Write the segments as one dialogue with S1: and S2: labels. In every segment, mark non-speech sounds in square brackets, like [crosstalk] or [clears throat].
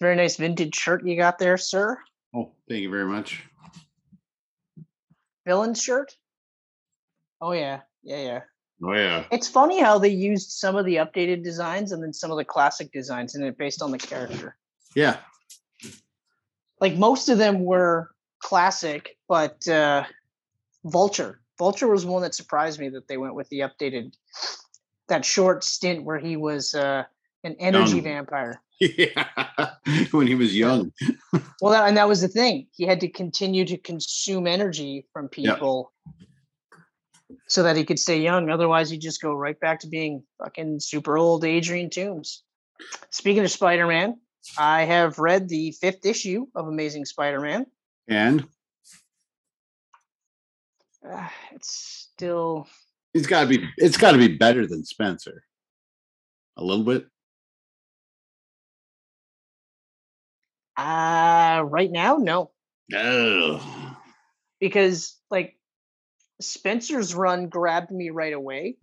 S1: very nice vintage shirt you got there, sir.
S2: Oh, thank you very much.
S1: Villain shirt. Oh yeah, yeah, yeah.
S2: Oh yeah. [laughs]
S1: It's funny how they used some of the updated designs and then some of the classic designs in it based on the character.
S2: Yeah. [laughs]
S1: Like most of them were classic, but uh, Vulture. Vulture was one that surprised me that they went with the updated. That short stint where he was uh, an energy
S2: Young.
S1: vampire.
S2: Yeah. when he was young.
S1: Well, that, and that was the thing. He had to continue to consume energy from
S2: Yep.
S1: people so that he could stay young. Otherwise, he'd just go right back to being fucking super old Adrian Toombs. Speaking of Spider Man, I have read the fifth issue of Amazing Spider Man.
S2: And
S1: [sighs] it's still,
S2: it's gotta be it's gotta be better than Spencer. A little bit.
S1: uh, right now, no.
S2: Oh.
S1: because like Spencer's run grabbed me right away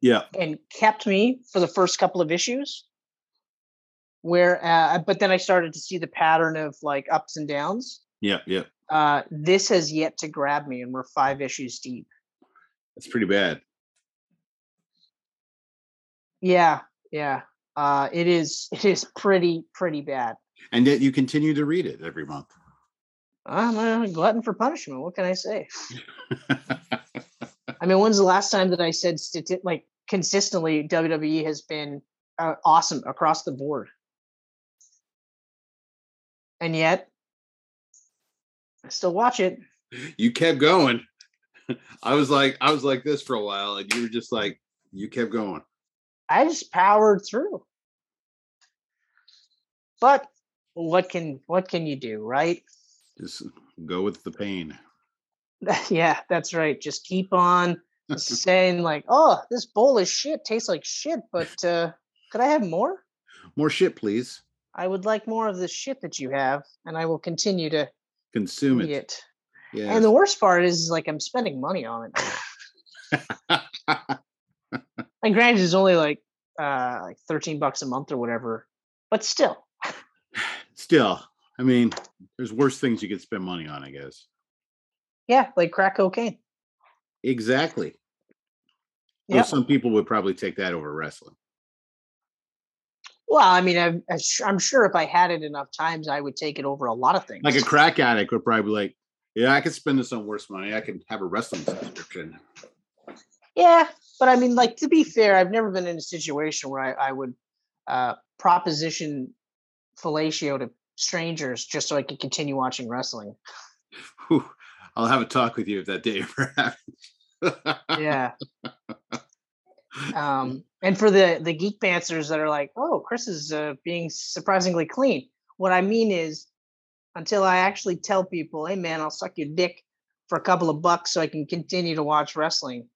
S2: Yeah.
S1: and kept me for the first couple of issues. Where, uh, but then I started to see the pattern of like ups and downs.
S2: Yeah. Yeah.
S1: Uh, this has yet to grab me, and we're five issues deep.
S2: That's pretty bad.
S1: Yeah, yeah. Uh, it is. [laughs] It is pretty, pretty bad.
S2: And yet you continue to read it every month. [laughs]
S1: I'm a glutton for punishment. What can I say? I mean, when's the last time that I said stati- like consistently WWE has been uh, awesome across the board? And yet, I still watch it.
S2: you kept going. [laughs] I was like, I was like this for a while, and you were just like, you kept going.
S1: I just powered through. But what can what can you do, right? [laughs]
S2: Just go with the pain.
S1: yeah, that's right. Just keep on saying like, "Oh, this bowl of shit tastes like shit," but uh, could I have more?
S2: More shit, please.
S1: I would like more of the shit that you have, and I will continue to
S2: Consume
S1: eat
S2: it.
S1: it.
S2: Yeah.
S1: And the worst part is, is, like, I'm spending money on it.
S2: [laughs]
S1: and granted, it's only like uh, like 13 bucks a month or whatever, but still,
S2: Still, I mean, there's worse things you could spend money on, I guess.
S1: yeah, like crack cocaine.
S2: Exactly. Though
S1: Yep.
S2: Some people would probably take that over wrestling.
S1: Well, I mean, I've, I'm su- I'm sure if I had it enough times, I would take it over a lot of things.
S2: Like a crack addict would probably be like, yeah, I could spend this on worse money. I could have a wrestling subscription.
S1: Yeah, but I mean, like to be fair, I've never been in a situation where I, I would uh, proposition fellatio to strangers just so I could continue watching wrestling.
S2: Whew, I'll have a talk with you if that day [laughs] ever happens.
S1: Yeah. Um, and for the the geek pantsers that are like, "Oh, Chris is uh, being surprisingly clean." What I mean is, until I actually tell people, "Hey, man, I'll suck your dick for a couple of bucks so I can continue to watch wrestling,"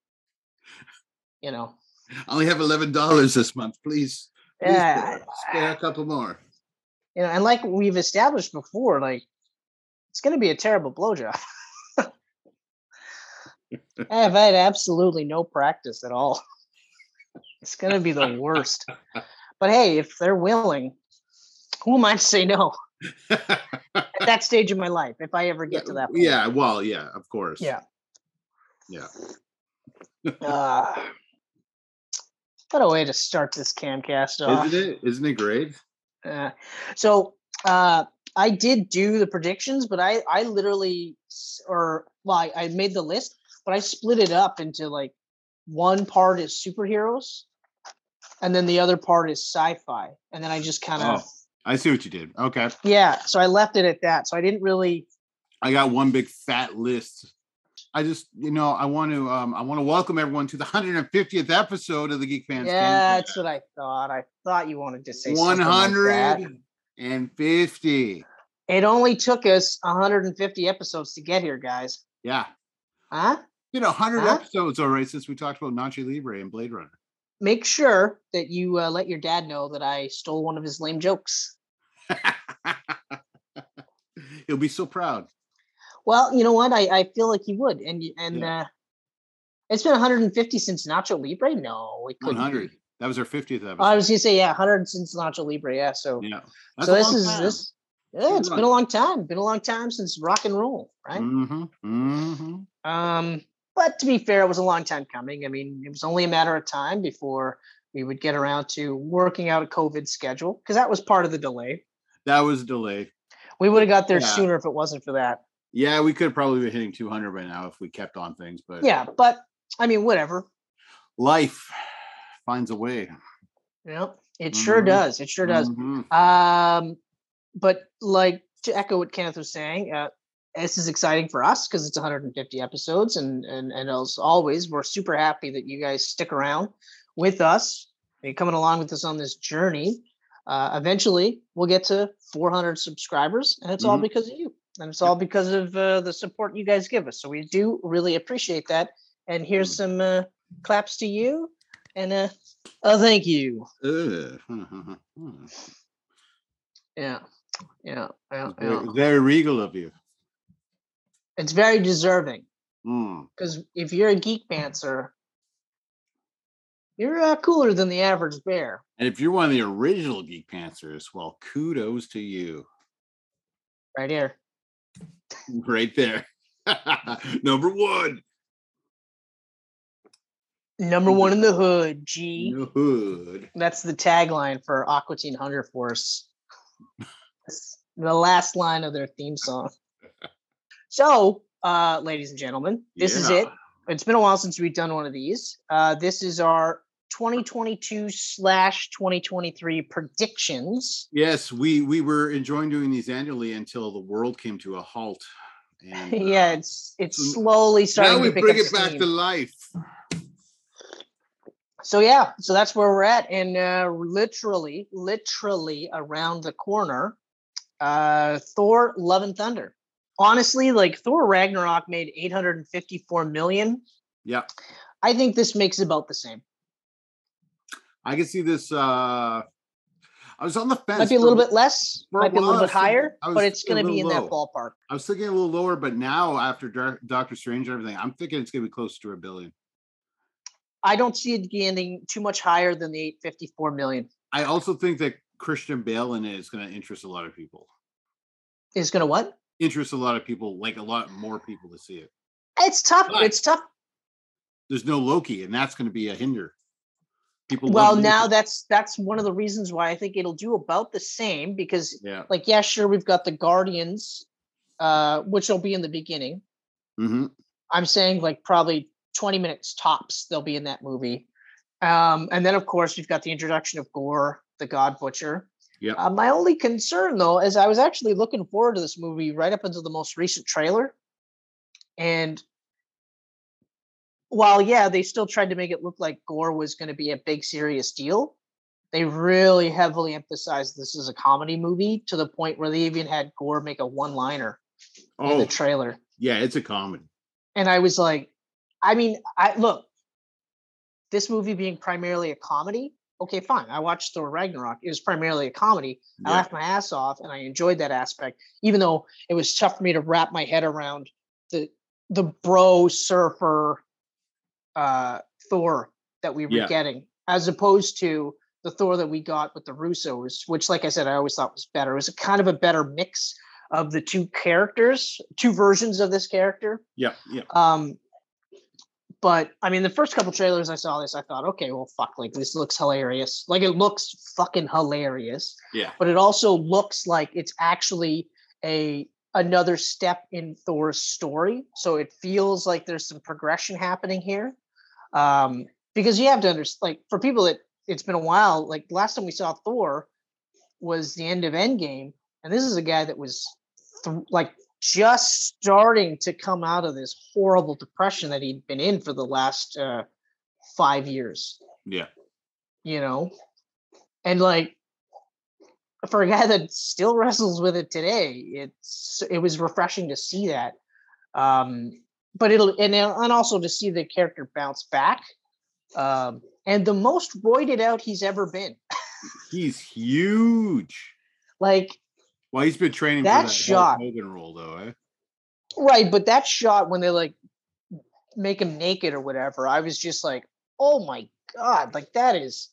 S1: you know.
S2: I only have eleven dollars this month, please. please
S1: Yeah,
S2: spare- spare a couple more.
S1: you know, and like we've established before, like it's going to be a terrible
S2: [laughs]
S1: blowjob. I have had absolutely no practice at all. It's going to be the worst. But hey, if they're willing, who am I to say no at that stage of my life? If I ever get to
S2: [laughs]
S1: that point,
S2: yeah, well, yeah, of course.
S1: Yeah.
S2: Yeah.
S1: Uh, what a way to start this camcast off.
S2: Isn't it? Isn't it great?
S1: Uh, so uh, I did do the predictions, but I I literally s- or well I, I made the list, but I split it up into like one part is superheroes, and then the other part is sci-fi, and then I just kind of
S2: Oh. I see what you did. Okay.
S1: yeah. So I left it at that. So I didn't really
S2: I got one big fat list. I just, you know, I want to um I want to welcome everyone to the 150th episode of the Geek Fans.
S1: yeah. That's what I thought. I thought you wanted to say
S2: One
S1: 100.
S2: hundred and fifty.
S1: It only took us 150 episodes to get here, guys.
S2: Yeah.
S1: Huh?
S2: You know, 100
S1: Huh?
S2: episodes already since we talked about Nachi Libre and Blade Runner. [laughs]
S1: Make sure that you uh, let your dad know that I stole one of his lame jokes.
S2: He'll be so proud.
S1: Well, you know what? I, I feel like he would, and y- and
S2: Yeah.
S1: uh, it's been 150 since Nacho Libre. No, it couldn't.
S2: 100.
S1: be. Oh,
S2: That was our 50th episode.
S1: I was gonna say yeah, 100 since Nacho Libre. Yeah, so
S2: yeah.
S1: so this is
S2: this.
S1: this. Yeah, it's
S2: Good
S1: been a long time. Been a long time since rock and roll, right?
S2: hmm hmm
S1: Um, but to be fair, it was a long time coming. I mean, it was only a matter of time before we would get around to working out a COVID schedule because that was part of the delay.
S2: That was a delay.
S1: We would have got there
S2: Yeah.
S1: sooner if it wasn't for that.
S2: Yeah, we could have probably been hitting 200 by now if we kept on things, but
S1: Yeah, but I mean, whatever.
S2: life finds a way.
S1: You know, it sure
S2: Mhm.
S1: does. It sure does.
S2: Mhm.
S1: Um, but like to echo what Kenneth was saying, uh, this is exciting for us because it's 150 episodes, and and and as always, we're super happy that you guys stick around with us and coming along with us on this journey. Uh, eventually, we'll get to 400 subscribers, and it's all
S2: Mhm.
S1: because of you, and it's all because of uh, the support you guys give us. So we do really appreciate that. And here's some uh, claps to you, and uh, a thank you.
S2: Ugh.
S1: Yeah. Yeah. yeah,
S2: It's
S1: yeah.
S2: Very, very regal of you.
S1: It's very deserving
S2: Mm.
S1: because if you're a geek pantser, you're uh, cooler than the average bear.
S2: And if you're one of the original Geek Panthers, well, kudos to you [laughs]
S1: Right here.
S2: right there. [laughs] Number one.
S1: Number one in the hood, G.
S2: No hood.
S1: That's the tagline for Aqua Teen Hunger Force. It's the last line of their theme song. So, uh, ladies and gentlemen, this is
S2: Yeah.
S1: it. It's been a while since we've done one of these. Uh, this is our 2022 slash 2023 predictions.
S2: Yes, we we were enjoying doing these annually until the world came to a halt. And uh,
S1: yeah, it's it's
S2: so
S1: slowly starting
S2: now we
S1: to pick
S2: bring
S1: up
S2: it back
S1: steam.
S2: to life.
S1: so yeah, so that's where we're at, and uh, literally, literally around the corner, uh, Thor: Love and Thunder. Honestly, like Thor Ragnarok made 854 million.
S2: Yeah.
S1: I think this makes about the same.
S2: I can see this. Uh, I was on the fence.
S1: Might be a
S2: for-
S1: little bit less,
S2: for a
S1: might be a
S2: while,
S1: little
S2: I
S1: bit
S2: was thinking-
S1: higher,
S2: I was
S1: but it's
S2: thinking a
S1: going to be in
S2: little
S1: that
S2: low.
S1: ballpark.
S2: I was thinking a little lower, but now after Dar- Doctor Strange and everything, I'm thinking it's going to be close to a billion.
S1: I don't see it getting too much higher than the 854 million
S2: I also think that Christian Bale in it is going to interest a lot of people.
S1: is going to what?
S2: Interest a lot of people, like a lot more people to see it.
S1: It's tough.
S2: But-
S1: It's tough
S2: There's no Loki, and that's going to be a hinder. People. love
S1: well
S2: Loki.
S1: now that's that's one of the reasons why i think it'll do about the same because
S2: Yeah.
S1: like yeah sure we've got the guardians uh which will be in the beginning
S2: hmm
S1: i'm saying like probably 20 minutes tops they'll be in that movie um and then of course we've got the introduction of gore the god butcher
S2: Yep.
S1: uh, my only concern though is i was actually looking forward to this movie right up until the most recent trailer and while yeah, they still tried to make it look like Gore was going to be a big serious deal, they really heavily emphasized this is a comedy movie to the point where they even had Gore make a one-liner in
S2: Oh,
S1: the trailer.
S2: yeah, it's a comedy.
S1: And I was like, I mean, I look, this movie being primarily a comedy, okay, fine. I watched Thor Ragnarok. It was primarily a comedy. I
S2: Yeah.
S1: laughed my ass off and I enjoyed that aspect, even though it was tough for me to wrap my head around the the bro surfer uh Thor that we were
S2: Yeah.
S1: getting, as opposed to the Thor that we got with the Russos, which like I said, I always thought was better. It was a kind of a better mix of the two characters, two versions of this character.
S2: Yeah, yeah.
S1: Um, but I mean, the first couple trailers I saw this, I thought, okay, well, fuck, like this looks hilarious. Like it looks fucking hilarious.
S2: Yeah.
S1: But it also looks like it's actually a another step in Thor's story. So it feels like there's some progression happening here. Um, because you have to understand, like for people that it's been a while, like last time we saw Thor was the end of Endgame, and this is a guy that was th- like just starting to come out of this horrible depression that he'd been in for the last uh, five years.
S2: Yeah.
S1: You know, and like for a guy that still wrestles with it today, it's it was refreshing to see that. Um, but it'll and and also to see the character bounce back. Um, and the most roided out he's ever been.
S2: He's huge.
S1: Like
S2: Well, he's been training
S1: That
S2: for that
S1: shot-
S2: shot. Hogan role, though. Eh?
S1: Right, but that shot when they like make him naked or whatever, I was just like, "Oh my god, like that is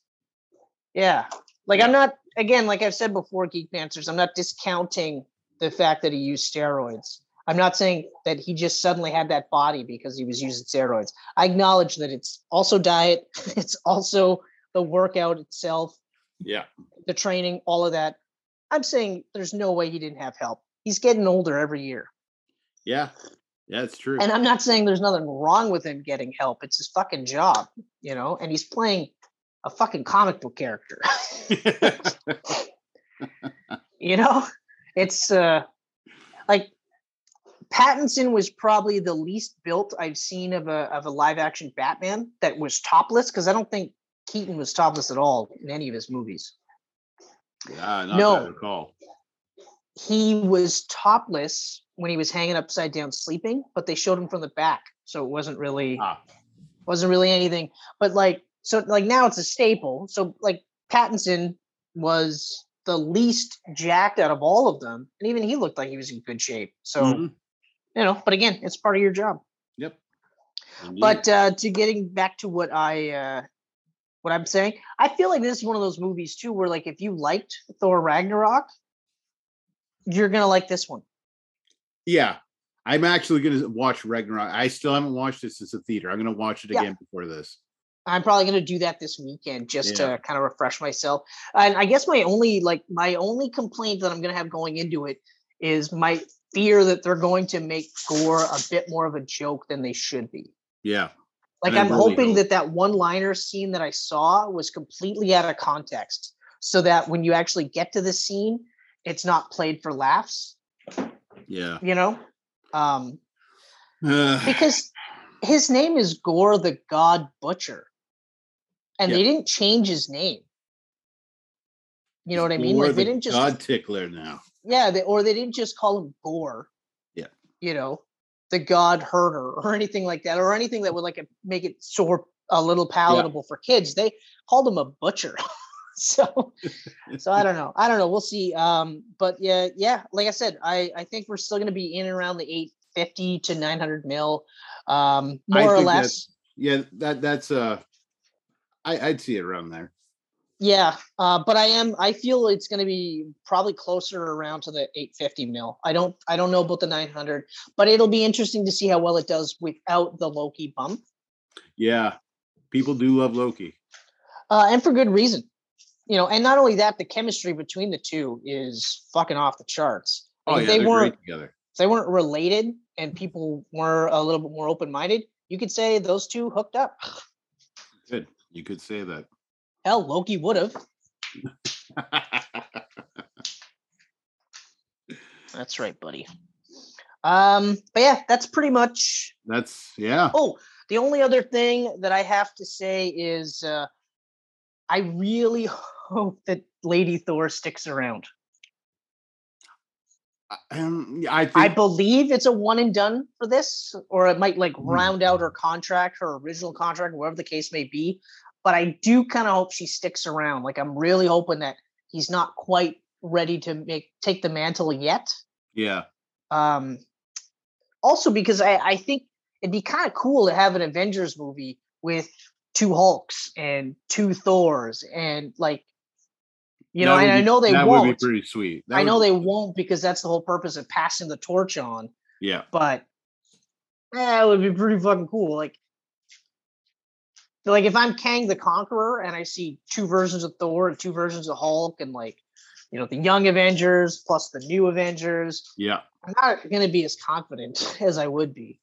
S1: Yeah. Like I'm not again, like I've said before, Geek Panthers, I'm not discounting the fact that he used steroids. I'm not saying that he just suddenly had that body because he was using steroids. I acknowledge that it's also diet, [laughs] it's also the workout itself,
S3: Yeah.
S1: the training, all of that. I'm saying there's no way he didn't have help. He's getting older every year.
S2: Yeah. Yeah, it's true. [laughs]
S1: And I'm not saying there's nothing wrong with him getting help. It's his fucking job, you know, and he's playing a fucking comic book character. [laughs] you know, it's uh like Pattinson was probably the least built I've seen of a of a live action Batman that was topless because I don't think Keaton was topless at all in any of his movies.
S2: Ah, not
S1: No.
S2: bad at all.
S1: He was topless when he was hanging upside down sleeping, but they showed him from the back, so it wasn't really
S2: Ah.
S1: wasn't really anything. But like, so like now it's a staple. So like Pattinson was the least jacked out of all of them, and even he looked like he was in good shape. So
S2: Mhm.
S1: you know, but again, it's part of your job.
S2: Yep. Indeed.
S1: But uh, to getting back to what I uh, what I'm saying, I feel like this is one of those movies too, where like if you liked Thor Ragnarok, you're gonna like this one.
S2: yeah, I'm actually going to watch Ragnarok. I still haven't watched it since the theater. I'm going to watch it
S1: Yeah.
S2: again before this.
S1: I'm probably going to do that this weekend just to
S2: Yeah.
S1: kind of refresh myself. And I guess my only like my only complaint that I'm going to have going into it is my fear that they're going to make Gore a bit more of a joke than they should be.
S2: Yeah.
S1: Like
S2: And I
S1: I'm
S2: really
S1: hoping
S2: hope-
S1: that that one-liner scene that I saw was completely out of context so that when you actually get to the scene, it's not played for laughs,
S2: Yeah. [sighs]
S1: you know? Um
S2: Uh,
S1: because his name is Gore the God Butcher, and they didn't change his name. You know what I mean?
S2: Gore
S1: Like they
S2: the
S1: didn't just
S2: God tickler now.
S1: yeah, they, or they didn't just call him Gore.
S2: Yeah.
S1: you know, the God Herder [laughs] or anything like that, or anything that would like make it sort a little palatable for kids. They called him a butcher. [laughs] so, so I don't know. I don't know. We'll see. Um, but yeah, yeah. Like I said, I I think we're still going to be in and around the eight fifty to nine hundred mil, um,
S2: I
S1: more or
S2: think
S1: less.
S2: Yeah, that that's uh I, I'd see it around there.
S1: Yeah, uh, but I am. I feel it's going to be probably closer around to the 850 mil. I don't. I don't know about the 900, but it'll be interesting to see how well it does without the Loki bump,
S2: Yeah. People do love Loki.
S1: uh, and for good reason. You know, and not only that, the chemistry between the two is fucking off the charts.
S2: Oh
S1: If
S2: yeah,
S1: they
S2: they are
S1: weren't.
S2: great together.
S1: If they weren't related, and people were a little bit more open minded. You could say those two hooked up.
S2: Good. You could say that. [laughs]
S1: Hell, Loki would have. That's right, buddy. Um, but yeah, that's pretty much
S2: that's yeah.
S1: Oh, the only other thing that I have to say is uh, I really [laughs] hope that Lady Thor sticks around.
S2: Um, I think
S1: I believe it's a one and done for this, or it might like round out her contract, her original contract, whatever the case may be. But I do kind of hope she sticks around. Like I'm really hoping that he's not quite ready to make take the mantle yet.
S2: yeah.
S1: um also because i i think it'd be kind of cool to have an avengers movie with two hulks and two thors and like you know
S2: That
S1: and
S2: would
S1: i
S2: be-
S1: know they
S2: that would
S1: won't
S2: be pretty sweet. That
S1: i
S2: would
S1: know
S2: be-
S1: they won't because that's the whole purpose of passing the torch on
S2: Yeah.
S1: but eh, it would be pretty fucking cool like like if i'm kang the conqueror and i see two versions of thor and two versions of hulk and like you know the young avengers plus the new avengers
S2: Yeah.
S1: I'm not going to be as confident [laughs] as I would be.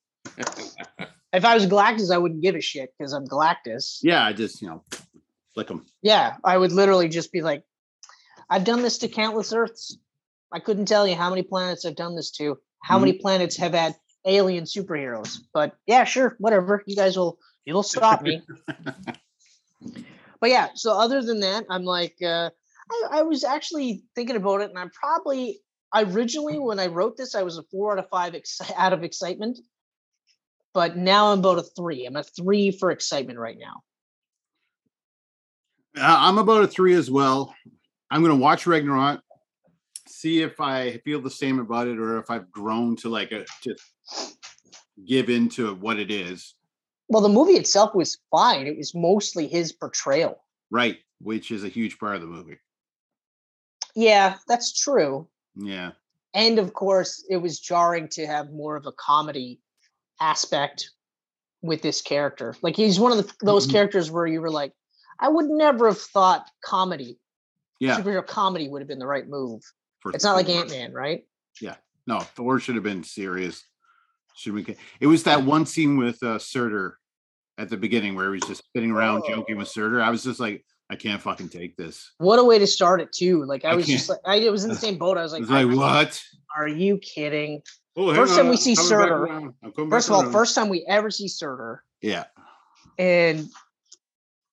S1: if I was Galactus, I wouldn't give a shit because I'm Galactus.
S2: Yeah. I just, you know, flick them.
S1: Yeah, I would literally just be like, I've done this to countless Earths. I couldn't tell you how many planets I've done this to, how many planets have had alien superheroes. But yeah, sure, whatever. You guys will, you'll stop me. but yeah, so other than that, I'm like, uh, I, I was actually thinking about it, and I'm probably originally when I wrote this, I was a four out of five ex- [laughs] out of excitement. But now I'm about a three. I'm a three for excitement right now.
S2: Uh, I'm about a three as well. I'm going to watch Ragnarok, see if I feel the same about it or if I've grown to like a, to give into what it is.
S1: Well, the movie itself was fine. It was mostly his portrayal.
S2: Right. which is a huge part of the movie.
S1: Yeah, that's true.
S2: Yeah.
S1: And of course, it was jarring to have more of a comedy aspect with this character. Like he's one of the, those
S2: Mhm.
S1: characters where you were like, I would never have thought comedy,
S2: Yeah.
S1: superhero comedy would have been the right move.
S2: for
S1: It's not like
S2: Thor.
S1: Ant Man, right?
S2: No, Thor should have been serious. Should we? get- It was that one scene with uh, Surtur at the beginning where he was just spinning around
S1: Oh.
S2: joking with Surtur. I was just like, I can't fucking take this.
S1: What a way to start it too. Like I
S2: I
S1: was just like I was in the same boat. I was like,
S2: It's like
S1: "Are-
S2: what?
S1: are you kidding?
S2: Oh,
S1: First
S2: hang
S1: time we
S2: on,
S1: see
S2: I'm coming back
S1: Surtur-
S2: around. I'm coming
S1: First of
S2: back
S1: all,
S2: around.
S1: first time we ever see Surtur
S2: yeah,
S1: and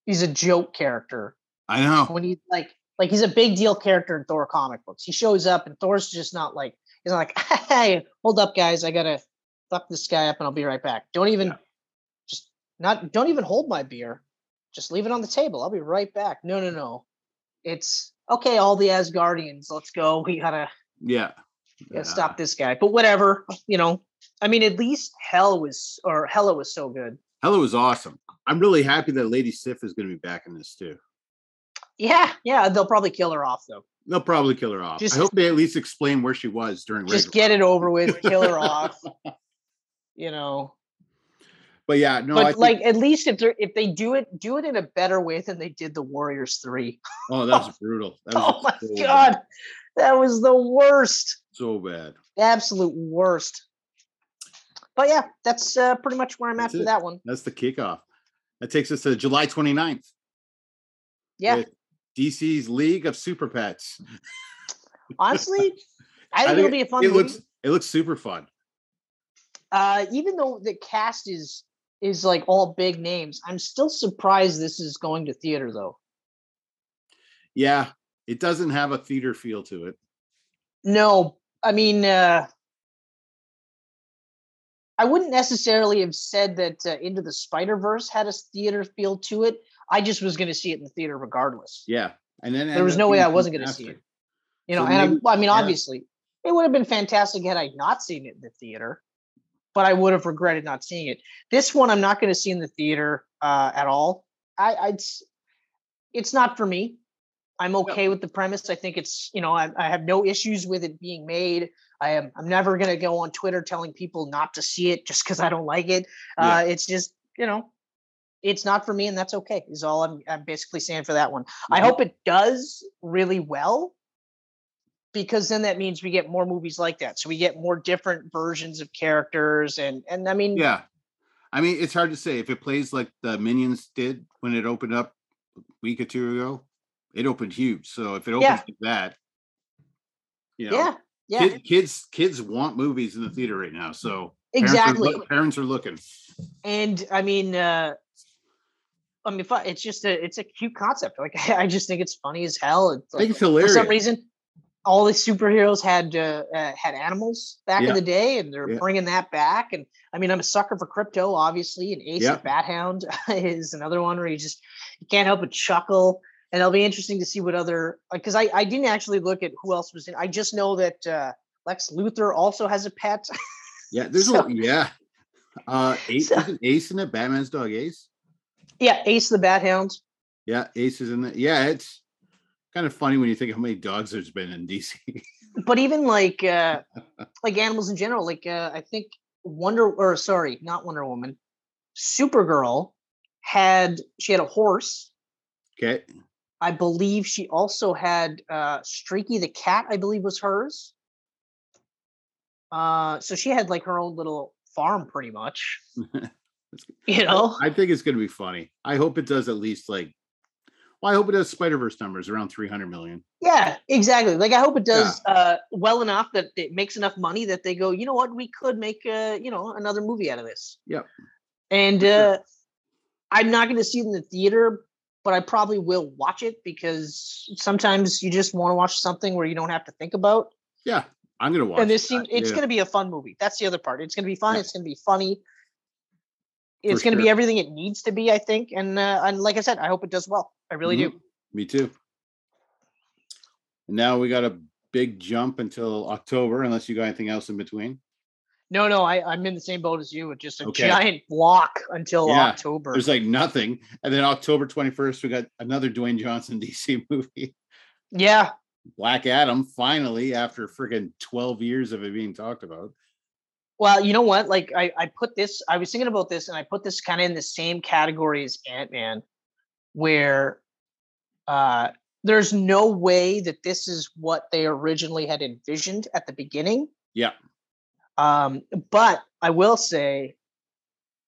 S1: he's a joke character.
S2: I know.
S1: When he's like like he's a big deal character in Thor comic books. He shows up and Thor's just not like he's not like, [laughs] hey, hold up guys, I gotta fuck this guy up and I'll be right back. Don't even
S2: Yeah.
S1: just not don't even hold my beer. Just leave it on the table. I'll be right back. No, no, no. It's okay, all the Asgardians, let's go. We gotta
S2: Yeah,
S1: yeah,
S2: Yeah.
S1: stop this guy. But whatever, you know. I mean, at least Hell was or Hella was so good.
S2: Hello was awesome. I'm really happy that Lady Sif is going to be back in this too.
S1: Yeah, yeah. They'll probably kill her off though.
S2: They'll probably kill her off.
S1: Just-
S2: I hope they at least explain where she was during.
S1: Just
S2: Just
S1: get it over with. Kill
S2: [laughs]
S1: her off. You know.
S2: but yeah, no, I
S1: but
S2: think-
S1: like, at least if they are if they do it, do it in a better way than they did the Warriors three. [laughs]
S2: oh, that was brutal. That was
S1: Oh my
S2: so bad.
S1: god, that was the worst,
S2: so bad.
S1: the absolute worst. But yeah, that's uh, pretty much where I'm
S2: That's
S1: at for
S2: it.
S1: that one.
S2: That's the kickoff. That takes us to July 29th.
S1: Yeah,
S2: [laughs] with DC's League of Super Pets.
S1: honestly, I think,
S2: think
S1: it'll be a fun.
S2: it
S1: movie.
S2: looks it looks super fun.
S1: uh, even though the cast is is like all big names, I'm still surprised this is going to theater though.
S2: Yeah, it doesn't have a theater feel to it.
S1: No, I mean, uh, I wouldn't necessarily have said that uh, Into the Spider Verse had a theater feel to it. I just was going to see it in the theater regardless.
S2: Yeah, and then it
S1: There
S2: ended
S1: was
S2: up
S1: no way
S2: being
S1: I wasn't gonna see
S2: fantastic.
S1: You know,
S2: So
S1: and I'm,
S2: maybe-
S1: well, I mean,
S2: yeah.
S1: obviously, it would have been fantastic had I not seen it in the theater, but I would have regretted not seeing it. This one, I'm not going to see in the theater uh, at all. I, I it's, it's not for me. I'm okay with the premise. I think it's, you know, I, I have no issues with it being made. I am, I'm never going to go on Twitter telling people not to see it just because I don't like it. Uh, It's just, you know, it's not for me, and that's okay. Is all I'm, I'm basically saying for that one. I
S2: Mhm.
S1: hope it does really well because then that means we get more movies like that. So we get more different versions of characters and and I mean
S2: Yeah, I mean it's hard to say if it plays like the Minions did when it opened up a week or two ago. It opened huge, so if it opens
S1: Yeah.
S2: like that, you know,
S1: yeah, yeah,
S2: kid- kids kids want movies in the theater right now. So parents are
S1: exactly.
S2: look- parents are looking.
S1: And I mean uh I mean fu- it's just a it's a cute concept. Like [laughs] I just think it's funny as hell. It's
S2: I
S1: like,
S2: think it's
S1: for
S2: hilarious.
S1: some reason all the superheroes had uh, uh, had animals back
S2: Yeah.
S1: in the day and they're
S2: Yeah.
S1: bringing that back and i mean i'm a sucker for crypto obviously and ace
S2: Yeah.
S1: the bat hound [laughs] is another one where you just you can't help but chuckle and it'll be interesting to see what other because i i didn't actually look at who else was in i just know that uh lex luthor also has a pet [laughs]
S2: Yeah, there's a
S1: So-
S2: a yeah. Uh
S1: [laughs]
S2: Ace,
S1: So-
S2: isn't Ace in it, Batman's dog Ace.
S1: yeah ace the bat hound
S2: Yeah, Ace is in it. Yeah, it's kind of funny when you think how many dogs there's been in DC.
S1: but even like uh like animals in general like uh i think wonder or sorry not wonder woman supergirl had she had a horse
S2: [laughs] okay.
S1: i believe she also had uh streaky the cat i believe was hers uh so she had like her own little farm pretty much you know
S2: I think it's gonna be funny. I hope it does at least like well, I hope it does Spider-Verse numbers around 300 million.
S1: yeah exactly like i hope it does uh well enough that it makes enough money that they go you know what we could make uh you know another movie out of this
S2: Yep.
S1: And
S2: For sure.
S1: uh, I'm not going to see it in the theater, but I probably will watch it because sometimes you just want to watch something where you don't have to think about.
S2: Yeah, I'm gonna watch
S1: and this
S2: that,
S1: seems it's
S2: yeah.
S1: going to be a fun movie. That's the other part. It's going to be fun.
S2: Yeah.
S1: It's going to be funny. It's going to be
S2: sure.
S1: everything it needs to be, I think. And uh, and like I said, I hope it does well. I really
S2: Mhm.
S1: do.
S2: me too. And now we got a big jump until October, unless you got anything else in between.
S1: No, no, I, I'm in the same boat as you with just a
S2: Okay.
S1: giant block until
S2: Yeah.
S1: October.
S2: There's like nothing. And then October 21st, we got another Dwayne Johnson [laughs] DC movie.
S1: yeah.
S2: Black Adam, finally, after freaking 12 years of it being talked about.
S1: Well, you know what? Like I, I put this, I was thinking about this and I put this kind of in the same category as Ant-Man, where uh there's no way that this is what they originally had envisioned at the beginning.
S2: Yeah.
S1: Um, but I will say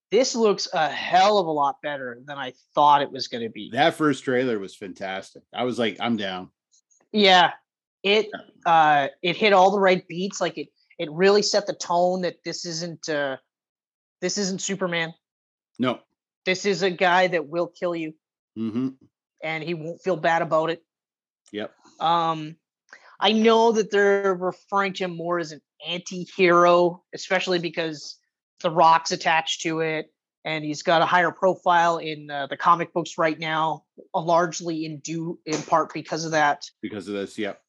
S1: this looks a hell of a lot better than I thought it was gonna be.
S2: That first trailer was fantastic. I was like, I'm down.
S1: Yeah, it uh, it hit all the right beats. Like it, it really set the tone that this isn't uh, this isn't Superman.
S2: No.
S1: This is a guy that will kill you,
S2: Mm-hmm.
S1: and he won't feel bad about it.
S2: Yep.
S1: Um, I know that they're referring to him more as an anti-hero, especially because The Rock's attached to it, and he's got a higher profile in uh, the comic books right now, uh, largely in due in part because of that.
S2: Because of this. Yep.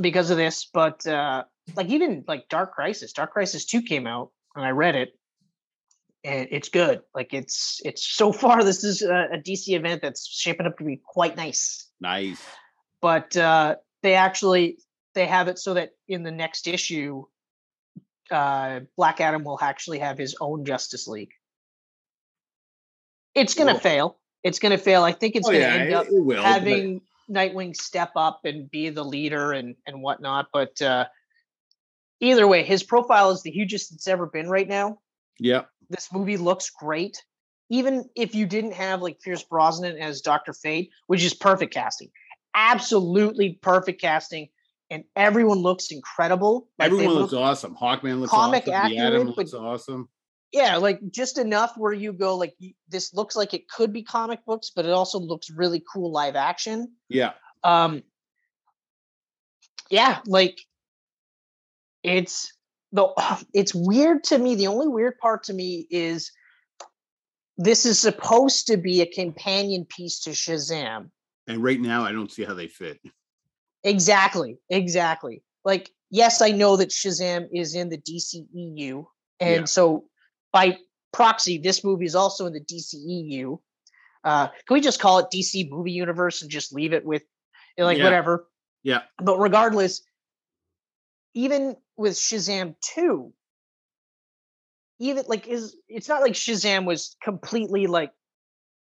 S1: because of this, but uh like even like Dark Crisis, Dark Crisis 2 came out and I read it and it's good. Like it's it's so [laughs] far this is a, a DC event that's shaping up to be quite nice.
S2: Nice.
S1: But uh they actually they have it so that in the next issue uh Black Adam will actually have his own Justice League. It's going
S2: Cool.
S1: to fail. It's going to fail. I think it's
S2: oh,
S1: going to
S2: yeah.
S1: end
S2: It,
S1: up
S2: it will. but-
S1: having Nightwing step up and be the leader and and whatnot. But uh, either way, his profile is the hugest it's ever been right now.
S2: Yep.
S1: This movie looks great. Even if you didn't have like Pierce Brosnan as Dr. Fate, which is perfect casting, absolutely perfect casting, and everyone looks incredible. Like, they
S2: Everyone looks
S1: look-
S2: awesome. Hawkman looks
S1: comic
S2: awesome. the Adam
S1: accurate, but-
S2: looks awesome.
S1: yeah, like just enough where you go, like y- this looks like it could be comic books, but it also looks really cool live action.
S2: Yeah.
S1: um yeah like it's the uh, it's weird to me the only weird part to me is this is supposed to be a companion piece to shazam
S2: And right now, I don't see how they fit.
S1: exactly exactly like yes i know that shazam is in the dceu and
S2: Yeah.
S1: so by proxy this movie is also in the dceu uh can we just call it dc movie universe and just leave it with eh, like
S2: Yeah.
S1: whatever
S2: Yeah.
S1: but regardless, even with Shazam 2, even like is it's not like Shazam was completely like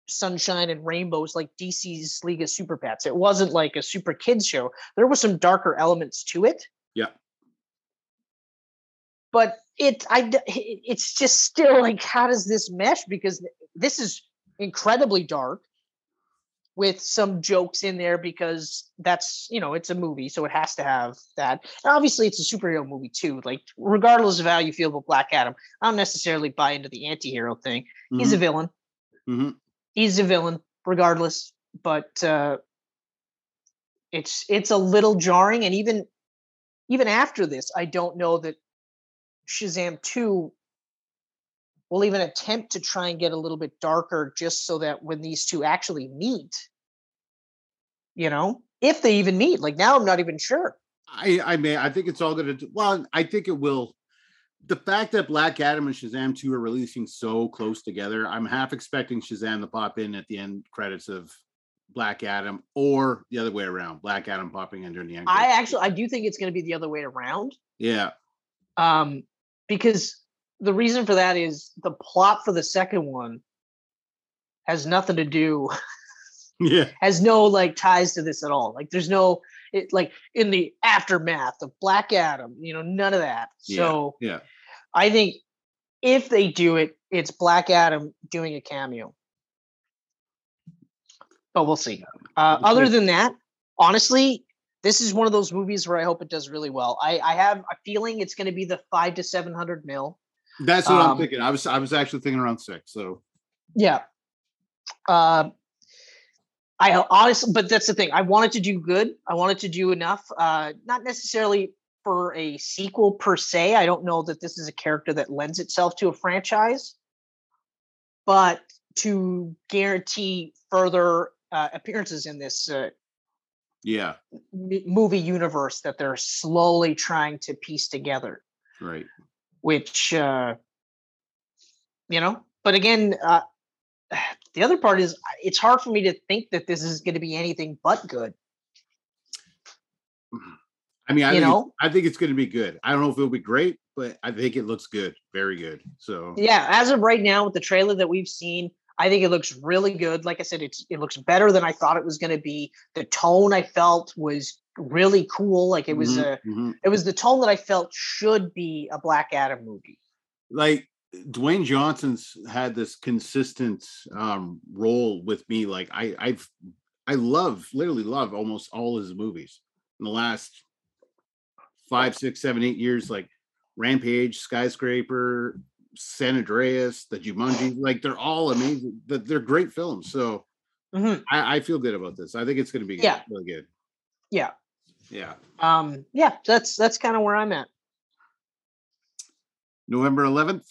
S1: sunshine and rainbows like DC's League of Super Pets. It wasn't like a super kids show. There was some darker elements to it.
S2: Yeah.
S1: But it I d- it- it's just still like how does this mesh because this is incredibly dark with some jokes in there because that's you know it's a movie so it has to have that and obviously it's a superhero movie too like regardless of how you feel about black adam i don't necessarily buy into the anti-hero thing
S2: Mm-hmm.
S1: he's a villain
S2: Mhm.
S1: he's a villain regardless but uh it's it's a little jarring and even even after this i don't know that shazam 2 will even attempt to try and get a little bit darker just so that when these two actually meet you know if they even meet like now i'm not even sure
S2: I I mean I think it's all gonna do well, I think it will. The fact that Black Adam and Shazam 2 are releasing so close together, I'm half expecting Shazam to pop in at the end credits of Black Adam or the other way around, Black Adam popping in during the end.
S1: i
S2: credits.
S1: actually i do think it's going to be the other way around
S2: yeah, [laughs]
S1: um because the reason for that is the plot for the second one has nothing to do
S2: yeah,
S1: has no like ties to this at all like there's no it like in the aftermath of black adam you know none of that
S2: Yeah,
S1: so
S2: yeah.
S1: i think if they do it it's black adam doing a cameo but we'll see uh,
S2: We'll
S1: other
S2: see.
S1: than that honestly this is one of those movies where i hope it does really well i i have a feeling it's going to be the five to seven hundred mil
S2: That's what I'm
S1: Um,
S2: thinking. I was I was actually thinking around six. So
S1: Yeah. Um, I ho- honestly, but that's the thing. I wanted to do good. I wanted to do enough. Uh, not necessarily for a sequel per se. I don't know that this is a character that lends itself to a franchise, but to guarantee further uh, appearances in this uh,
S2: yeah,
S1: m- movie universe that they're slowly trying to piece together.
S2: right.
S1: which uh, you know. But again, uh, [sighs] the other part is it's hard for me to think that this is going to be anything but good.
S2: I mean, I
S1: You
S2: think,
S1: know?
S2: I think it's going to be good. I don't know if it'll be great, but I think it looks good, very good. So
S1: Yeah, as of right now, with the trailer that we've seen, I think it looks really good. Like I said, it's it looks better than I thought it was going to be. The tone I felt was really cool. Like it was
S2: Mhm,
S1: a
S2: mhm.
S1: it was the tone that I felt should be a Black Adam movie.
S2: like Dwayne Johnson's had this consistent um role with me. Like I, I've, I love, literally love almost all his movies in the last five, six, seven, eight years. Like Rampage, Skyscraper, San Andreas, The Jumanji. Like they're all amazing. They're- They're great films. So
S1: Mhm.
S2: I, I feel good about this. I think it's going to be good,
S1: Yeah.
S2: really good.
S1: Yeah.
S2: Yeah.
S1: Um, yeah, that's that's kind of where I'm at.
S2: November 11th,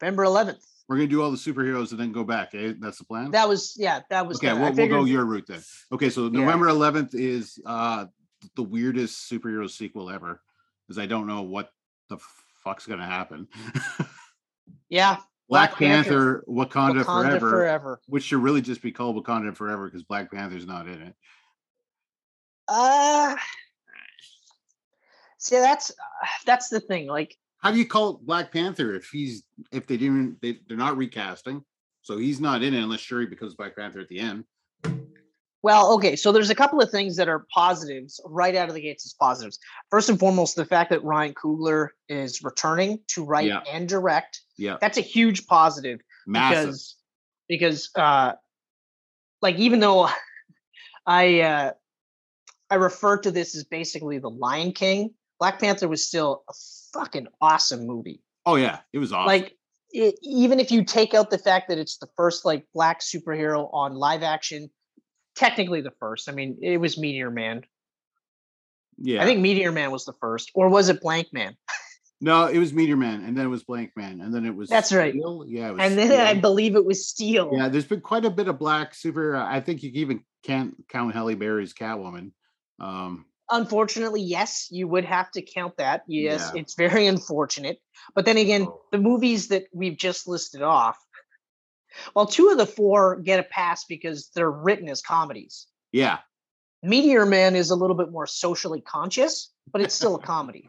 S1: November 11th.
S2: we're going to do all the superheroes and then go back. Eh? That's the plan.
S1: That was yeah, that was
S2: okay.
S1: the- I
S2: We'll, we'll go
S1: figured-
S2: your route then. Okay. So
S1: Yeah.
S2: November 11th is uh the weirdest superhero sequel ever because I don't know what the fuck's going to happen.
S1: yeah,
S2: Black,
S1: Black
S2: Panther,
S1: Panther,
S2: Wakanda, Forever,
S1: forever.
S2: which should really just be called Wakanda Forever because Black Panther's not in it.
S1: Uh see that's that's the thing. Like
S2: How do you call it Black Panther if he's if they didn't they, they're not recasting? So he's not in it unless sure he becomes Black Panther at the end.
S1: Well, okay, so there's a couple of things that are positives right out of the gates as positives. First and foremost, the fact that Ryan Coogler is returning to write
S2: Yeah.
S1: and direct.
S2: Yeah.
S1: That's a huge positive
S2: Massive.
S1: because because uh like even though [laughs] I uh I refer to this as basically the Lion King, Black Panther was still a fucking awesome movie.
S2: Oh yeah, it was awesome.
S1: Like it, even if you take out the fact that it's the first like black superhero on live action, technically the first. I mean, it was Meteor Man.
S2: yeah,
S1: I think Meteor Man was the first, or was it Blank Man?
S2: no, it was Meteor Man, and then it was Blank Man, and then it was
S1: That's right.
S2: Steel. Yeah, it was
S1: And then I
S2: Steel.
S1: believe it was Steel.
S2: yeah, there's been quite a bit of black superhero. I think you even can't count Halle Berry's Catwoman. Um,
S1: Unfortunately, yes, you would have to count that. Yes,
S2: Yeah.
S1: it's very unfortunate. But then again,
S2: Oh.
S1: the movies that we've just listed off, well, two of the four get a pass because they're written as comedies.
S2: yeah,
S1: Meteor Man is a little bit more socially conscious, but it's
S2: [laughs]
S1: still a comedy.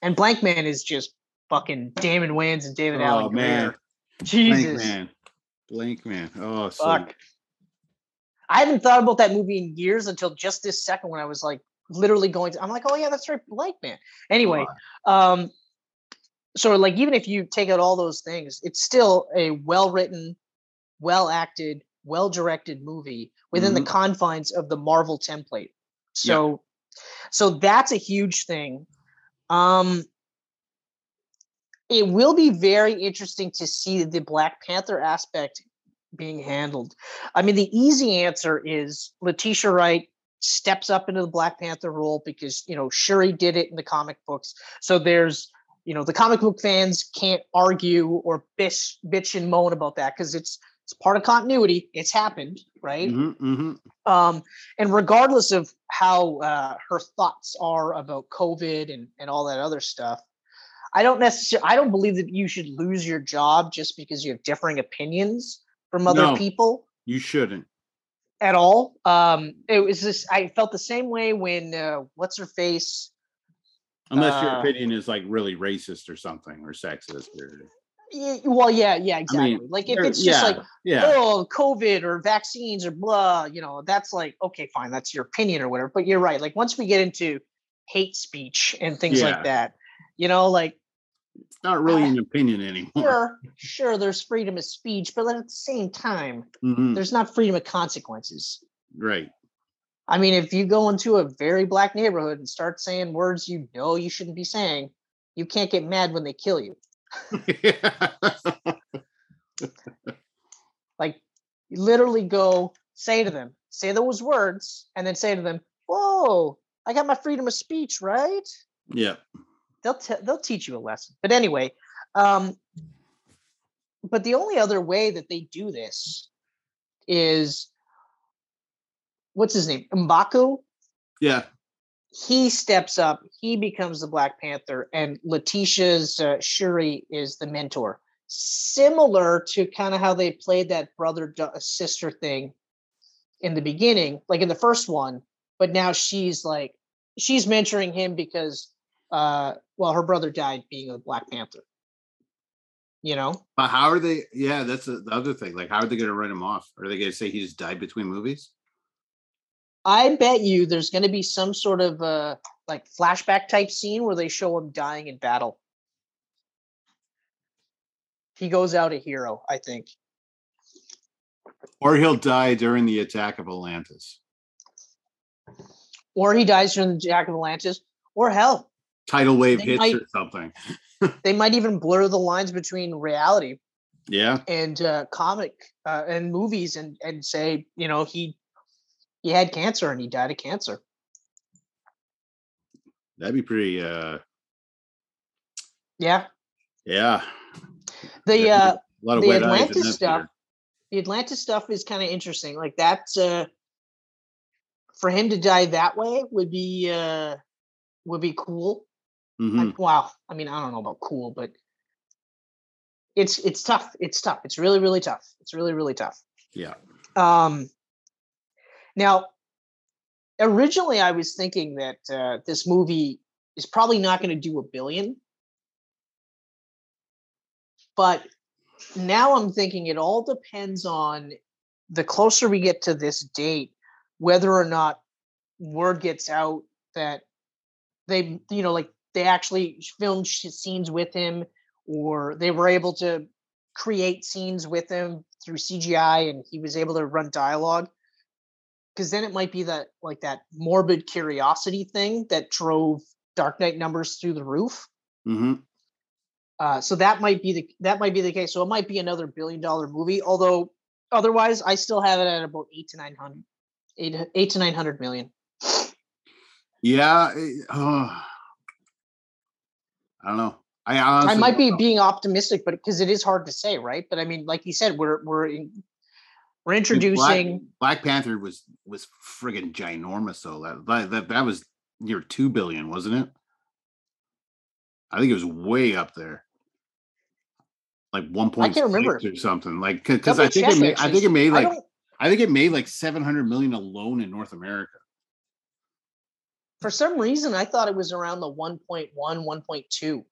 S1: And Blank Man is just fucking Damon Wayans and David
S2: oh
S1: Allen
S2: man,
S1: Greer.
S2: Blank
S1: Jesus.
S2: Man, Blank Man. Oh, so
S1: Fuck. I haven't thought about that movie in years until just this second when I was like literally going to, I'm like, oh yeah, that's right, Blank Man. Anyway, um, so like even if you take out all those things, it's still a well written, well acted, well directed movie within
S2: Mhm.
S1: the confines of the Marvel template. So so that's a huge thing. Um it will be very interesting to see the Black Panther aspect being handled. I mean, the easy answer is Letitia Wright steps up into the Black Panther role because you know Shuri did it in the comic books. So there's you know the comic book fans can't argue or bitch bitch and moan about that because it's it's part of continuity. It's happened, right?
S2: mhm, mhm.
S1: Um, and regardless of how uh, her thoughts are about COVID and, and all that other stuff, I don't necessarily I don't believe that you should lose your job just because you have differing opinions from other
S2: No.
S1: people
S2: you shouldn't.
S1: at all. Um, it was this I felt the same way when uh, what's her face?
S2: Unless your
S1: Uh,
S2: opinion is like really racist or something or sexist or
S1: Y- Well, yeah, yeah, exactly. like if
S2: Or-
S1: it's just
S2: yeah,
S1: like
S2: yeah,
S1: oh COVID or vaccines or blah, you know, that's like okay, fine, that's your opinion or whatever. But you're right. Like once we get into hate speech and things
S2: Yeah.
S1: like that, you know, like
S2: it's not really
S1: uh,
S2: an opinion
S1: [laughs]
S2: anymore.
S1: sure, sure, there's freedom of speech, but at the same time,
S2: Mhm,
S1: there's not freedom of consequences.
S2: Right. [laughs]
S1: I mean, if you go into a very black neighborhood and start saying words you know you shouldn't be saying, you can't get mad when they kill you. Like you literally go say to them, say those words, and then say to them, "Whoa, I got my freedom of speech, right?"
S2: yeah.
S1: They'll te- they'll teach you a lesson. But anyway, um, but the only other way that they do this is what's his name, Mbaku.
S2: Yeah.
S1: he steps up, he becomes the Black Panther, and Letitia's uh, Shuri is the mentor. Similar to kind of how they played that brother du- sister thing in the beginning, like in the first one, but now she's like she's mentoring him because uh well her brother died being a Black Panther. You know?
S2: But how are they? Yeah, that's the the other thing. Like, how are they going to write him off? Are they going to say he just died between movies?
S1: I bet you there's going to be some sort of uh, like flashback type scene where they show him dying in battle. He goes out a hero, I think.
S2: Or he'll die during the attack of Atlantis.
S1: Or he dies during the Jack of Atlantis, or hell,
S2: Tidal wave
S1: They
S2: hits
S1: might-
S2: or something.
S1: they might even blur the lines between reality
S2: Yeah.
S1: and uh, comic uh, and movies and and say, you know, he he had cancer and he died of cancer.
S2: That'd be pretty uh
S1: Yeah.
S2: yeah.
S1: The
S2: Yeah,
S1: uh
S2: A lot of
S1: the
S2: wet eyes in
S1: Atlantis
S2: that
S1: stuff.
S2: theater.
S1: the Atlanta stuff is kind of interesting. Like that's uh, for him to die that way would be uh, would be cool.
S2: Mhm.
S1: I, wow, I mean, I don't know about cool, but it's it's tough. It's tough. It's really really tough. It's really really tough.
S2: Yeah.
S1: Um, now, originally, I was thinking that uh, this movie is probably not going to do a billion, but now I'm thinking it all depends on the closer we get to this date, whether or not word gets out that they, you know, like they actually filmed sh- scenes with him or they were able to create scenes with him through CGI and he was able to run dialogue. Cause then it might be that like that morbid curiosity thing that drove Dark Knight numbers through the roof.
S2: Mhm.
S1: Uh, so that might be the that might be the case. So it might be another billion dollar movie. Although otherwise, I still have it at about eight to nine hundred, eight eight to nine hundred million.
S2: Yeah. it- oh. I don't know. I honestly
S1: I might be
S2: don't know.
S1: being optimistic, but because it is hard to say, right? But I mean, like you said, we're we're in, we're
S2: Dude, Black-
S1: introducing.
S2: Black, Panther was was friggin' ginormous though. That- That that that was near two billion, wasn't it? I think it was way up there, like one point
S1: remember.
S2: six or something. Like because
S1: Double
S2: I think
S1: check,
S2: it made, I
S1: actually.
S2: think it made
S1: I
S2: like
S1: don't,
S2: I think it made like seven hundred million alone in North America.
S1: for some reason, I thought it was around the 1.1, 1.2.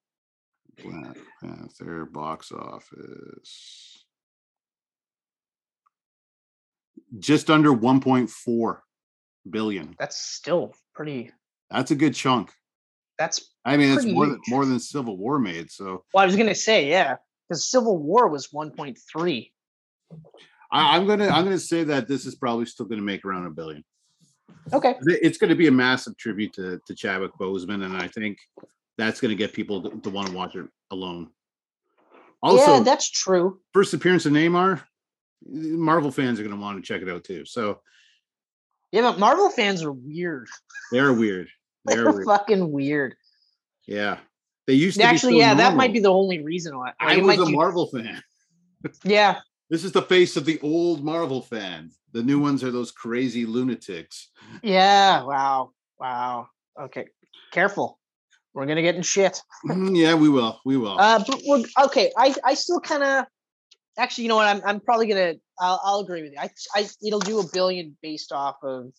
S2: Black Panther box office just under one point four billion.
S1: That's still pretty.
S2: That's a good chunk.
S1: That's
S2: I mean, that's
S1: Pretty
S2: more than
S1: huge.
S2: more than Civil War made. So
S1: well, I was gonna say, yeah, because Civil War was 1.3.
S2: I, I'm gonna I'm gonna say that this is probably still gonna make around a billion.
S1: Okay.
S2: Th- It's gonna be a massive tribute to to Chadwick Boseman, and I think that's gonna get people to, to want to watch it alone. Also,
S1: yeah, that's true.
S2: first appearance of Neymar, Marvel fans are gonna want to check it out too. So
S1: Yeah, but Marvel fans are weird. [laughs]
S2: they're weird. They're
S1: They're
S2: weird.
S1: fucking weird.
S2: Yeah, they used to
S1: Actually,
S2: Be so
S1: yeah, that might be
S2: normal.
S1: the only reason why.
S2: I
S1: It
S2: was
S1: might
S2: a
S1: be-
S2: Marvel fan.
S1: yeah,
S2: This is the face of the old Marvel fan. The new ones are those crazy lunatics.
S1: yeah. Wow, wow. Okay, careful. We're gonna get in shit.
S2: Mm, yeah, we will. We will.
S1: Uh, but we're, okay, I I still kind of actually, you know what? I'm I'm probably gonna I'll, I'll agree with you. I I it'll do a billion based off of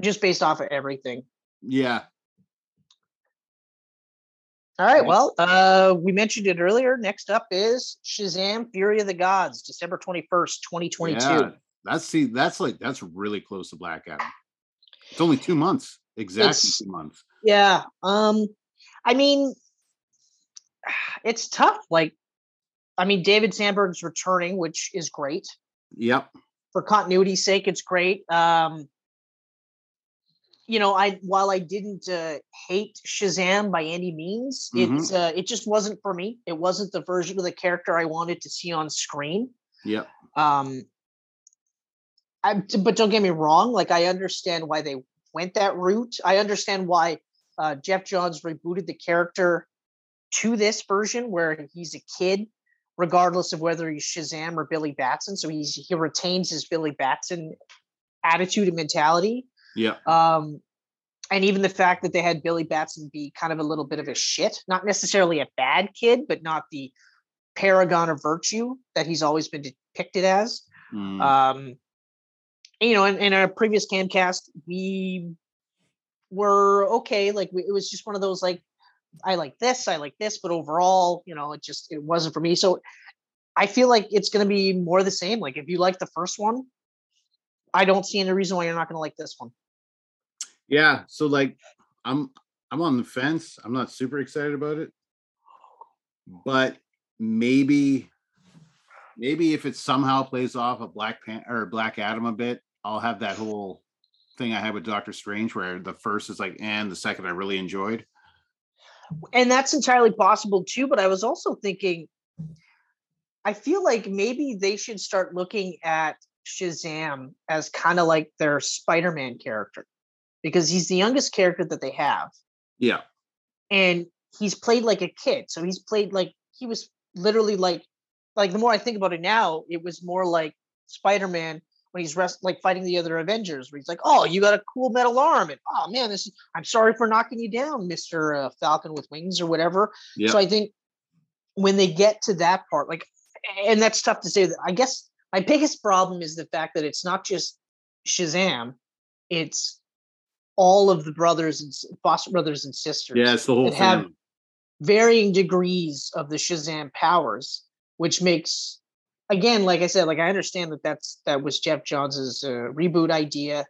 S1: just based off of everything.
S2: yeah.
S1: All right. Well, uh, we mentioned it earlier. Next up is Shazam: Fury of the Gods, December twenty first, twenty twenty
S2: Yeah,
S1: two.
S2: that's see, that's like that's really close to Black Adam. It's only two months, exactly
S1: It's-
S2: two months.
S1: Yeah. Um, I mean, [sighs] it's tough. Like, I mean, David Sandberg's returning, which is great
S2: Yep.
S1: for continuity's sake. It's great. Um, you know, I while I didn't uh, hate Shazam by any means,
S2: Mhm.
S1: it's uh, it just wasn't for me. It wasn't the version of the character I wanted to see on screen.
S2: Yep.
S1: Um, I, t- but don't get me wrong. Like I understand why they went that route. I understand why uh, Jeff Johns rebooted the character to this version where he's a kid, regardless of whether he's Shazam or Billy Batson. So he's he retains his Billy Batson attitude and mentality.
S2: Yep.
S1: Um, and even the fact that they had Billy Batson be kind of a little bit of a shit, not necessarily a bad kid, but not the paragon of virtue that he's always been depicted as.
S2: Mm.
S1: Um, and, you know, in, in our previous camcast, we were okay. Like we, it was just one of those like, I like this, I like this, but overall, you know, it just it wasn't for me. So I feel like it's going to be more of the same. Like if you like the first one, I don't see any reason why you're not going to like this one.
S2: yeah, so like I'm I'm on the fence. I'm not super excited about it. But maybe maybe if it somehow plays off a Black Pan or Black Adam a bit, I'll have that whole thing I had with Doctor Strange where the first is like and the second I really enjoyed.
S1: and that's entirely possible too but i was also thinking i feel like maybe they should start looking at shazam as kind of like their spider-man character because he's the youngest character that they have
S2: Yeah.
S1: and he's played like a kid so he's played like he was literally like like the more i think about it now it was more like spider-man when he's rest, like fighting the other avengers where he's like oh you got a cool metal arm and oh man this is, i'm sorry for knocking you down mr uh, falcon with wings or whatever
S2: Yeah.
S1: so I think when they get to that part, like, and that's tough to say. That I guess my biggest problem is the fact that it's not just Shazam; it's all of the brothers and s- Foster brothers and sisters,
S2: yeah, it's the whole
S1: that have-
S2: thing.
S1: varying degrees of the Shazam powers, which makes, again, like I said, like I understand that that's that was Jeff Johns's uh, reboot idea,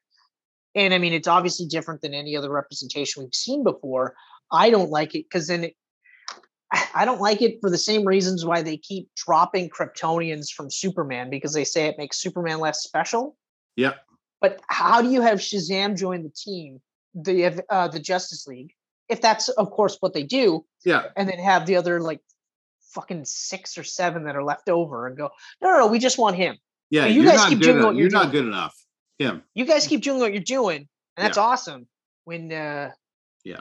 S1: and I mean it's obviously different than any other representation we've seen before. I don't like it because then it [sighs] I I don't like it for the same reasons why they keep dropping Kryptonians from Superman because they say it makes Superman less special.
S2: Yep.
S1: But how do you have Shazam join the team, the uh, the Justice League, if that's of course what they do,
S2: Yeah.
S1: and then have the other like fucking six or seven that are left over and go, no, no, no we just want him.
S2: Yeah.
S1: you
S2: You are
S1: guys
S2: not
S1: keep
S2: good
S1: doing
S2: enough.
S1: what
S2: you're
S1: you're
S2: not good enough.
S1: You guys keep doing what you're doing, and that's awesome. When uh,
S2: Yeah.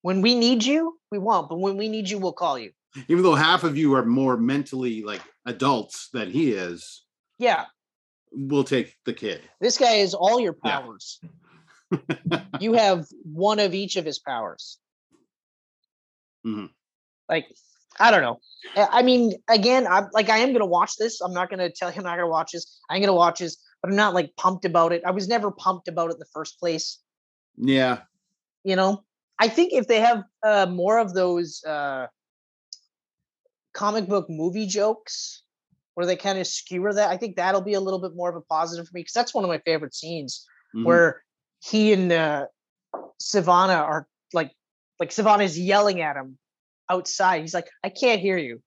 S1: when we need you, we won't, but when we need you, we'll call you.
S2: Even though half of you are more mentally like adults than he is,
S1: Yeah,
S2: we'll take the kid.
S1: This guy has all your
S2: Yeah.
S1: powers. you have one of each of his powers.
S2: Mhm.
S1: Like, I don't know. I I mean, again, I'm like, I am gonna watch this. I'm not gonna tell him I'm not gonna watch this. I'm gonna watch this, but I'm not like pumped about it. I was never pumped about it in the first place
S2: Yeah.
S1: you know i think if they have uh, more of those uh, comic book movie jokes where they kind of skewer that i think that'll be a little bit more of a positive for me because that's one of my favorite scenes
S2: Mhm.
S1: where he and uh, savannah are like like savannah's yelling at him outside he's like i can't hear you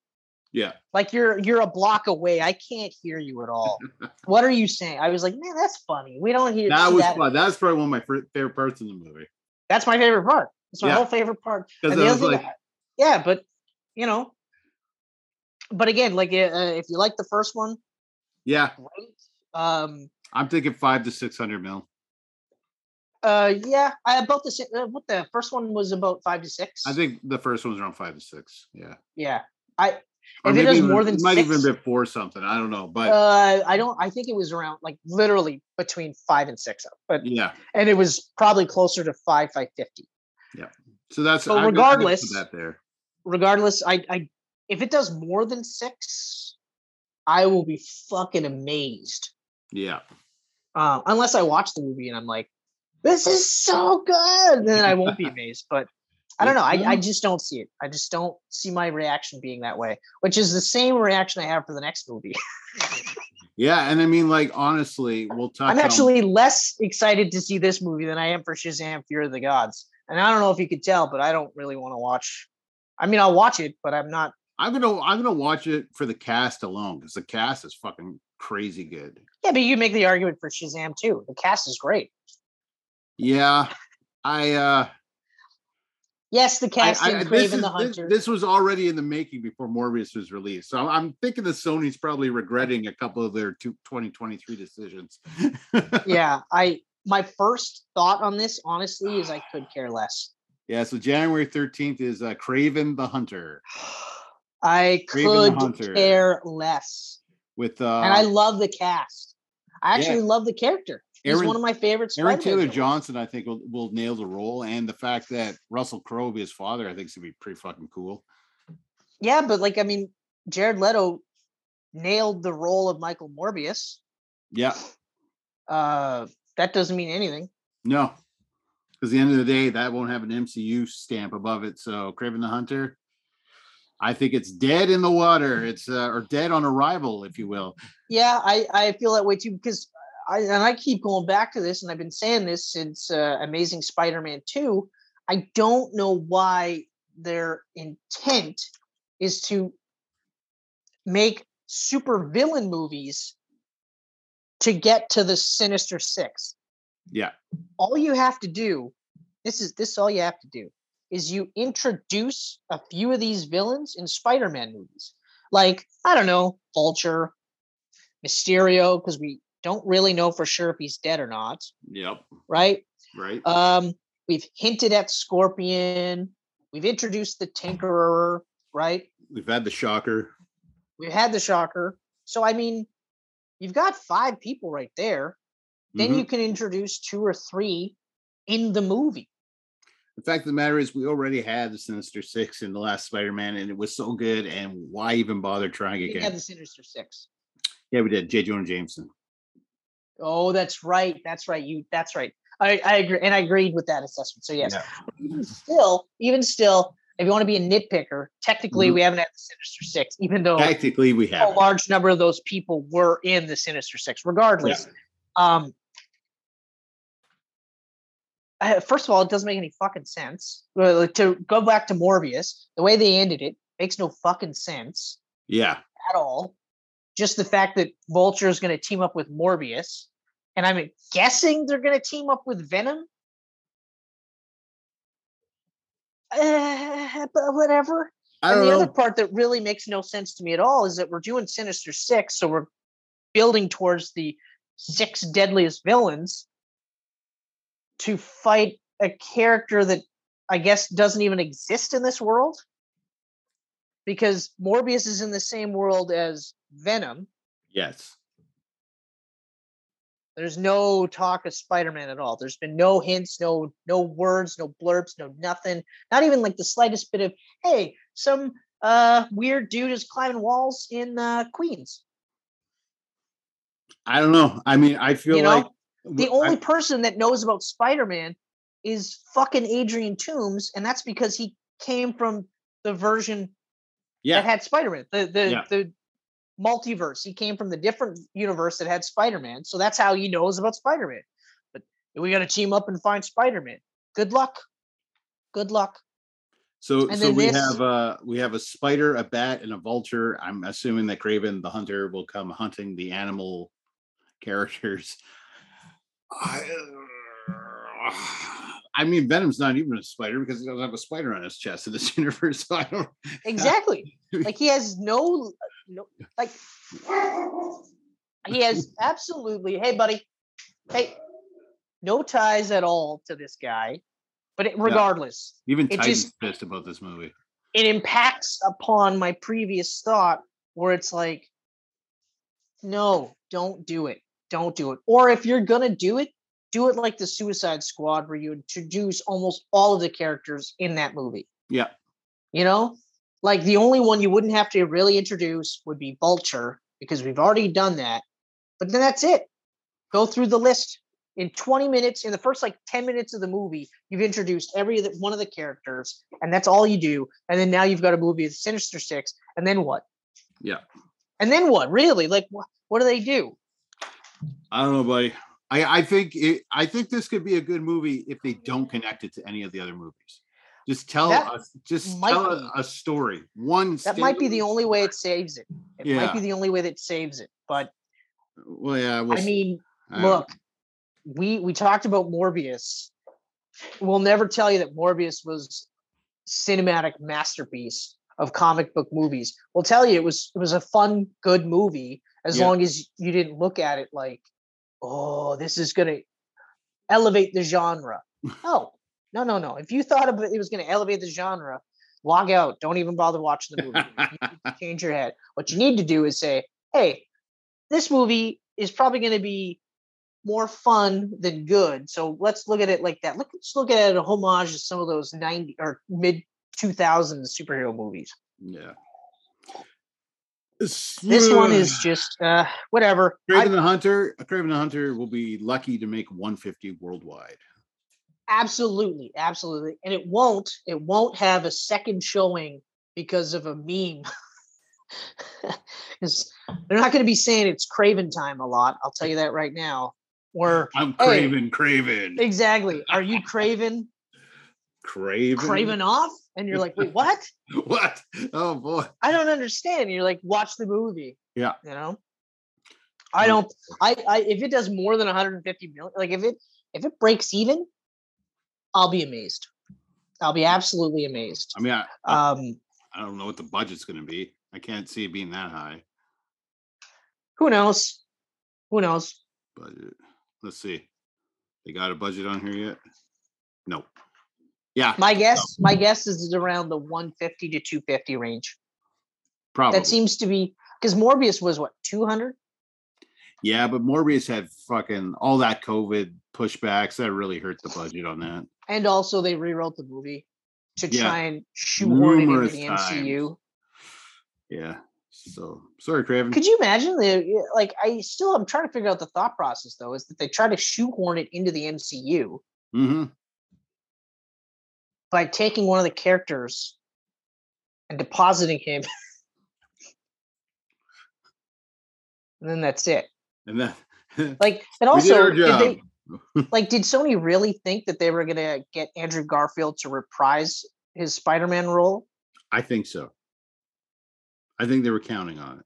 S2: Yeah.
S1: like you're you're a block away i can't hear you at
S2: [laughs]
S1: all what are you saying i was like man that's funny we don't hear
S2: That
S1: see
S2: was
S1: that.
S2: fun. That's probably one of my fir- favorite parts in the movie.
S1: that's my favorite part it's my
S2: Yeah.
S1: whole favorite part
S2: Because
S1: And the
S2: I
S1: other
S2: was
S1: thing
S2: like,
S1: that- yeah, but you know, but again, like uh, uh, if you like the first one,
S2: yeah,
S1: great. Um,
S2: I'm thinking five to six hundred mil.
S1: uh, yeah, I about the sa- uh, what the first one was about five to six.
S2: I think the first one's around five to six. Yeah.
S1: yeah, I
S2: Or
S1: If it
S2: maybe
S1: does
S2: even-
S1: more than
S2: it might even
S1: six-
S2: be four something. I don't know. But
S1: uh, I don't. I think it was around like literally between five and six, but
S2: yeah.
S1: and it was probably closer to five five fifty.
S2: So that's
S1: but
S2: I'm gonna put
S1: regardless-
S2: that there.
S1: Regardless, I I if it does more than six, I will be fucking amazed.
S2: Yeah.
S1: um, unless I watch the movie and I'm like, this is so good, then I won't be amazed. But I don't know. I, I just don't see it. I just don't see my reaction being that way, which is the same reaction I have for the next movie.
S2: Yeah. And I mean, like honestly, we'll touch
S1: I'm
S2: on-
S1: actually less excited to see this movie than I am for Shazam: Fear of the Gods. And I don't know if you could tell, but I don't really want to watch. I mean, I'll watch it, but I'm not.
S2: I'm gonna I'm gonna watch it for the cast alone because the cast is fucking crazy good.
S1: Yeah, but you make the argument for Shazam too. The cast is great.
S2: Yeah. I uh
S1: Yes, the
S2: I-
S1: cast
S2: I-
S1: and
S2: this
S1: Craven
S2: is-
S1: the
S2: this-
S1: Hunter.
S2: This, was already in the making before Morbius was released. So I'm, I'm thinking that Sony's probably regretting a couple of their two, 2023 decisions. [laughs]
S1: yeah, I. My first thought on this, honestly, is I could care less.
S2: yeah. So January 13th is uh, Craven the Hunter
S1: I
S2: Craven the Hunter.
S1: could care less.
S2: with uh,
S1: and I love the cast. I actually love the character. He's
S2: Aaron-
S1: one of my favorite Spider-Man.
S2: Aaron Taylor
S1: villains.
S2: Johnson, I think, will, will nail the role, and the fact that Russell Crowe be his father, I think, is gonna be pretty fucking cool.
S1: Yeah, but like I mean, Jared Leto nailed the role of Michael Morbius.
S2: Yeah,
S1: Uh, that doesn't mean anything.
S2: no, because the end of the day, that won't have an MCU stamp above it. So, Craven the Hunter, I think it's dead in the water. It's uh, or dead on arrival, if you will.
S1: Yeah, I I feel that way too because I and I keep going back to this and I've been saying this since uh, Amazing Spider-Man 2. I don't know why their intent is to make super villain movies to get to the Sinister 6.
S2: Yeah,
S1: all you have to do this is this is all you have to do is you introduce a few of these villains in spider-man movies like i don't know vulture mysterio because we don't really know for sure if he's dead or not
S2: yep,
S1: right
S2: right.
S1: um we've hinted at scorpion we've introduced the tinkerer right
S2: We've had the shocker.
S1: we've had the shocker so i mean you've got five people right there then
S2: Mhm.
S1: you can introduce two or three in the movie
S2: The fact of the matter is, we already had the Sinister Six in the last Spider-Man, and it was so good. And why even bother trying
S1: We didn't have
S2: again?
S1: the Sinister Six.
S2: Yeah, we did. J. Jonah Jameson.
S1: Oh, that's right. That's right. You. That's right. I, I agree, and I agreed with that assessment. So yes,
S2: Yeah.
S1: even still, even still, if you want to be a nitpicker, technically
S2: Mhm.
S1: we haven't had the Sinister Six, even though
S2: Technically, we
S1: a
S2: have.
S1: large number of those people were in the Sinister Six. Regardless, um, I- first of all, it doesn't make any fucking sense. Well, Like to go back to Morbius, the way they ended it makes no fucking sense
S2: Yeah.
S1: at all. Just the fact that Vulture is going to team up with Morbius, and I'm guessing they're going to team up with Venom. Uh, but whatever.
S2: I
S1: And
S2: don't
S1: the other
S2: know.
S1: part that really makes no sense to me at all is that we're doing Sinister Six, so we're building towards the six deadliest villains to fight a character that I guess doesn't even exist in this world. Because Morbius is in the same world as Venom.
S2: Yes.
S1: There's no talk of Spider-Man at all. There's been no hints, no no words, no blurbs, no nothing. Not even like the slightest bit of hey, some uh weird dude is climbing walls in uh Queens.
S2: I don't know. I mean, I feel
S1: You know,
S2: like
S1: the only person that knows about Spider-Man is fucking Adrian Toomes, and that's because he came from the version
S2: yeah,
S1: that had Spider-Man, the the
S2: Yeah.
S1: the multiverse. He came from the different universe that had Spider-Man, so that's how he knows about Spider-Man. But we got to team up and find Spider-Man. Good luck. Good
S2: [laughs]
S1: luck.
S2: so
S1: and
S2: so
S1: then
S2: we
S1: this-
S2: have uh we have a spider, a bat, and a vulture. I'm assuming that Craven the hunter will come hunting the animal [laughs] characters. I, I mean, Venom's not even a spider because he doesn't have a spider on his chest in this [laughs] universe. So I don't.
S1: Exactly. like he has no no like he
S2: [laughs]
S1: has absolutely hey buddy. Hey no ties at all to this guy. But it, regardless,
S2: Even
S1: It
S2: Titan's
S1: just-
S2: pissed about this movie.
S1: it impacts upon my previous thought where it's like no don't do it don't do it or if you're gonna do it do it like the suicide squad where you introduce almost all of the characters in that movie
S2: Yeah.
S1: you know like the only one you wouldn't have to really introduce would be vulture because we've already done that but then that's it go through the list in 20 minutes in the first like 10 minutes of the movie you've introduced every other- one of the characters and that's all you do and then now you've got a movie of sinister six and then what
S2: Yeah.
S1: and then what really like wh- what do they do
S2: I don't know, buddy. I I think it. I think this could be a good movie if they don't connect it to any of the other movies. Just tell
S1: That
S2: us. Just
S1: might
S2: tell
S1: be-
S2: a, a story. One.
S1: that might be the
S2: standalone
S1: only way
S2: story.
S1: it saves it it
S2: Yeah.
S1: might be the only way that saves it but
S2: Well, yeah. We'll
S1: i
S2: s-
S1: mean
S2: I don't-
S1: look we we talked about morbius we'll never tell you that morbius was cinematic masterpiece of comic book movies we'll tell you it was it was a fun good movie as
S2: Yeah.
S1: long as you didn't look at it like oh this is going to elevate the genre no no no no if you thought of it was going to elevate the genre log out don't even bother watching the movie change your head. What you need to do is say, hey, this movie is probably going to be more fun than good. So let's look at it like that. Look, let's look at it a homage to some of those 90 or mid 2000s superhero movies.
S2: Yeah.
S1: This one is just uh, whatever.
S2: Craven the Hunter. Craven the Hunter will be lucky to make 150 worldwide.
S1: Absolutely, absolutely, and it won't. It won't have a second showing because of a meme. [laughs] 'Cause they're not going to be saying it's Craven time a lot. I'll tell you that right now. Or
S2: I'm
S1: Hey.
S2: Craven. Craven.
S1: exactly, are
S2: [laughs]
S1: you Craven?
S2: Craven.
S1: Craven off? And you're like, wait, what?
S2: [laughs] What? Oh boy.
S1: I don't understand. You're like, watch the movie.
S2: Yeah.
S1: You know? I
S2: Yeah.
S1: don't I, I if it does more than 150 million, like if it if it breaks even, I'll be amazed. I'll be absolutely amazed.
S2: I mean, I, I-
S1: Um
S2: I don't know what the budget's going to be. I can't see it being that high.
S1: who knows? Who knows?
S2: Budget. uh, Let's see. They got a budget on here yet? No. Yeah,
S1: My guess, my guess is it's around the 150 to 250 range.
S2: probably.
S1: That seems to be because Morbius was what 200?
S2: yeah, but Morbius had fucking all that COVID pushbacks. That really hurt the budget on that.
S1: And also they rewrote the movie to
S2: Yeah.
S1: try and shoehorn it into
S2: Numerous
S1: the
S2: times.
S1: MCU.
S2: Yeah. So sorry, Craven.
S1: Could you imagine the like? I still I'm trying to figure out the thought process though. Is that they try to shoehorn it into the MCU
S2: hmm
S1: by taking one of the characters and depositing him, and then that's it.
S2: And [laughs] then
S1: Like, and
S2: we did
S1: also,
S2: our
S1: did they,
S2: job. [laughs]
S1: like, did Sony really think that they were gonna get Andrew Garfield to reprise his Spider-Man role?
S2: I think so. I think they were counting on it.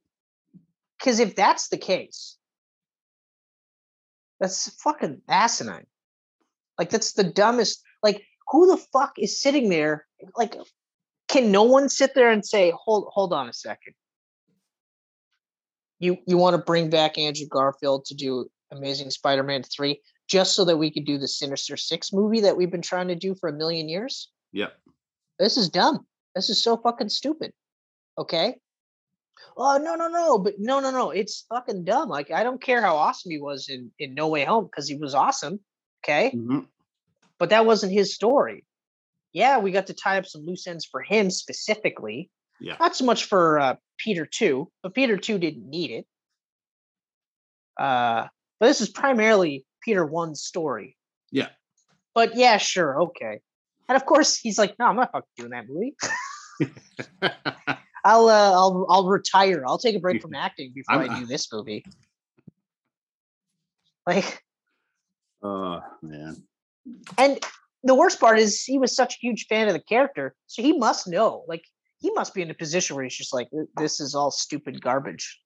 S1: Because if that's the case, that's fucking asinine. Like that's the dumbest. Like who the fuck is sitting there? Like, can no one sit there and say, "Hold, hold on a second. You you want to bring back Andrew Garfield to do Amazing Spider-Man three just so that we could do the Sinister Six movie that we've been trying to do for a million years?
S2: Yep.
S1: This is dumb. This is so fucking stupid. Okay. Oh no no no! But no no no! It's fucking dumb. Like I don't care how awesome he was in in No Way Home because he was awesome. Okay,
S2: Mhm.
S1: but that wasn't his story. Yeah, we got to tie up some loose ends for him specifically.
S2: Yeah.
S1: Not so much for uh, Peter two, but Peter two didn't need it. Uh, but this is primarily Peter one's story.
S2: Yeah. [laughs]
S1: But yeah, sure, okay. And of course, he's like, "No, I'm not fucking doing that movie. I'll uh, I'll I'll retire. I'll take a break from acting before
S2: I'm-
S1: I do this movie." Like,
S2: oh man.
S1: and the worst part is he was such a huge fan of the character, so he must know. Like, he must be in a position where he's just like, "This is all stupid garbage."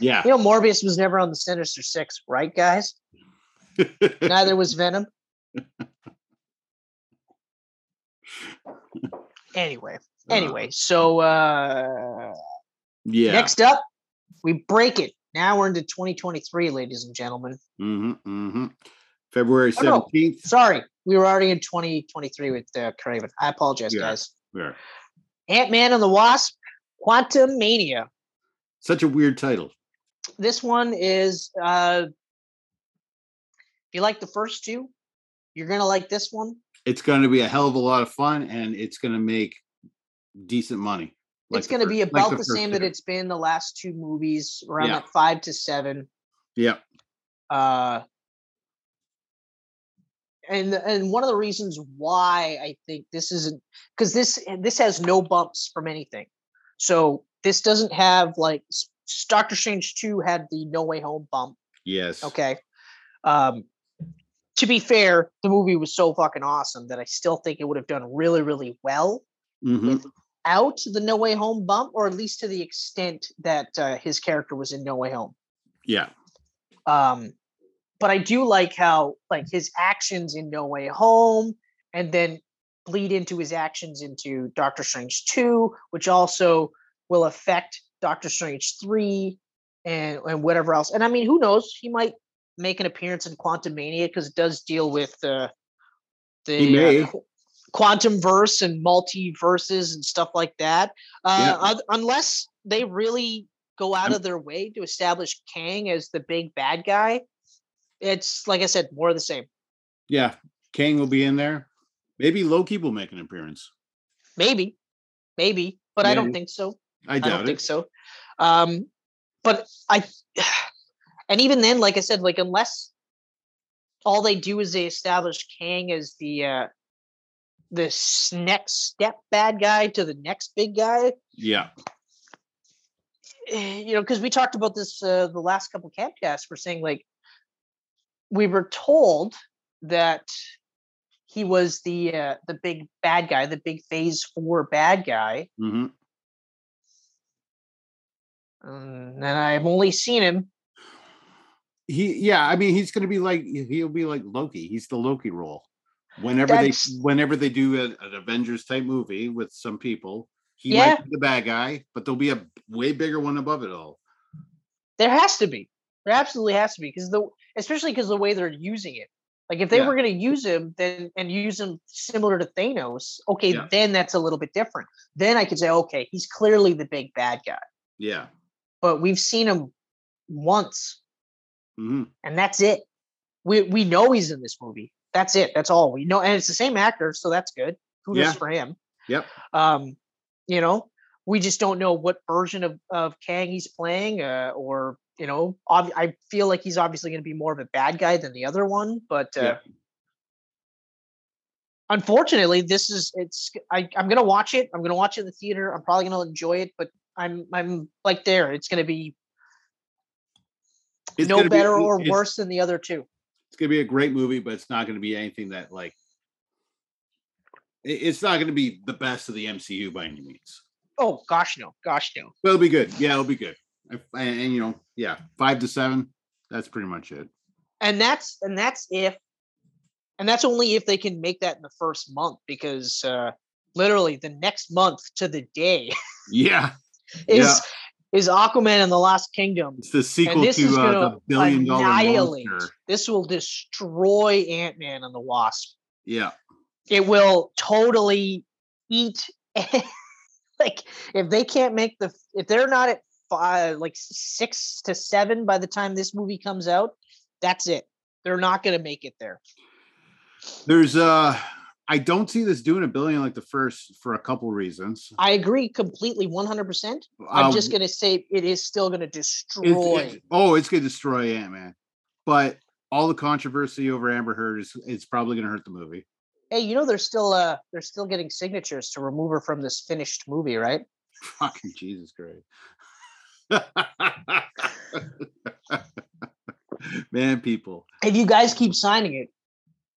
S2: Yeah.
S1: You know, Morbius was never on the Sinister Six, right, guys?
S2: [laughs] Uh,
S1: Neither was Venom. anyway, anyway, so uh
S2: yeah.
S1: Next up, we break it. Now we're into 2023, ladies and gentlemen.
S2: hmm hmm February
S1: Oh, no.
S2: seventeenth.
S1: Sorry, we were already in 2023 with uh, Craven. I apologize,
S2: Yeah.
S1: guys.
S2: Yeah.
S1: Ant Man and the Wasp, Quantum Mania.
S2: Such a weird title.
S1: This one is, uh, if you like the first two, you're going to like this one.
S2: It's going to be a hell of a lot of fun, and it's going to make decent money. like
S1: it's
S2: the
S1: going to be
S2: first- like
S1: about the,
S2: first
S1: same that
S2: two.
S1: it's been the last two movies, around
S2: Yeah.
S1: that five to seven.
S2: Yeah.
S1: uh and and one of the reasons why i think this isn't because this eh, this has no bumps from anything so this doesn't have like S- S- doctor strange 2 had the no way home bump
S2: Yes.
S1: okay um to be fair the movie was so fucking awesome that i still think it would have done really really well
S2: hmm
S1: out the no way home bump or at least to the extent that uh, his character was in no way home
S2: Yeah.
S1: um but i do like how like his actions in no way home and then bleed into his actions into doctor strange 2 which also will affect doctor strange 3 and and whatever else and i mean who knows he might make an appearance in quantum mania because it does deal with uh, the uh,
S2: He may.
S1: quantum verse and multiverses and stuff like that uh, oth- unless they really go out
S2: I'm-
S1: of their way to establish Kang as the big bad guy. It's like I said, more of the same.
S2: Yeah, Kang will be in there. Maybe Loki will make an appearance.
S1: Maybe, maybe, but I don't
S2: Maybe.
S1: think so.
S2: I
S1: I
S2: doubt
S1: don't
S2: it.
S1: think so. Um, but I, [sighs] and even then, like I said, like unless all they do is they establish Kang as the uh, the s- next step bad guy to the next big guy,
S2: Yeah,
S1: eh, you know, because we talked about this uh, the last couple of podcasts. We're saying like we were told that he was the uh, the big bad guy, the big Phase Four bad guy.
S2: hmm
S1: Um, and I've only seen him
S2: he. Yeah, I mean, he's going to be like he'll be like Loki. He's the Loki role. Whenever
S1: That's-
S2: they whenever they do an, an Avengers type movie with some people, he
S1: Yeah.
S2: might be the bad guy, but there'll be a way bigger one above it all.
S1: There has to be. There absolutely has to be because the especially because the way they're using it. Like if they
S2: Yeah.
S1: were going to use him, then and use him similar to Thanos, okay,
S2: Yeah.
S1: then that's a little bit different. Then I could say, okay, he's clearly the big bad guy.
S2: Yeah.
S1: But we've seen him once,
S2: hmm
S1: and that's it. We we know he's in this movie. That's it. That's all we know, and it's the same actor, so that's good. Kudos
S2: Yeah.
S1: for him.
S2: Yep.
S1: Um, you know, we just don't know what version of of Kang he's playing, uh, or you know, ob- I feel like he's obviously going to be more of a bad guy than the other one, but uh,
S2: Yeah.
S1: unfortunately, this is it's. I, I'm going to watch it. I'm going to watch it in the theater. I'm probably going to enjoy it, but I'm I'm like there. It's going to be
S2: It's
S1: no
S2: gonna be-
S1: better or
S2: it's-
S1: worse than the other two.
S2: it's gonna be a great movie, but it's not gonna be anything that like it- it's not gonna be the best of the MCU by any means.
S1: Oh gosh, no, gosh, no.
S2: But it'll be good. Yeah, it'll be good. And, and, you know, yeah, five to seven. That's pretty much it.
S1: and that's and that's if and that's only if they can make that in the first month because uh literally the next month to the day [laughs]
S2: Yeah,
S1: is
S2: Yeah.
S1: is aquaman and the last kingdom
S2: it's the sequel
S1: this is
S2: to uh,
S1: gonna
S2: the billion dollar
S1: annihilate
S2: monster.
S1: this will destroy ant-man and the wasp
S2: Yeah,
S1: it will totally eat [laughs] like if they can't make the if they're not at five like six to seven by the time this movie comes out that's it they're not going to make it there
S2: there's uh, I don't see this doing a billion like the first for a couple reasons.
S1: I agree completely, one hundred percent. I'm
S2: Uh,
S1: just gonna say it is still gonna
S2: it's-
S1: destroy.
S2: it's- oh, it's gonna destroy Ant Man, but all the controversy over Amber Heard is it's probably gonna hurt the movie. [laughs]
S1: hey, you know they're still uh they're still getting signatures to remove her from this finished movie, right?
S2: Fucking Jesus Christ. [laughs] Man, people.
S1: If you guys keep signing it,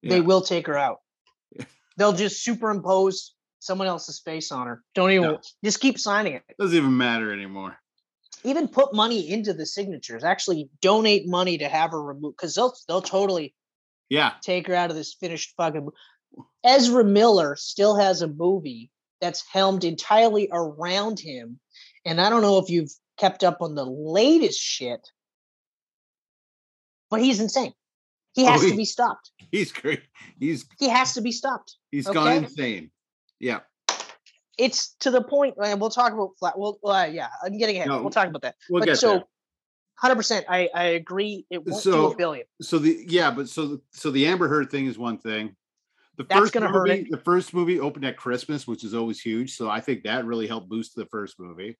S1: they
S2: Yeah.
S1: will take her out. They'll just superimpose someone else's face on her. Don't even
S2: Yeah.
S1: just keep signing it.
S2: Doesn't even matter anymore.
S1: Even put money into the signatures. Actually, donate money to have her removed because they'll they'll totally
S2: Yeah.
S1: take her out of this finished fucking. mo- Ezra Miller still has a movie that's helmed entirely around him, and I don't know if you've kept up on the latest shit, but he's insane. He
S2: Oh,
S1: has
S2: he-
S1: to be stopped.
S2: He's great. He's
S1: He has to be stopped.
S2: he's gone
S1: Okay.
S2: insane. Yeah.
S1: It's to the point, and we'll talk about flat. Well, uh, yeah, I'm getting ahead.
S2: No,
S1: we'll talk about that.
S2: We'll
S1: but
S2: get
S1: so,
S2: there.
S1: hundred percent, I I agree. It won't do
S2: So-
S1: a billion.
S2: So the yeah, but so the, so the Amber Heard thing is one thing. The
S1: That's
S2: first
S1: gonna
S2: movie,
S1: hurt
S2: The first movie opened at Christmas, which is always huge. So I think that really helped boost the first movie.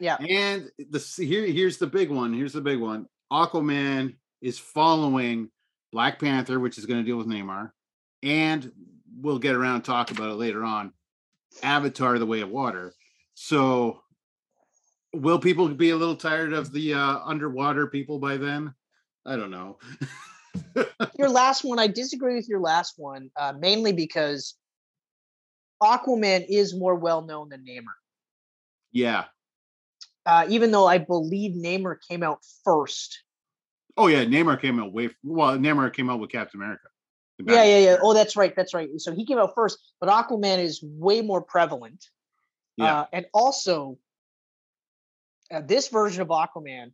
S1: Yeah.
S2: And the see, here here's the big one. Here's the big one. Aquaman is following Black Panther, which is going to deal with Neymar, and we'll get around and talk about it later on. Avatar: The Way of Water. So will people be a little tired of the uh, underwater people by then? I don't know.
S1: your last one, I disagree with your last one, uh, mainly because Aquaman is more well known than Namor.
S2: Yeah.
S1: Uh, even though I believe Namor came out first.
S2: Oh yeah, Neymar came out way. Well, Neymar came out with Captain America. The
S1: yeah,
S2: back-
S1: yeah, yeah. Oh, that's right, that's right. So he came out first, but Aquaman is way more prevalent.
S2: Yeah.
S1: Uh, and also, uh, this version of Aquaman,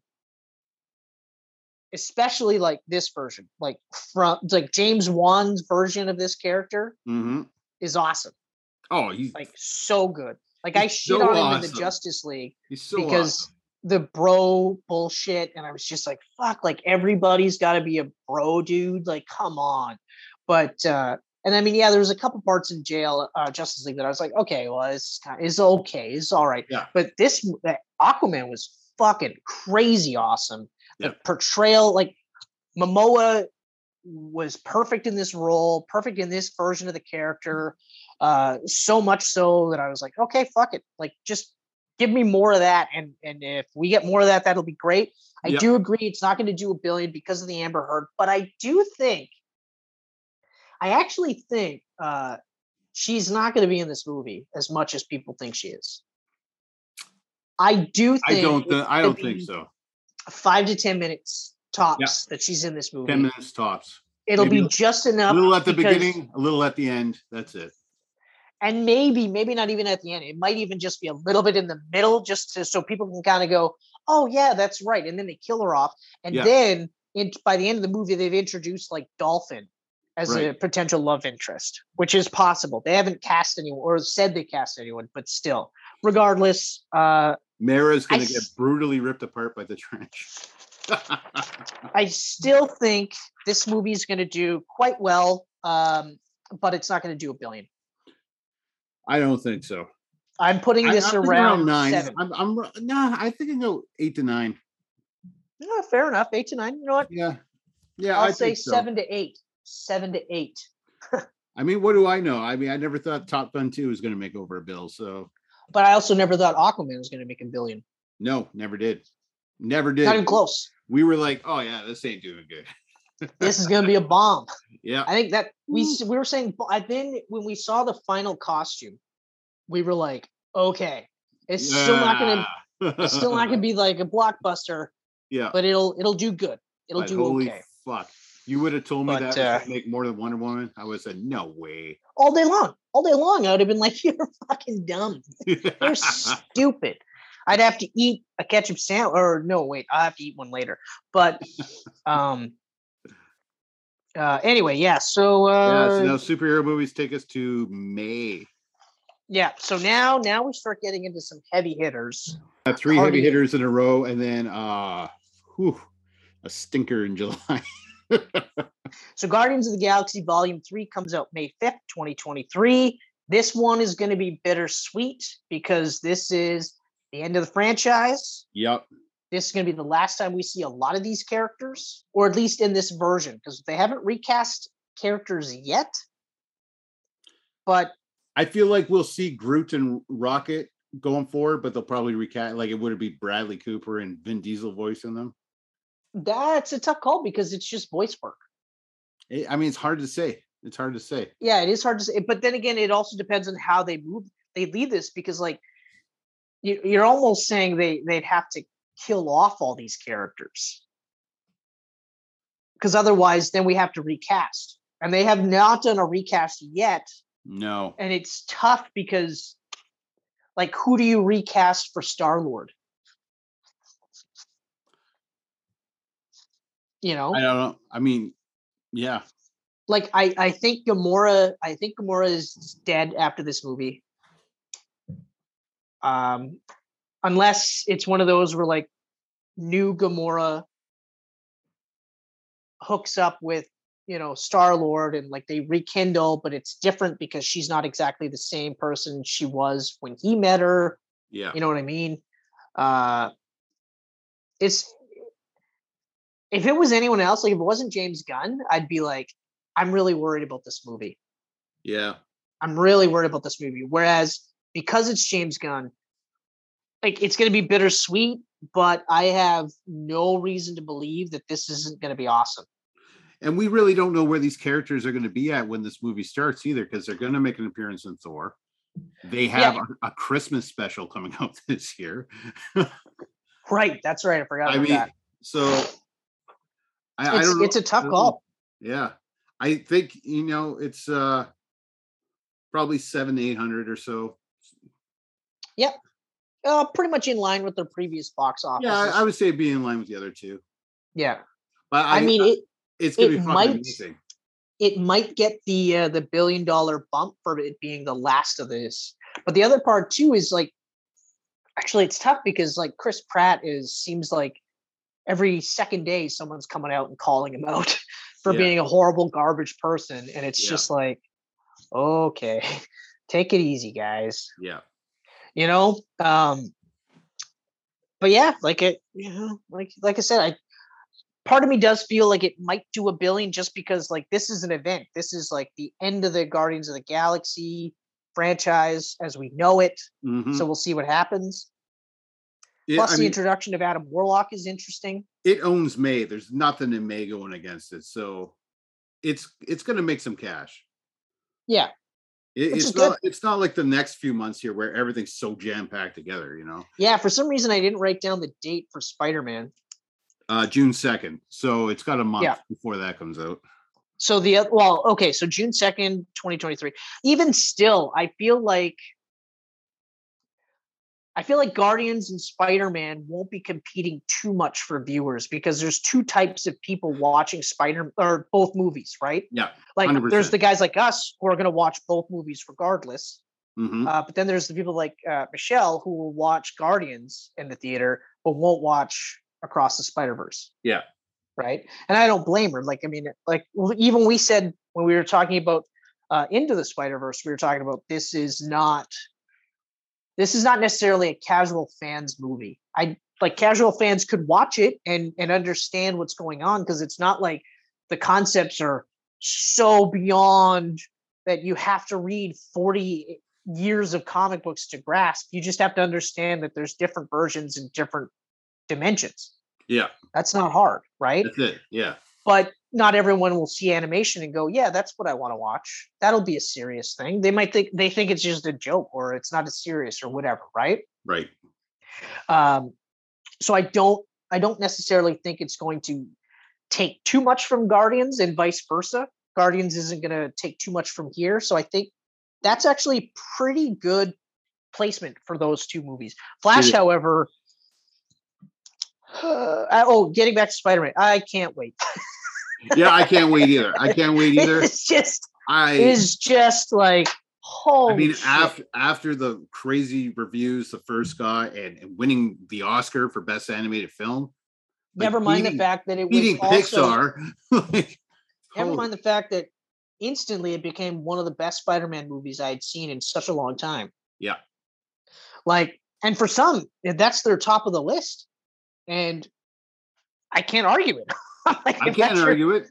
S1: especially like this version, like from like James Wan's version of this character,
S2: hmm
S1: is awesome.
S2: Oh, he's
S1: Like so good. Like I
S2: He's
S1: shit
S2: so
S1: on him in
S2: awesome.
S1: the Justice League.
S2: he's so
S1: because
S2: awesome.
S1: the bro bullshit and i was just like fuck like everybody's got to be a bro dude like come on but uh and i mean yeah there was a couple parts in jail uh justice league that i was like okay well it's kind it's okay it's all right
S2: Yeah.
S1: but this uh, aquaman was fucking crazy awesome the
S2: Yeah.
S1: portrayal like momoa was perfect in this role perfect in this version of
S2: Mm.
S1: the character uh so much so that i was like okay fuck it like just give me more of that and and if we get more of that that'll be great i
S2: Yep.
S1: do agree it's not going to do a billion because of the amber heard but i do think i actually think uh she's not going to be in this movie as much as people think she is i do think
S2: I don't.
S1: it's
S2: Th- I
S1: gonna
S2: don't think
S1: be
S2: so.
S1: five to ten minutes tops that she's in this movie
S2: Ten minutes tops.
S1: it'll
S2: maybe
S1: be just enough
S2: A little at the
S1: because-
S2: beginning, a little at the end. That's it.
S1: and maybe maybe not even at the end it might even just be a little bit in the middle just to, so people can kind of go oh yeah that's right and then they kill her off and
S2: Yeah.
S1: then in, by the end of the movie they've introduced like dolphin as a
S2: Right.
S1: potential love interest which is possible they haven't cast anyone or said they cast anyone but still regardless uh
S2: Mara's
S1: I
S2: going to get
S1: s-
S2: brutally ripped apart by the [laughs] trench.
S1: i still think this movie is going to do quite well um but it's not going to do a billion
S2: I don't think so.
S1: i'm putting
S2: I-
S1: this
S2: I'm thinking
S1: around,
S2: nine.
S1: seven
S2: I'm, I'm nah. I think I go eight to nine.
S1: Yeah, fair enough eight to nine you know what
S2: Yeah, yeah.
S1: I'll
S2: I
S1: say
S2: think so.
S1: seven to eight. Seven to eight.
S2: I mean, what do I know? I mean, I never thought Top Gun Two was going to make over a bill. So
S1: But I also never thought Aquaman was going to make a billion.
S2: no, never did. Never
S1: Not even
S2: did.
S1: close.
S2: We were like, oh yeah, this ain't doing good. [laughs]
S1: This is going to be a bomb.
S2: Yeah,
S1: I think that we s- we were saying. I then when we saw the final costume, we were like, okay, it's still not going to.
S2: to.
S1: It's still not going to be like a blockbuster,
S2: [laughs] yeah,
S1: but it'll it'll do good. It'll
S2: but
S1: do
S2: holy
S1: okay
S2: fuck. You would have told me
S1: But,
S2: that was
S1: uh,
S2: gonna make more than Wonder Woman. I would have said, no way. [laughs]
S1: all day long. All day long, I would have been like, [laughs] "You're fucking dumb. You're stupid." I'd have to eat a ketchup sandwich, or no, wait, I'll have to eat one later. But um, uh, anyway, yeah. So
S2: yeah,
S1: uh,
S2: so now superhero movies take us to May.
S1: yeah. So now, now we start getting into some heavy hitters.
S2: Uh, three
S1: Hardy-
S2: heavy hitters in a row, and then uh, whew, a stinker in [laughs] July.
S1: So Guardians of the Galaxy Volume 3 comes out May 5th, 2023. This one is going to be bittersweet because this is the end of the franchise.
S2: yep.
S1: This is going to be the last time we see a lot of these characters, or at least in this version, because they haven't recast characters yet. But
S2: I feel like we'll see Groot and Rocket going forward, but they'll probably recast like it would be Bradley Cooper and Vin Diesel voicing them.
S1: that's a tough call because it's just voice work.
S2: I- I mean, it's hard to say. It's hard to say.
S1: yeah, it is hard to say. But then again, it also depends on how they move. They lead this because like you, you're almost saying they they'd have to kill off all these characters because otherwise, then we have to recast, and they have not done a recast yet,
S2: No.
S1: and it's tough because like who do you recast for Star Lord? You know,
S2: I don't know. I mean, yeah.
S1: like I I think Gamora I think Gamora is dead after this movie. Um unless it's one of those where like new Gamora hooks up with, you know, Star-Lord and like they rekindle but it's different because she's not exactly the same person she was when he met her.
S2: Yeah.
S1: You know what I mean? Uh, it's if it was anyone else, like if it wasn't James Gunn, I'd be like, I'm really worried about this movie.
S2: Yeah.
S1: I'm really worried about this movie. Whereas because it's James Gunn, like it's going to be bittersweet, but I have no reason to believe that this isn't going to be awesome.
S2: And we really don't know where these characters are going to be at when this movie starts either, because they're going to make an appearance in Thor. They have a, a Christmas special coming [laughs] out this year.
S1: Right? That's right. I forgot.
S2: I
S1: about
S2: mean,
S1: that.
S2: so I, I
S1: it's,
S2: don't know.
S1: it's a tough
S2: I don't
S1: call.
S2: yeah, I think you know it's uh probably seven eight hundred or so.
S1: Uh, pretty much in line with their previous box office.
S2: Yeah, I, I would say be in line with the other two.
S1: yeah.
S2: But I,
S1: I mean, it,
S2: it's gonna
S1: it
S2: be fucking
S1: might-
S2: amazing.
S1: it might get the uh, the billion dollar bump for it being the last of this. But the other part too is like, actually it's tough because like Chris Pratt is seems like every second day someone's coming out and calling him out [laughs] for
S2: Yeah.
S1: being a horrible garbage person and it's
S2: Yeah.
S1: just like okay [laughs] take it easy guys
S2: Yeah.
S1: you know um but yeah like it you know like like i said i part of me does feel like it might do a billion just because like this is an event this is like the end of the guardians of the galaxy franchise as we know it
S2: Mhm.
S1: so we'll see what happens
S2: Yeah,
S1: plus
S2: I
S1: the
S2: mean,
S1: introduction of adam warlock is interesting
S2: it owns May. There's nothing in May going against it, so it's it's going to make some cash.
S1: Yeah.
S2: It-
S1: Which is
S2: it's
S1: good.
S2: not it's not like the next few months here where everything's so jam packed together. You know,
S1: yeah for some reason i didn't write down the date for spider-man
S2: uh, June second, so it's got a month
S1: Yeah.
S2: before that comes out.
S1: so the oth- well okay so june 2nd 2023 even still i feel like i feel like guardians and spider-man won't be competing too much for viewers because there's two types of people watching spider or both movies right
S2: Yeah,
S1: like there's
S2: 100%.
S1: the guys like us who are going to watch both movies regardless
S2: hmm
S1: uh, but then there's the people like uh, michelle who will watch guardians in the theater but won't watch across the spider verse
S2: Yeah.
S1: right and i don't blame her like i mean like w- even we said when we were talking about uh, into the spider verse we were talking about this is not this is not necessarily a casual fans movie i like casual fans could watch it and and understand what's going on because it's not like the concepts are so beyond that you have to read 40 years of comic books to grasp you just have to understand that there's different versions and different dimensions
S2: yeah,
S1: that's not hard right
S2: that's it. Yeah,
S1: but not everyone will see animation and go yeah that's what i want to watch that'll be a serious thing they might think they think it's just a joke or it's not as serious or whatever right
S2: right.
S1: um, so I don't I don't necessarily think it's going to take too much from Guardians and vice versa. Guardians isn't going to take too much from here, so I think that's actually pretty good placement for those two movies. Flash,
S2: is.
S1: however, [sighs] I- oh, getting back to Spider Man, I can't wait. [laughs]
S2: Yeah, I can't wait either. I can't wait either.
S1: It's just
S2: I
S1: is just like holy.
S2: I mean,
S1: shit.
S2: after after the crazy reviews, the first guy and, and winning the Oscar for best animated film, like,
S1: never mind
S2: beating-
S1: the fact that it was
S2: beating
S1: also
S2: Pixar. [laughs] like,
S1: Never
S2: holy-
S1: mind the fact that instantly it became one of the best Spider-Man movies I had seen in such a long time.
S2: Yeah.
S1: Like, and for some, eh, that's their top of the list, and I can't argue it. [laughs] like,
S2: I
S1: if that's
S2: can't
S1: your,
S2: argue it.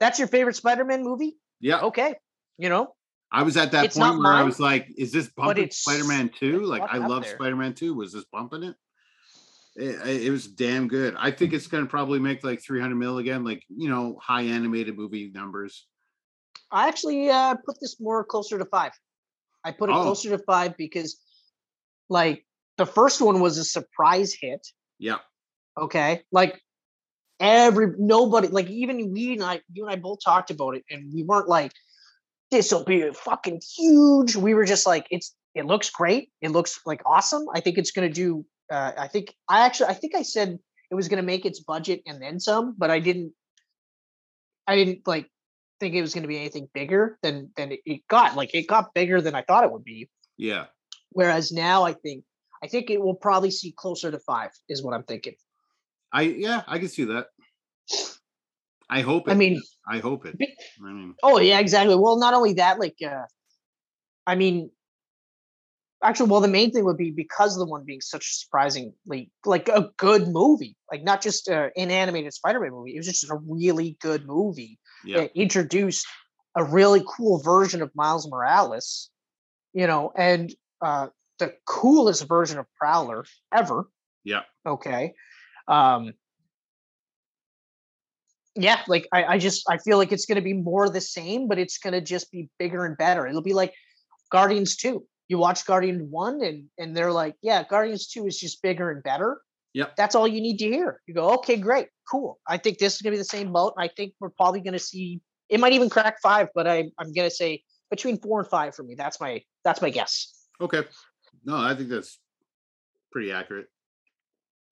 S1: that's your favorite Spider-Man movie.
S2: Yeah,
S1: Okay, you know,
S2: I was at that
S1: It's
S2: point
S1: not
S2: where I
S1: mine,
S2: was like, "Is this bumping
S1: it's-
S2: Spider-Man 2?
S1: it's
S2: Like, I
S1: fucking up
S2: love
S1: there.
S2: Spider-Man 2. Was this bumping it? it? I- It was damn good. I think it's gonna probably make like 300 mil again, like you know, high animated movie numbers.
S1: I actually uh, put this more closer to five. I put it
S2: Oh.
S1: closer to five because, like, the first one was a surprise hit.
S2: Yeah,
S1: okay like every nobody like even we and i you and i both talked about it and we weren't like this will be fucking huge we were just like it's it looks great it looks like awesome i think it's going to do uh, i think i actually i think i said it was going to make its budget and then some but i didn't i didn't like think it was going to be anything bigger than than it, it got like it got bigger than i thought it would be
S2: yeah.
S1: whereas now i think i think it will probably see closer to five is what i'm thinking
S2: I yeah, I can see that. I hope. It.
S1: i mean
S2: I hope it.
S1: Be-
S2: I mean,
S1: Oh yeah, exactly. Well, not only that, like, uh, I mean, actually, well, the main thing would be because of the one being such a surprisingly like a good movie, like not just uh, an animated Spider-Man movie. It was just a really good movie
S2: yeah.
S1: that introduced a really cool version of Miles Morales, you know, and uh, the coolest version of Prowler ever.
S2: Yeah.
S1: Okay. Um, yeah, like I, I just I feel like it's going to be more the same, but it's going to just be bigger and better. It'll be like Guardians Two. You watch Guardian One, and and they're like, yeah, Guardians Two is just bigger and better.
S2: Yep.
S1: That's all you need to hear. You go, okay, great, cool. I think this is going to be the same boat. I think we're probably going to see it might even crack five, but I, I'm going to say between four and five for me. That's my that's my guess.
S2: Okay. No, I think that's pretty accurate.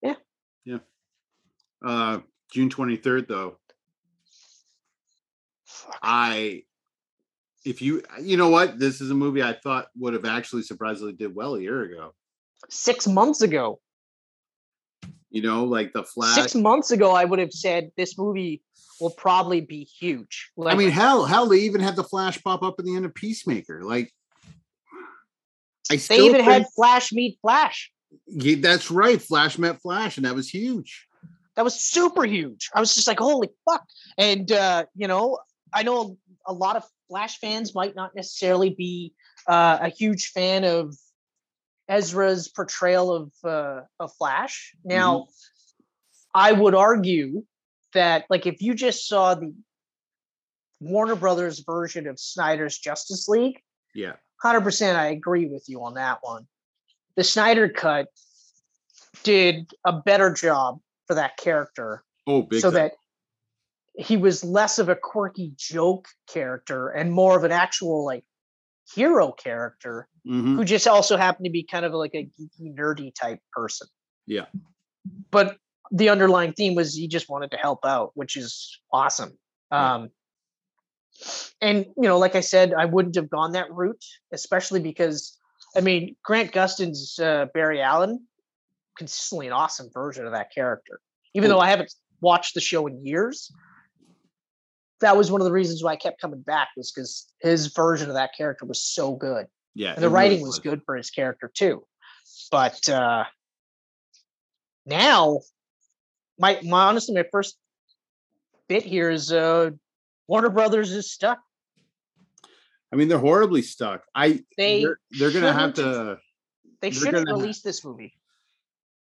S1: Yeah.
S2: Yeah. Uh June 23rd though. I if you you know what? This is a movie I thought would have actually surprisingly did well a year ago.
S1: six months ago.
S2: You know, like the Flash.
S1: Six months ago, I would have said this movie will probably be huge. Like,
S2: I mean, hell, hell, they even had the Flash pop up in the end of Peacemaker. Like, I
S1: they
S2: still
S1: even
S2: think-
S1: had Flash meet Flash.
S2: Yeah, that's right. Flash met Flash, and that was huge.
S1: That was super huge. I was just like, holy fuck. And, uh, you know, I know a lot of Flash fans might not necessarily be uh, a huge fan of Ezra's portrayal of, uh, of Flash. Now, I would argue that, like, if you just saw the Warner Brothers version of Snyder's Justice League,
S2: Yeah.
S1: hundred percent. I agree with you on that one. The Snyder cut did a better job for that character,
S2: Oh, big.
S1: so
S2: time.
S1: that he was less of a quirky joke character and more of an actual like hero character
S2: Mhm.
S1: who just also happened to be kind of like a geeky, nerdy type person.
S2: Yeah.
S1: But the underlying theme was he just wanted to help out, which is awesome.
S2: Yeah.
S1: Um, and you know, like I said, I wouldn't have gone that route, especially because I mean, Grant Gustin's uh, Barry Allen consistently an awesome version of that character. Even
S2: Oh.
S1: though I haven't watched the show in years, that was one of the reasons why I kept coming back was because his version of that character was so good.
S2: Yeah.
S1: And
S2: it
S1: the
S2: really
S1: writing was good for his character too. But uh now my my honestly my first bit here is uh Warner Brothers is stuck.
S2: I mean, they're horribly stuck. I
S1: They
S2: they're, they're gonna have
S1: shouldn't-
S2: to.
S1: They
S2: they're
S1: shouldn't
S2: gonna-
S1: release this movie.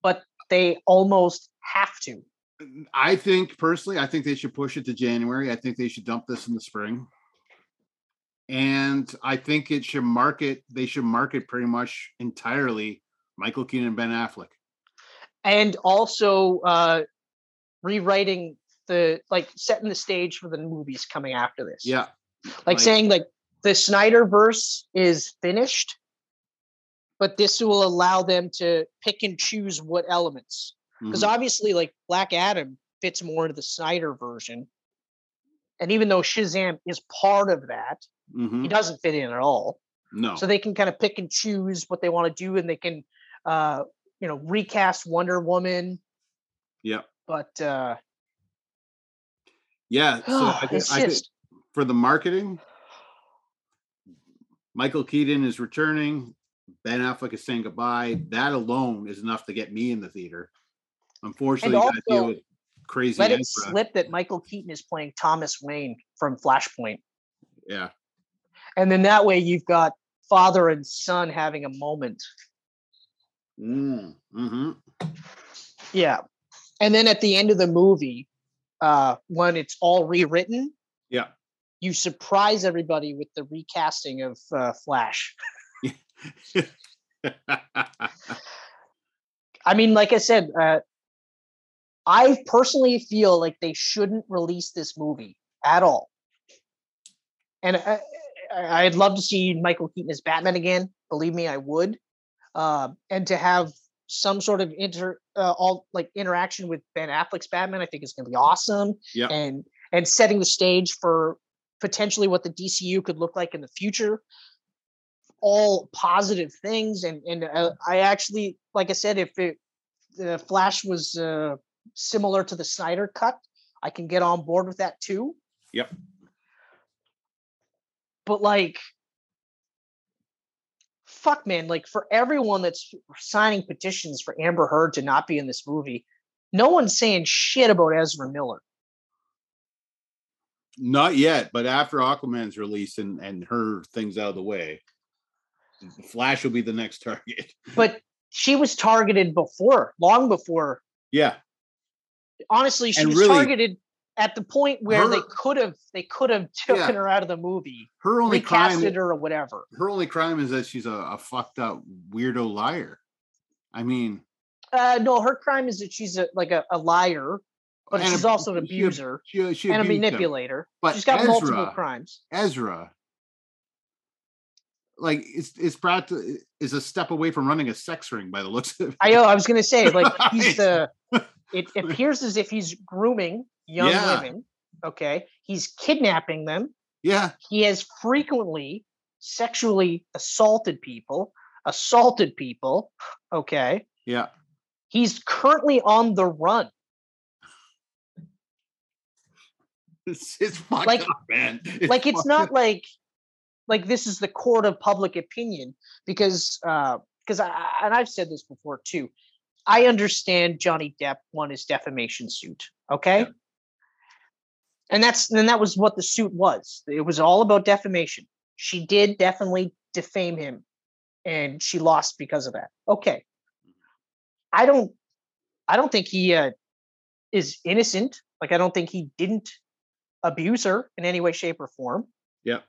S1: But they almost have to.
S2: I think personally, I think they should push it to January. I think they should dump this in the spring. And I think it should market. They should market pretty much entirely Michael Keaton and Ben Affleck.
S1: And also uh rewriting the like setting the stage for the movies coming after this.
S2: Yeah.
S1: like
S2: Like-
S1: saying like the Snyder verse is finished, but this will allow them to pick and choose what elements. Because
S2: Mhm.
S1: obviously, like Black Adam fits more into the Snyder version. And even though Shazam is part of that,
S2: Mhm.
S1: he doesn't fit in at all.
S2: Mm-hmm. no.
S1: So they can kind of pick and choose what they want to do and they can uh you know recast Wonder Woman.
S2: Yeah.
S1: But uh
S2: yeah.
S1: [gasps]
S2: So I, thi-
S1: it's
S2: I think
S1: just
S2: for the marketing, Michael Keaton is returning. Ben Affleck is saying goodbye. That alone is enough to get me in the theater. Unfortunately, you gotta deal
S1: also,
S2: with crazy.
S1: let it
S2: Ezra.
S1: slip that Michael Keaton is playing Thomas Wayne from Flashpoint.
S2: Yeah.
S1: And then that way you've got father and son having a moment.
S2: Mm-hmm. [laughs]
S1: Yeah. And then at the end of the movie, uh, when it's all rewritten,
S2: Yeah.
S1: you surprise everybody with the recasting of uh, Flash. I mean, like I said, uh, I personally feel like they shouldn't release this movie at all. And I, I- I'd love to see Michael Keaton as Batman again. Believe me, I would. Um, and to have some sort of inter uh, all like interaction with Ben Affleck's Batman, I think is going to be awesome.
S2: Yep.
S1: And and setting the stage for potentially what the DCU could look like in the future. All positive things, and and uh, I actually, like I said, if it the Flash was uh, similar to the Snyder cut. I can get on board with that too.
S2: Yep.
S1: But like, fuck, man! Like for everyone that's signing petitions for Amber Heard to not be in this movie, no one's saying shit about Ezra Miller.
S2: Not yet, but after Aquaman's release and and her things out of the way, Flash will be the next [laughs] target.
S1: But she was targeted before, long before.
S2: Yeah,
S1: Honestly, she
S2: And
S1: was
S2: really-
S1: targeted at the point where they
S2: Her-
S1: could have they could have taken
S2: Yeah.
S1: her out of the movie,
S2: her only crime.
S1: recasted her or whatever.
S2: her only crime is that she's a, a fucked up weirdo liar. I mean,
S1: Uh, no, her crime is that she's a, like a, a liar, but
S2: and
S1: she's
S2: a-
S1: also an
S2: she ab-
S1: abuser
S2: She, she
S1: and a
S2: abused him.
S1: manipulator.
S2: But
S1: She's got
S2: Ezra,
S1: multiple crimes.
S2: Ezra, like it's it's brought to, is a step away from running a sex ring by the looks of it. [laughs]
S1: I know. I was gonna say like he's
S2: Right.
S1: the.
S2: [laughs]
S1: It appears as if he's grooming young
S2: Yeah.
S1: women. Okay, he's kidnapping them.
S2: Yeah,
S1: He has frequently sexually assaulted people. assaulted people. Okay.
S2: Yeah. [laughs]
S1: He's currently on the run.
S2: It's, it's fucked
S1: Like-
S2: up, man. [laughs]
S1: like it's
S2: fucked
S1: not
S2: up.
S1: like like this is the court of public opinion because uh because i I- and i've said this before too i understand johnny depp won his defamation suit okay
S2: Yeah.
S1: and that's and that was what the suit was it was all about defamation she did definitely defame him and she lost because of that okay i don't i don't think he uh, is innocent like i don't think he didn't abuse her in any way shape or form
S2: Yep.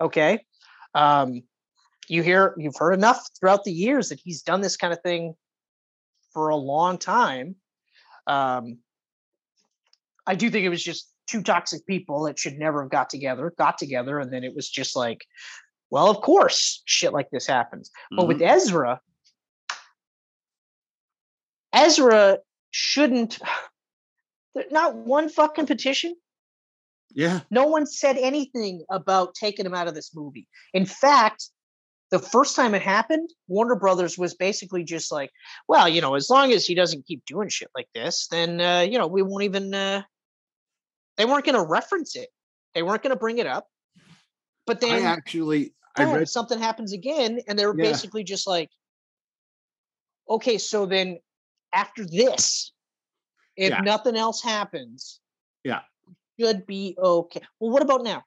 S1: okay um you hear you've heard enough throughout the years that he's done this kind of thing for a long time um i do think it was just two toxic people that should never have got together got together and then it was just like well of course shit like this happens but with Ezra, Ezra shouldn't. [sighs] there- Not one fucking petition.
S2: Mm-hmm. yeah,
S1: No one said anything about taking him out of this movie. In fact, the first time it happened, Warner Brothers was basically just like, "Well, you know, as long as he doesn't keep doing shit like this, then uh, you know, we won't even." Uh, they weren't going to reference it. They weren't going to bring it up. But
S2: I
S1: then
S2: actually I
S1: boom,
S2: read
S1: Oh, something happens again, and they're
S2: Yeah.
S1: basically just like, okay, so then after this, if
S2: Yeah.
S1: nothing else happens,
S2: Yeah.
S1: should be okay. Well, what about now?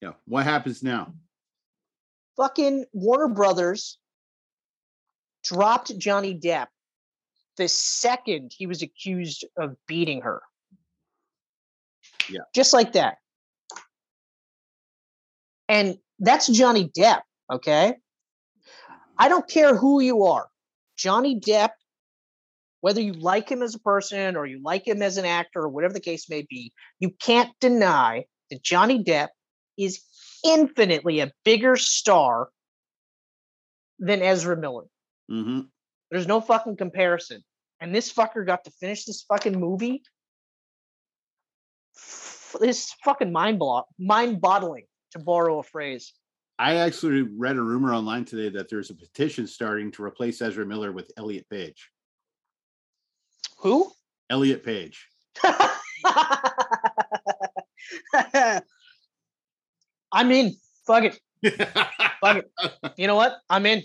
S2: yeah, what happens now?
S1: Fucking Warner Brothers dropped Johnny Depp the second he was accused of beating her.
S2: Yeah.
S1: Just like that. And that's Johnny Depp, okay? I don't care who you are. Johnny Depp, whether you like him as a person or you like him as an actor or whatever the case may be, you can't deny that Johnny Depp is infinitely a bigger star than Ezra Miller.
S2: hmm
S1: Mm-hmm. There's no fucking comparison. And this fucker got to finish this fucking movie. F- This fucking mind block, mind boggling, to borrow a phrase.
S2: I actually read a rumor online today that there's a petition starting to replace Ezra Miller with Elliot Page.
S1: Who?
S2: Elliot Page.
S1: [laughs] I'm in. Fuck it.
S2: yeah,
S1: You know what? I'm in.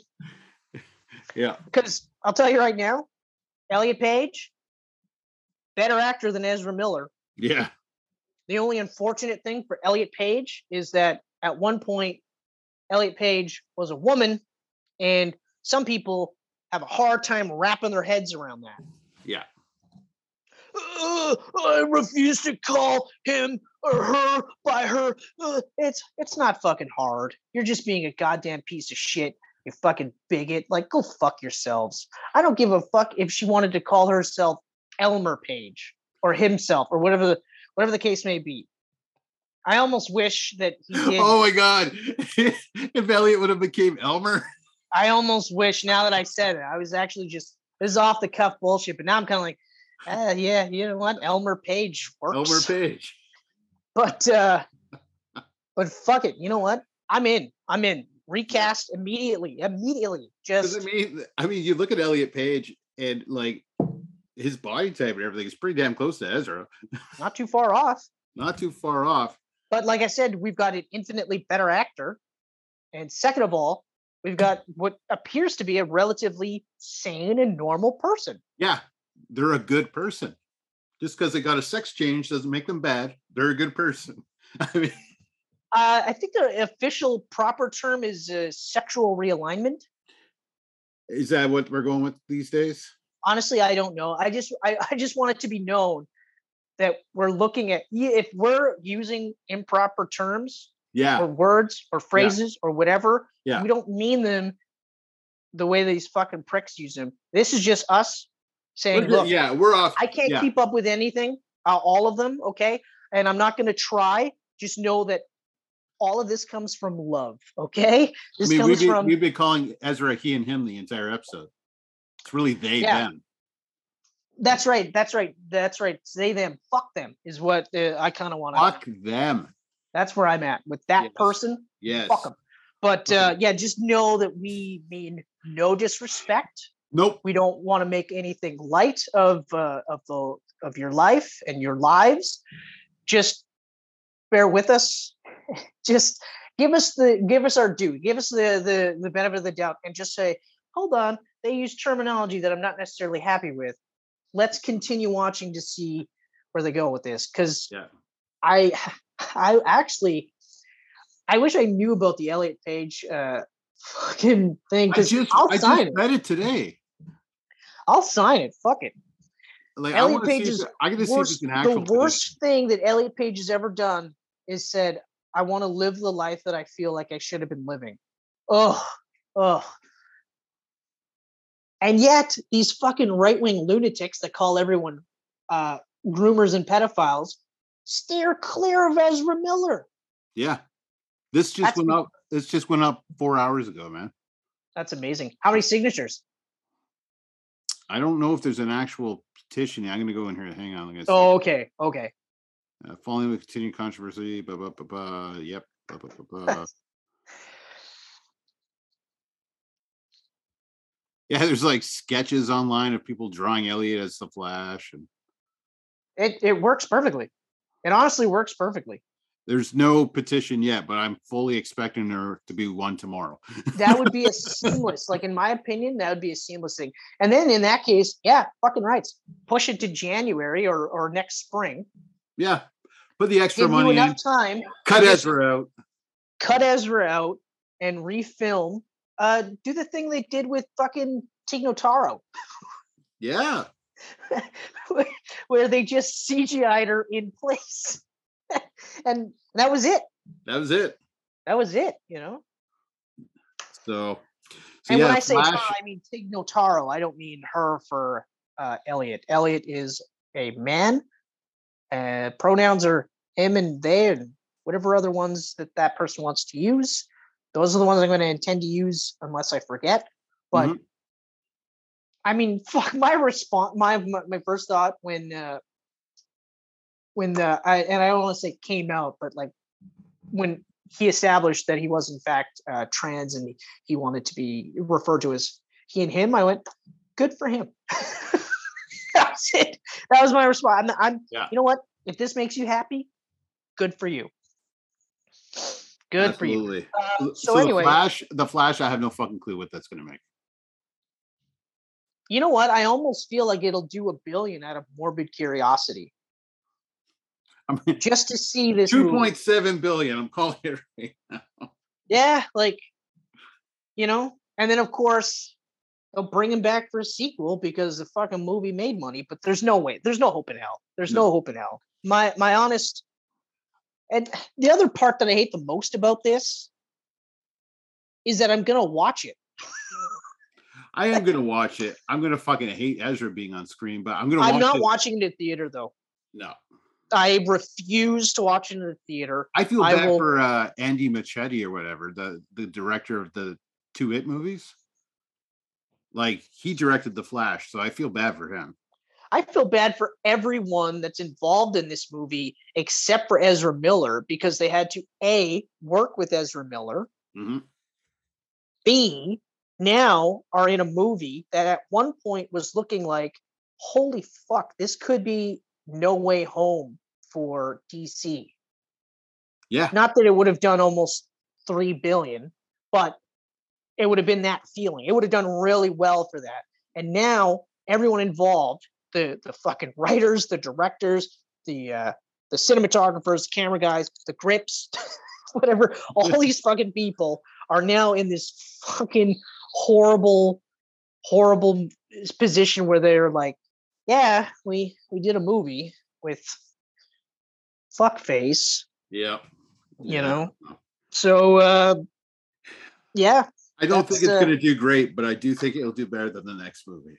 S1: Because I'll tell you right now, Elliot Page, better actor than Ezra Miller.
S2: [laughs] yeah,
S1: The only unfortunate thing for Elliot Page is that at one point, Elliot Page was a woman, and some people have a hard time wrapping their heads around that.
S2: Yeah.
S1: "Uh, I refuse to call him or her by her. Uh, it's it's not fucking hard. You're just being a goddamn piece of shit. You fucking bigot. Like go fuck yourselves. I don't give a fuck if she wanted to call herself Elmer Page or himself or whatever the whatever the case may be. I almost wish that
S2: [laughs]
S1: he did.
S2: Oh my god. if Elliot would have became Elmer.
S1: I almost wish now that I said it, I was actually just this is off the cuff bullshit. But now I'm kind of like, ah, yeah, you know what? Elmer Page works.
S2: Elmer Page.
S1: [laughs] But uh, but fuck it. You know what? I'm in. I'm in. Recast immediately. Immediately.
S2: Because
S1: Just
S2: I mean, I mean, you look at Elliot Page and like his body type and everything is pretty damn close to Ezra.
S1: not too far off.
S2: Not too far off.
S1: But like I said, we've got an infinitely better actor. And second of all, we've got what appears to be a relatively sane and normal person.
S2: Yeah, they're a good person. Just because they got a sex change doesn't make them bad. They're a good person. I mean,
S1: Uh, I think the official proper term is uh, sexual realignment.
S2: is that what we're going with these days?
S1: Honestly, I don't know. I just I, I just want it to be known that we're looking at y- if we're using improper terms
S2: Yeah,
S1: or words or phrases or whatever,
S2: Yeah.
S1: we don't mean them the way these fucking pricks use them. This is just us
S2: What
S1: saying,
S2: is it?
S1: look,
S2: yeah, we're off.
S1: I can't
S2: yeah.
S1: keep up with anything, uh, all of them, okay? And I'm not going to try. Just know that all of this comes from love, okay?
S2: I
S1: This
S2: mean,
S1: comes
S2: we've been,
S1: from
S2: we've been calling Ezra he and him the entire episode. It's really they
S1: Yeah.
S2: them.
S1: That's right. That's right. That's right. Say them. Fuck them is what uh, I kind of want to.
S2: Fuck them.
S1: That's where I'm at with that
S2: Yes.
S1: person.
S2: Yes. Mm-hmm.
S1: Fuck them. But uh, yeah, just know that we mean no disrespect.
S2: Nope.
S1: We don't want to make anything light of uh, of the of your life and your lives. Just bear with us. [laughs] just give us the give us our due. Give us the the the benefit of the doubt, and just say, hold on. They use terminology that I'm not necessarily happy with. Let's continue watching to see where they go with this, because
S2: Yeah.
S1: I [sighs] I actually I wish I knew about the Elliot Page uh [laughs] fucking thing
S2: I
S1: because
S2: just,
S1: I'll
S2: I
S1: sign
S2: just
S1: it.
S2: read it today.
S1: I'll sign it. Fuck it.
S2: Like
S1: Elliot
S2: I want to
S1: Page
S2: see. If,
S1: is
S2: there- I got to see if
S1: Worst-
S2: it's an
S1: the
S2: actual.
S1: worst thing that Elliot Page has ever done is said, I want to live the life that I feel like I should have been living. Oh, oh. And yet these fucking right wing lunatics that call everyone uh groomers and pedophiles steer clear of Ezra Miller.
S2: Yeah. This just
S1: That's-
S2: went up. This just went up four hours ago, man.
S1: That's amazing. How many signatures?
S2: I don't know if there's an actual petition. I'm gonna go in here. Hang on. I'm gonna see.
S1: Oh, okay. Okay.
S2: Uh, following with continued controversy. Blah, blah, blah, blah, yep. Blah, blah, blah,
S1: [laughs]
S2: blah. yeah, there's like sketches online of people drawing Elliot as the Flash, and
S1: It it works perfectly. It honestly works perfectly.
S2: there's no petition yet, but I'm fully expecting there to be one tomorrow.
S1: That would be
S2: [laughs]
S1: a seamless, like in my opinion, that would be a seamless thing. And then in that case, yeah, fucking rights. Push it to January or or next spring.
S2: Yeah, put the extra
S1: Give you
S2: money in,
S1: enough time,
S2: cut
S1: just-
S2: Ezra out.
S1: cut Ezra out and refilm. Uh do the thing they did with fucking Tigno Taro, [laughs]
S2: Yeah,
S1: where they just CGI'd her in place. [laughs] and that was it.
S2: that was it.
S1: That was it, you know?
S2: So, so
S1: And
S2: yeah,
S1: when I say her,
S2: Flash-
S1: I mean Tig Notaro. I don't mean her for uh, Elliot. Elliot is a man. Uh, pronouns are him and they and whatever other ones that that person wants to use. Those are the ones I'm going to intend to use unless I forget. But
S2: Mhm.
S1: I mean, [laughs] fuck. My response, my my, my first thought when uh, when the I and I don't want to say came out, but like when he established that he was in fact uh, trans and he wanted to be referred to as he and him. I went, good for him. [laughs] that was it. That was my response. I'm, I'm
S2: Yeah.
S1: you know what? If this makes you happy, good for you. Good for you.
S2: absolutely.
S1: Uh,
S2: So,
S1: so,
S2: the
S1: anyway,
S2: Flash, the Flash, I have no fucking clue what that's gonna make. [laughs]
S1: you know what? I almost feel like it'll do a billion out of morbid curiosity
S2: I mean,
S1: just to see this.
S2: Two
S1: movie.
S2: point seven billion. I'm calling it [laughs] right now.
S1: Yeah, like you know, and then of course they'll bring him back for a sequel because the fucking movie made money, but there's no way. There's no hope in hell. There's no,
S2: No.
S1: hope in hell. My my honest and the other part that I hate the most about this is that I'm gonna watch it.
S2: I am gonna watch it. I'm gonna fucking hate Ezra being on screen, but I'm gonna watch
S1: I'm not
S2: it.
S1: watching it at theater though.
S2: no,
S1: I refuse to watch it in the theater.
S2: I feel
S1: I
S2: bad
S1: will-
S2: for uh, Andy Machete or whatever the the director of the two It movies. Like he directed The Flash, so I feel bad for him.
S1: I feel bad for everyone that's involved in this movie except for Ezra Miller because they had to A work with Ezra Miller.
S2: Mhm.
S1: B now are in a movie that at one point was looking like, holy fuck, this could be no way home for DC.
S2: Yeah,
S1: Not that it would have done almost three billion, but it would have been that feeling. It would have done really well for that. And now everyone involved, the the fucking writers, the directors, the uh the cinematographers, camera guys, the grips, [laughs] whatever, all these fucking people are now in this fucking horrible, horrible position where they're like, yeah, we we did a movie with fuckface,
S2: yeah.
S1: you
S2: Yeah.
S1: know. So uh yeah,
S2: I don't think
S1: That's,
S2: it's
S1: uh,
S2: gonna do great, but I do think it'll do better than the next movie.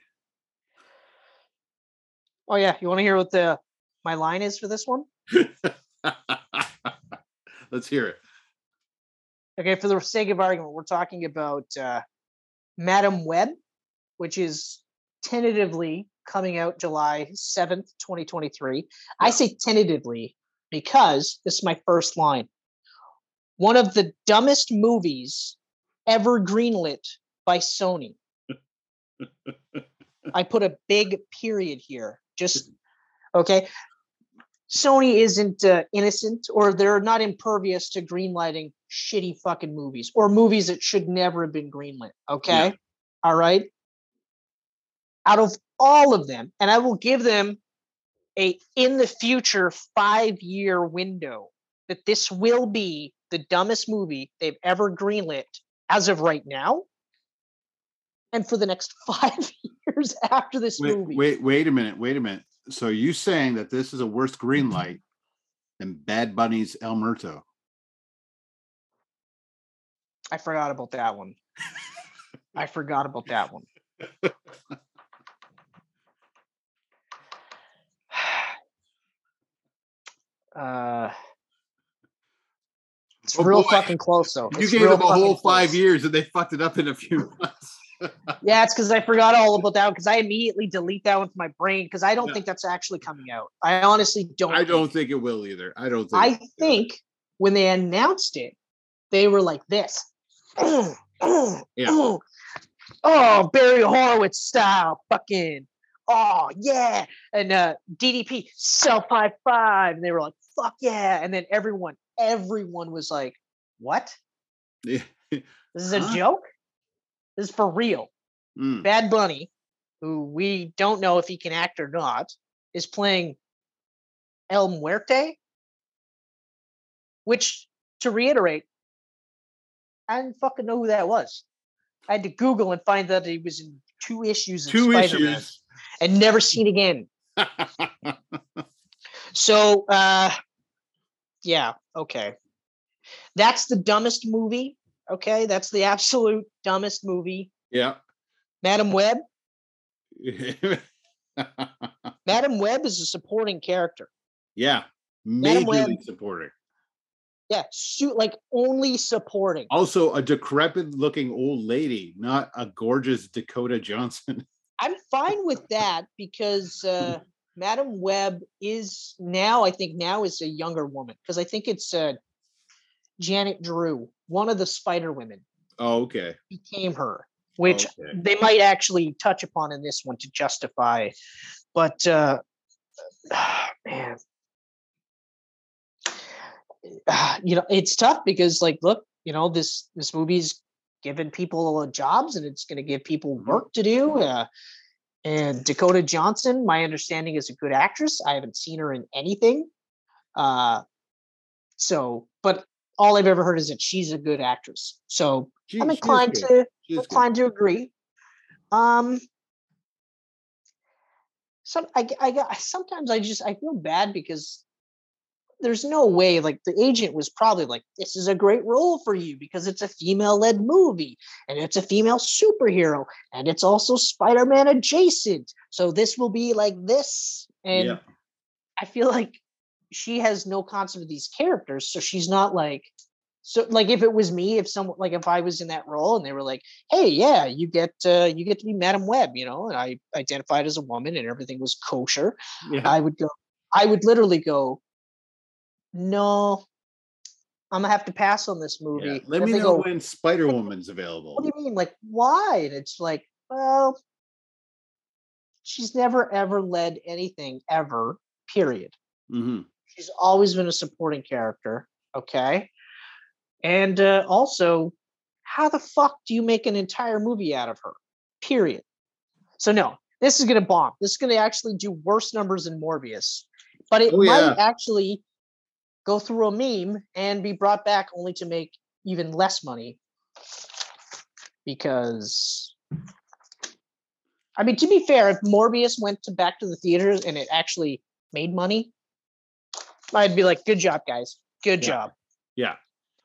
S1: Oh yeah, you want to hear what the my line is for this one?
S2: [laughs] Let's hear it.
S1: Okay, for the sake of argument, we're talking about uh, Madam Web, which is tentatively coming out July seventh, twenty twenty three. I
S2: Yeah.
S1: say tentatively because this is my first line. one of the dumbest movies ever greenlit by
S2: [laughs]
S1: Sony. I put a big period here. Just okay. Sony isn't uh, innocent, or they're not impervious to greenlighting shitty fucking movies or movies that should never have been greenlit. Okay,
S2: Yeah.
S1: all right. Out of all of them, and I will give them a in the future five year window that this will be the dumbest movie they've ever greenlit as of right now, and for the next [laughs] five years after this
S2: Wait,
S1: movie.
S2: wait, wait a minute, wait a minute. So you saying that this is a worse
S1: Mm-hmm.
S2: green light than Bad Bunny's El Muerto?
S1: I forgot about that one. I forgot about that one. [sighs] Uh, it's
S2: Oh,
S1: real
S2: boy.
S1: fucking close though.
S2: you
S1: It's
S2: gave
S1: real
S2: them a whole
S1: fucking
S2: five
S1: close.
S2: years and they fucked it up in
S1: [laughs]
S2: a few months.
S1: Yeah, it's because I forgot all about that one because I immediately delete that one from my brain because I don't
S2: Yeah.
S1: think that's actually coming out. I honestly don't.
S2: I
S1: think
S2: don't think it will either. I don't think.
S1: I think when they announced it, they were like this.
S2: Yeah.
S1: [clears throat] Oh, Barry Horowitz style, fucking. Oh yeah, and uh, DDP self high five, and they were like, "Fuck yeah!" And then everyone, everyone was like, "What?
S2: Yeah.
S1: This is a
S2: Huh?
S1: joke? This is for real?"
S2: Mm.
S1: Bad Bunny, who we don't know if he can act or not, is playing El Muerte, which, to reiterate, I didn't fucking know who that was. I had to Google and find that he was in two issues of
S2: Two
S1: Spider-Man
S2: issues.
S1: and never seen again. So, uh, yeah, okay. That's the dumbest movie. Okay, that's the absolute dumbest movie.
S2: [laughs] yeah. [laughs]
S1: Madam Web, Madam Web is a supporting character.
S2: yeah.
S1: Madam
S2: Major
S1: Web.
S2: league supporter.
S1: Yeah, shoot, like only supporting.
S2: Also, a decrepit looking old lady, not a gorgeous Dakota Johnson. [laughs]
S1: I'm fine with that because uh, Madam Web is now, I think now is a younger woman because I think it's uh, Janet Drew, one of the Spider Women,
S2: Oh, okay.
S1: became her, which
S2: Okay.
S1: they might actually touch upon in this one to justify. But uh, [sighs] man, [sighs] you know, it's tough because, like, look, you know, this this movie's giving people jobs and it's going to give people work to do. Uh, and Dakota Johnson, my understanding, is a good actress. I haven't seen her in anything. Uh, so, but all I've ever heard is that she's a good actress. So
S2: She-
S1: I'm
S2: she is
S1: inclined
S2: good.
S1: to
S2: She is good.
S1: inclined to agree. Um, some I, g- I got sometimes I just I feel bad because there's no way like the agent was probably like this is a great role for you because it's a female led movie and it's a female superhero and it's also Spider Man adjacent so this will be like this and
S2: Yeah.
S1: I feel like she has no concept of these characters, so she's not like so like if it was me, if someone like if I was in that role and they were like, "Hey, yeah, you get uh, you get to be Madam Web," you know, and I identified as a woman and everything was kosher,
S2: Yeah.
S1: I would go, I would literally go, "No, I'm gonna have to pass on this movie."
S2: Yeah. Let
S1: Then
S2: me
S1: they
S2: know
S1: go,
S2: when Spider Woman's available.
S1: what do you mean? Like, why? And it's like, well, she's never ever led anything ever. Period.
S2: hmm
S1: She's always been a supporting character. Okay. And uh, also, how the fuck do you make an entire movie out of her? Period. So, no, this is going to bomb. This is going to actually do worse numbers than Morbius, but it
S2: Oh, yeah.
S1: might actually go through a meme and be brought back only to make even less money because. I mean, to be fair, if Morbius went to back to the theaters and it actually made money, I'd be like, "Good job, guys. Good
S2: Yeah. [laughs]
S1: job."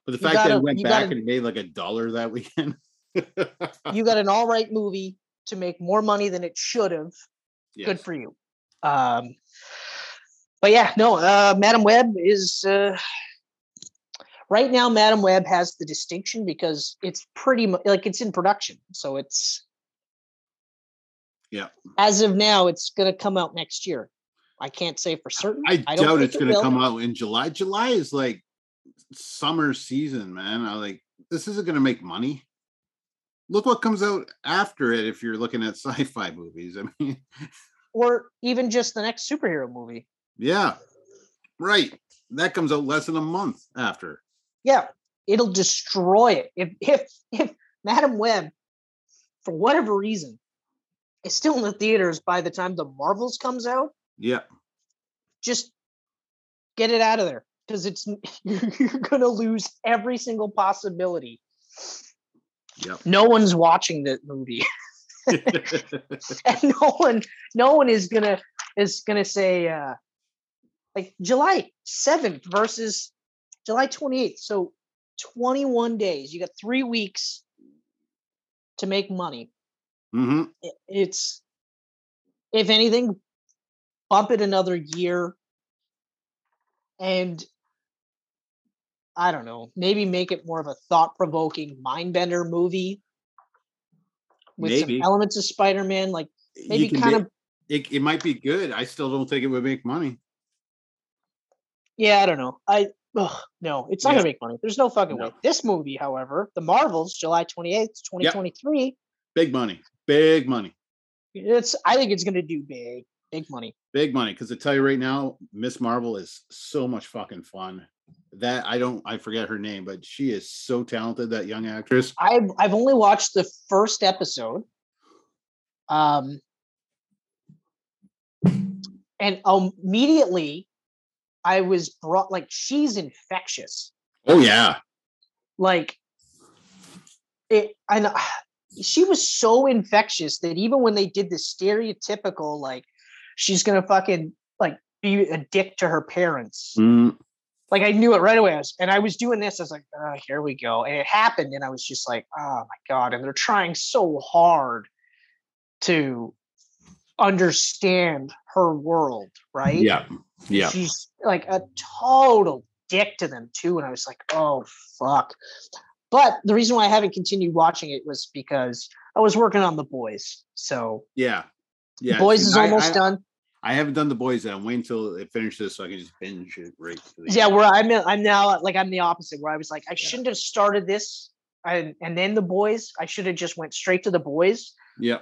S2: But the
S1: You
S2: fact that
S1: gotta-
S2: it went
S1: you
S2: back
S1: gotta-
S2: and made like a dollar that [laughs] weekend.
S1: You got an all right movie to make more money than it should have. Good
S2: Yes.
S1: for you. Um, but yeah, no, uh, Madam Web is uh, right now. Madam Web has the distinction because it's pretty much like it's in production, so it's
S2: Yeah.
S1: As of now, it's going to come out next year. I can't say for certain.
S2: I
S1: don't
S2: doubt
S1: think
S2: it's
S1: it
S2: going to
S1: will.
S2: come out in July. July is like summer season, man. I like this isn't going to make money. Look what comes out after it if you're looking at [laughs] sci-fi movies. I mean,
S1: or even just the next superhero movie.
S2: yeah. Right. That comes out less than a month after.
S1: Yeah, it'll destroy it. If if if Madam Web, for whatever reason, is still in the theaters by the time the Marvels comes out,
S2: Yeah. [laughs]
S1: just get it out of there because it's [laughs] you're gonna lose every single possibility.
S2: Yep.
S1: No one's watching that movie,
S2: Mm-hmm.
S1: [laughs] and no one, no one is gonna is gonna say uh, like July seventh versus July twenty eighth. So twenty one days. You got three weeks to make money.
S2: hmm
S1: I- It's if anything, bump it another year, and I don't know. Maybe make it more of a thought provoking mindbender movie with
S2: Maybe.
S1: some elements of Spider Man, like maybe
S2: you can
S1: kind
S2: be-
S1: of
S2: it, it might be good. I still don't think it would make money.
S1: yeah. I don't know. I ugh, no, it's not
S2: Yeah.
S1: gonna make money. There's no fucking
S2: No.
S1: way. This movie, however, The Marvels, July twenty eighth, twenty twenty three.
S2: Big money. Big money.
S1: It's I think it's gonna do big, big money.
S2: Big money. Because I tell you right now, Miss Marvel is so much fucking fun. That I don't I forget her name, but she is so talented, that young actress.
S1: I've I've only watched the first episode. Um and immediately I was brought like she's infectious.
S2: Oh yeah.
S1: Like it and uh, [sighs] she was so infectious that even when they did the stereotypical like she's gonna fucking like be a dick to her parents.
S2: Mm,
S1: Like I knew it right away. I was, and I was doing this. I was like, oh, here we go. And it happened. And I was just like, oh my God. And they're trying so hard to understand her world, right?
S2: yeah. Yeah.
S1: She's like a total dick to them too. And I was like, oh fuck. But the reason why I haven't continued watching it was because I was working on the boys. So
S2: Yeah. Yeah.
S1: boys
S2: see,
S1: is
S2: I-
S1: almost
S2: I-
S1: done.
S2: I haven't done the boys yet. I'm waiting until it finishes so I can just binge it right. to the
S1: yeah
S2: end.
S1: where i'm i'm now like i'm the opposite where i was like i shouldn't have started this and and then the boys i should have just went straight to the boys
S2: Yeah.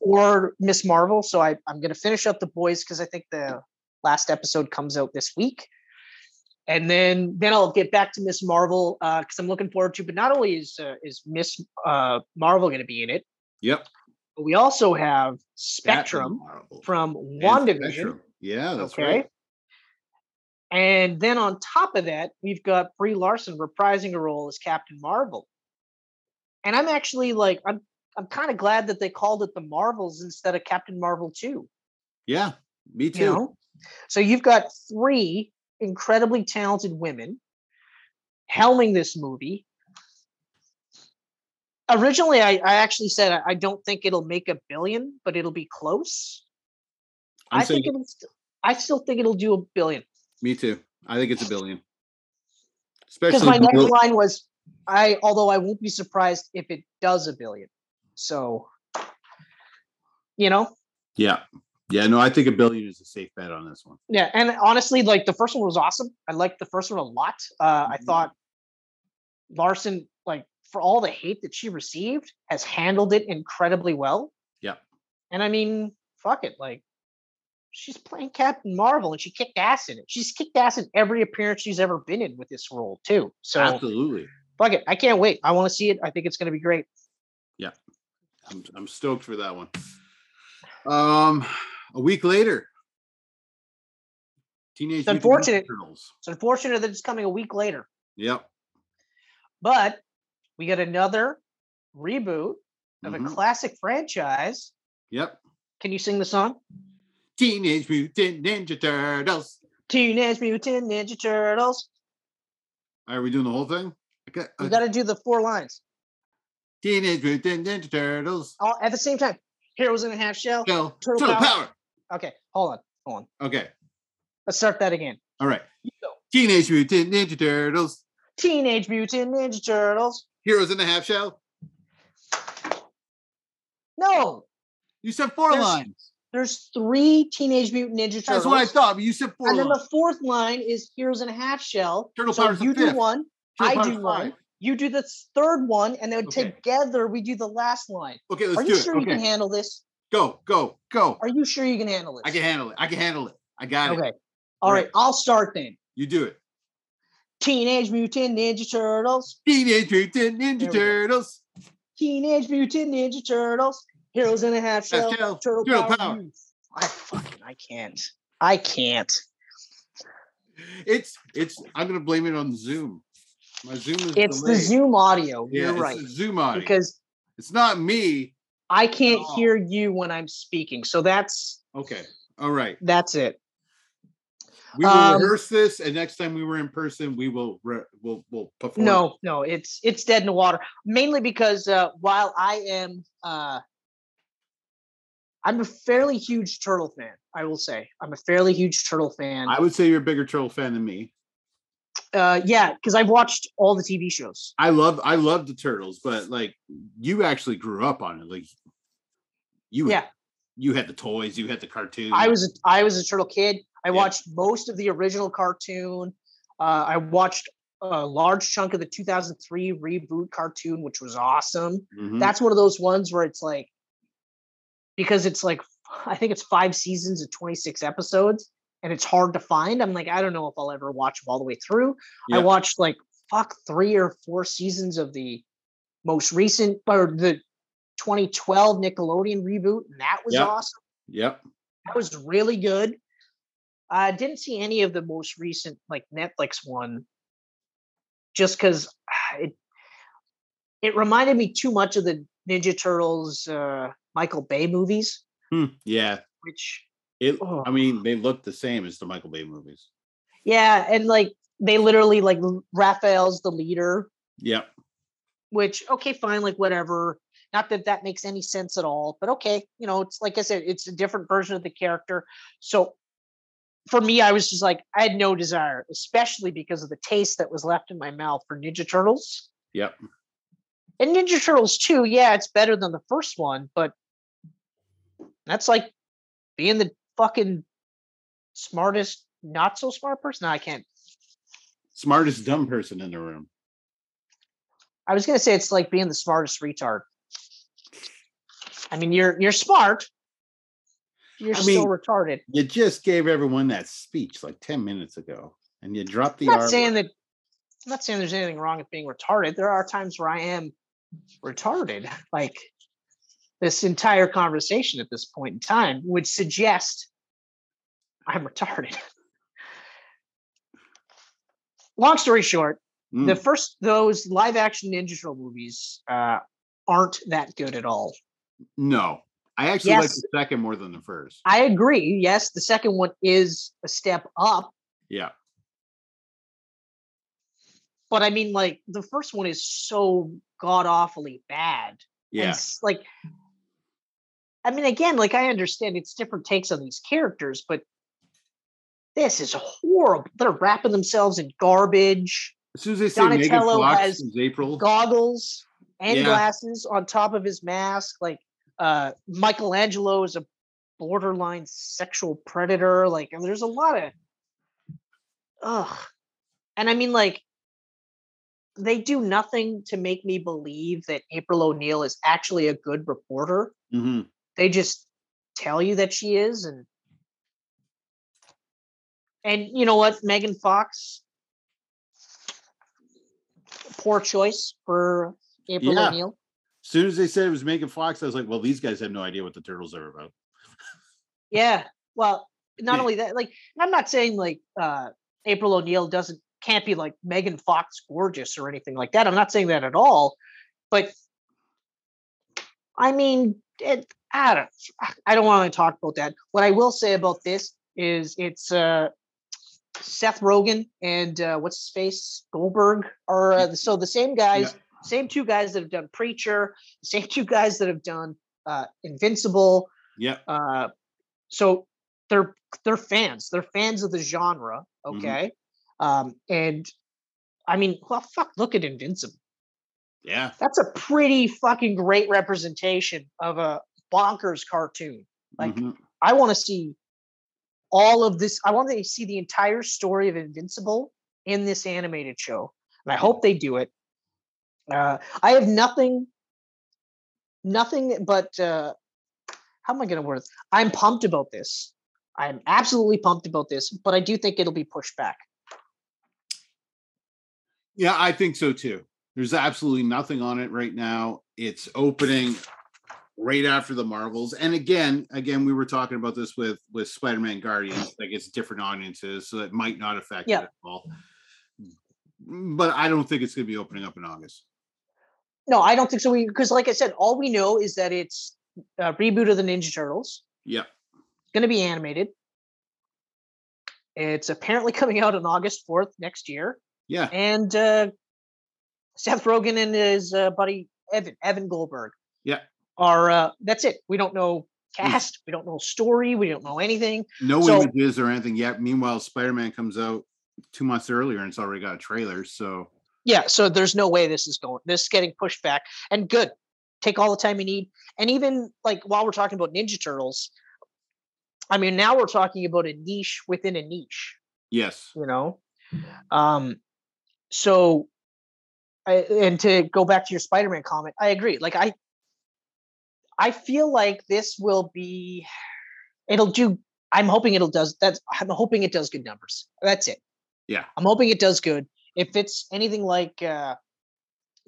S1: or miss marvel so I, i'm going to finish up the boys because i think the last episode comes out this week and then then i'll get back to miss marvel because i'm looking forward to but not only is uh, is miss uh, marvel going to be in it
S2: Yep.
S1: but we also have
S2: Batman
S1: spectrum
S2: Marvel.
S1: from
S2: And
S1: wandavision
S2: Spectrum. Yeah, that's
S1: Okay.
S2: right.
S1: And then on top of that, we've got Brie Larson reprising a role as Captain Marvel. And I'm actually like, I'm I'm kind of glad that they called it the Marvels instead of Captain Marvel 2.
S2: Yeah, me too.
S1: You know? So you've got three incredibly talented women helming this movie. Originally, I, I actually said I, I don't think it'll make a billion, but it'll be close.
S2: I'm
S1: I
S2: saying
S1: think it'll st- I still think it'll do a billion.
S2: me too. I think it's a billion.
S1: because
S2: Especially
S1: my next
S2: Bill-
S1: line was i although i won't be surprised if it does a billion so you know
S2: Yeah. Yeah, no, I think a billion is a safe bet on this one.
S1: yeah and honestly like the first one was awesome i liked the first one a lot uh, i
S2: Mhm.
S1: thought larson like for all the hate that she received has handled it incredibly well
S2: Yeah.
S1: and i mean fuck it like she's playing captain marvel and she kicked ass in it she's kicked ass in every appearance she's ever been in with this role too so
S2: Absolutely.
S1: fuck it. I can't wait. I want to see it. I think it's going to be great.
S2: I'm I'm stoked for that one. Um a week later. Teenage Mutant Ninja
S1: unfortunate.
S2: Turtles.
S1: It's unfortunate that it's coming a week later,
S2: Yep.
S1: but we got another reboot of
S2: Mhm.
S1: a classic franchise.
S2: Yep.
S1: Can you sing the song?
S2: Teenage Mutant Ninja Turtles.
S1: Teenage Mutant Ninja Turtles.
S2: Are we doing the whole thing? Okay.
S1: You
S2: uh,
S1: got to do the four lines
S2: Teenage Mutant Ninja Turtles.
S1: all at the same time. Heroes in a half shell.
S2: Go
S1: Oh, Turtle
S2: turtle
S1: power.
S2: power.
S1: Okay, hold on, hold on.
S2: Okay.
S1: Let's start that again.
S2: All right.
S1: You go.
S2: Teenage Mutant Ninja Turtles.
S1: Teenage Mutant Ninja Turtles.
S2: Heroes in the Half Shell.
S1: No,
S2: You said four
S1: There's-
S2: lines.
S1: There's three Teenage Mutant Ninja Turtles.
S2: That's what I thought. But you said four.
S1: And then
S2: lines.
S1: the fourth line is Heroes in a Half Shell.
S2: Turtle
S1: so
S2: Power's the
S1: you do
S2: fifth.
S1: one,
S2: Turtle
S1: I
S2: Power's
S1: do one.
S2: five.
S1: you do the third one, and then
S2: Okay.
S1: together we do the last line.
S2: Okay, let's
S1: Are
S2: do
S1: you
S2: it.
S1: sure you
S2: okay,
S1: can handle this?
S2: go, go, go.
S1: Are you sure you can handle this?
S2: I can handle it. I can handle it. I got it.
S1: Okay. All
S2: Right.
S1: right. I'll start then.
S2: You do it.
S1: Teenage Mutant Ninja Turtles.
S2: Teenage Mutant
S1: There
S2: Ninja
S1: we go.
S2: Turtles.
S1: Teenage Mutant Ninja Turtles. Heroes in a Half
S2: That's
S1: Shell.
S2: Kel.
S1: Turtle,
S2: Turtle
S1: power.
S2: power.
S1: Youth. I fucking I can't. I can't.
S2: It's it's. I'm gonna blame it on Zoom. My Zoom is
S1: It's the
S2: delayed.
S1: Zoom audio.
S2: Yeah,
S1: You're
S2: it's
S1: right.
S2: the Zoom audio.
S1: Because
S2: it's not me.
S1: I can't
S2: all.
S1: hear you when I'm speaking. So that's
S2: Okay. All right.
S1: that's it.
S2: We will
S1: Um,
S2: rehearse this, and next time we were in person, we will re- we'll we'll perform.
S1: No, no, it's it's dead in the water. Mainly because uh, while I am, uh, I'm a fairly huge turtle fan. I will say I'm a fairly huge turtle fan.
S2: I would say you're a bigger turtle fan than me.
S1: Uh, yeah, because I've watched all the TV shows.
S2: I love I love the turtles, but like you actually grew up on it. Like you
S1: Yeah.
S2: you had the toys, you had the cartoon.
S1: I was a, I was a turtle kid. I
S2: Yeah.
S1: watched most of the original cartoon. Uh, I watched a large chunk of the 2003 reboot cartoon, which was awesome.
S2: Mhm.
S1: that's one of those ones where it's like because it's like i think it's five seasons of 26 episodes and it's hard to find i'm like i don't know if i'll ever watch them all the way through i
S2: Yeah.
S1: watched like fuck three or four seasons of the most recent or the 2012 nickelodeon reboot and that was
S2: Yeah.
S1: awesome
S2: Yep.
S1: that was really good i didn't see any of the most recent like netflix one just because it it reminded me too much of the ninja turtles uh michael bay movies
S2: Hmm. Yeah.
S1: which
S2: It
S1: oh,
S2: I mean they look the same as the Michael Bay movies.
S1: yeah and like they literally like L- raphael's the leader
S2: Yep.
S1: which okay fine like whatever not that that makes any sense at all but okay you know it's like i said it's a different version of the character so for me i was just like i had no desire especially because of the taste that was left in my mouth for ninja turtles
S2: Yep.
S1: and ninja turtles 2 yeah it's better than the first one but that's like being the fucking smartest not so smart person i can't
S2: Smartest dumb person in the room.
S1: I was gonna say it's like being the smartest retard. I mean, you're you're smart. You're
S2: I
S1: still
S2: mean,
S1: retarded.
S2: You just gave everyone that speech like 10 minutes ago and you dropped the
S1: I'm not
S2: R
S1: saying
S2: word.
S1: that. I'm not saying there's anything wrong with being retarded. There are times where I am retarded. [laughs] Like this entire conversation at this point in time would suggest I'm retarded. [laughs] Long story short,
S2: Mm.
S1: the first those live action Ninja Turtle movies uh, aren't that good at all.
S2: No. I actually like
S1: Yes.
S2: the second more than the first.
S1: I agree. Yes, the second one is a step up,
S2: Yeah.
S1: but I mean, like the first one is so god awfully bad. And
S2: Yeah.
S1: s- like, I mean, again, like I understand it's different takes on these characters, but this is horrible. They're wrapping themselves in garbage,
S2: As soon as they say Megan
S1: Donatello
S2: Fox
S1: has
S2: is April.
S1: goggles, and
S2: Yeah.
S1: glasses on top of his mask. Like, uh, Michelangelo is a borderline sexual predator. Like, there's a lot of, ugh. And I mean, like, they do nothing to make me believe that April O'Neil is actually a good reporter.
S2: Mhm.
S1: They just tell you that she is, and and you know what, Megan Fox, poor choice for April
S2: Yeah.
S1: O'Neil.
S2: As soon as they said it was Megan Fox, I was like, well, these guys have no idea what the turtles are about.
S1: Yeah. Well, not
S2: Yeah.
S1: only that, like I'm not saying like uh April O'Neil doesn't can't be like Megan Fox gorgeous or anything like that. I'm not saying that at all. But I mean, it, I don't I don't want to talk about that. What I will say about this is it's uh Seth Rogen and uh, what's his face Goldberg are uh, so the same guys, same two guys that have done Preacher, same two guys that have done uh, Invincible,
S2: Yep.
S1: uh, so they're they're fans. They're fans of the genre.
S2: Mhm.
S1: Okay, um, and I mean, well, fuck. Look at Invincible.
S2: Yeah.
S1: That's a pretty fucking great representation of a bonkers cartoon. Like,
S2: mhm.
S1: I want to see all of this. I want to see the entire story of Invincible in this animated show, and I hope they do it. Uh, I have nothing, nothing but uh, how am I going to word it? I'm pumped about this. I'm absolutely pumped about this, but I do think it'll be pushed back.
S2: Yeah, I think so too. There's absolutely nothing on it right now. It's opening right after the Marvels. And again, again, we were talking about this with with Spider-Man Guardians, like it's different audiences, so it might not affect
S1: Yeah.
S2: it at all. But I don't think it's gonna be opening up in August.
S1: No, I don't think so. Because, like I said, all we know is that it's a reboot of the Ninja Turtles.
S2: Yeah.
S1: It's going to be animated. It's apparently [laughs] coming out on August 4th next year.
S2: Yeah.
S1: And uh, Seth Rogen and his uh, buddy Evan, Evan Goldberg.
S2: Yeah.
S1: Are, uh, that's it. We don't know cast. We don't know story. We don't know anything.
S2: No
S1: So-
S2: images or anything yet. Meanwhile, Spider-Man comes out two months earlier and it's already got a trailer. So
S1: Yeah, so there's no way this is going. This is getting pushed back, and good. Take all the time you need, and even like while we're talking about Ninja Turtles, I mean now we're talking about a niche within a niche,
S2: yes.
S1: you know. Um, so, I, and to go back to your Spider-Man comment, I agree. Like I, I feel like this will be, it'll do. I'm hoping it'll does. That's I'm hoping it does good numbers. That's it.
S2: Yeah.
S1: I'm hoping it does good. If it's anything like uh,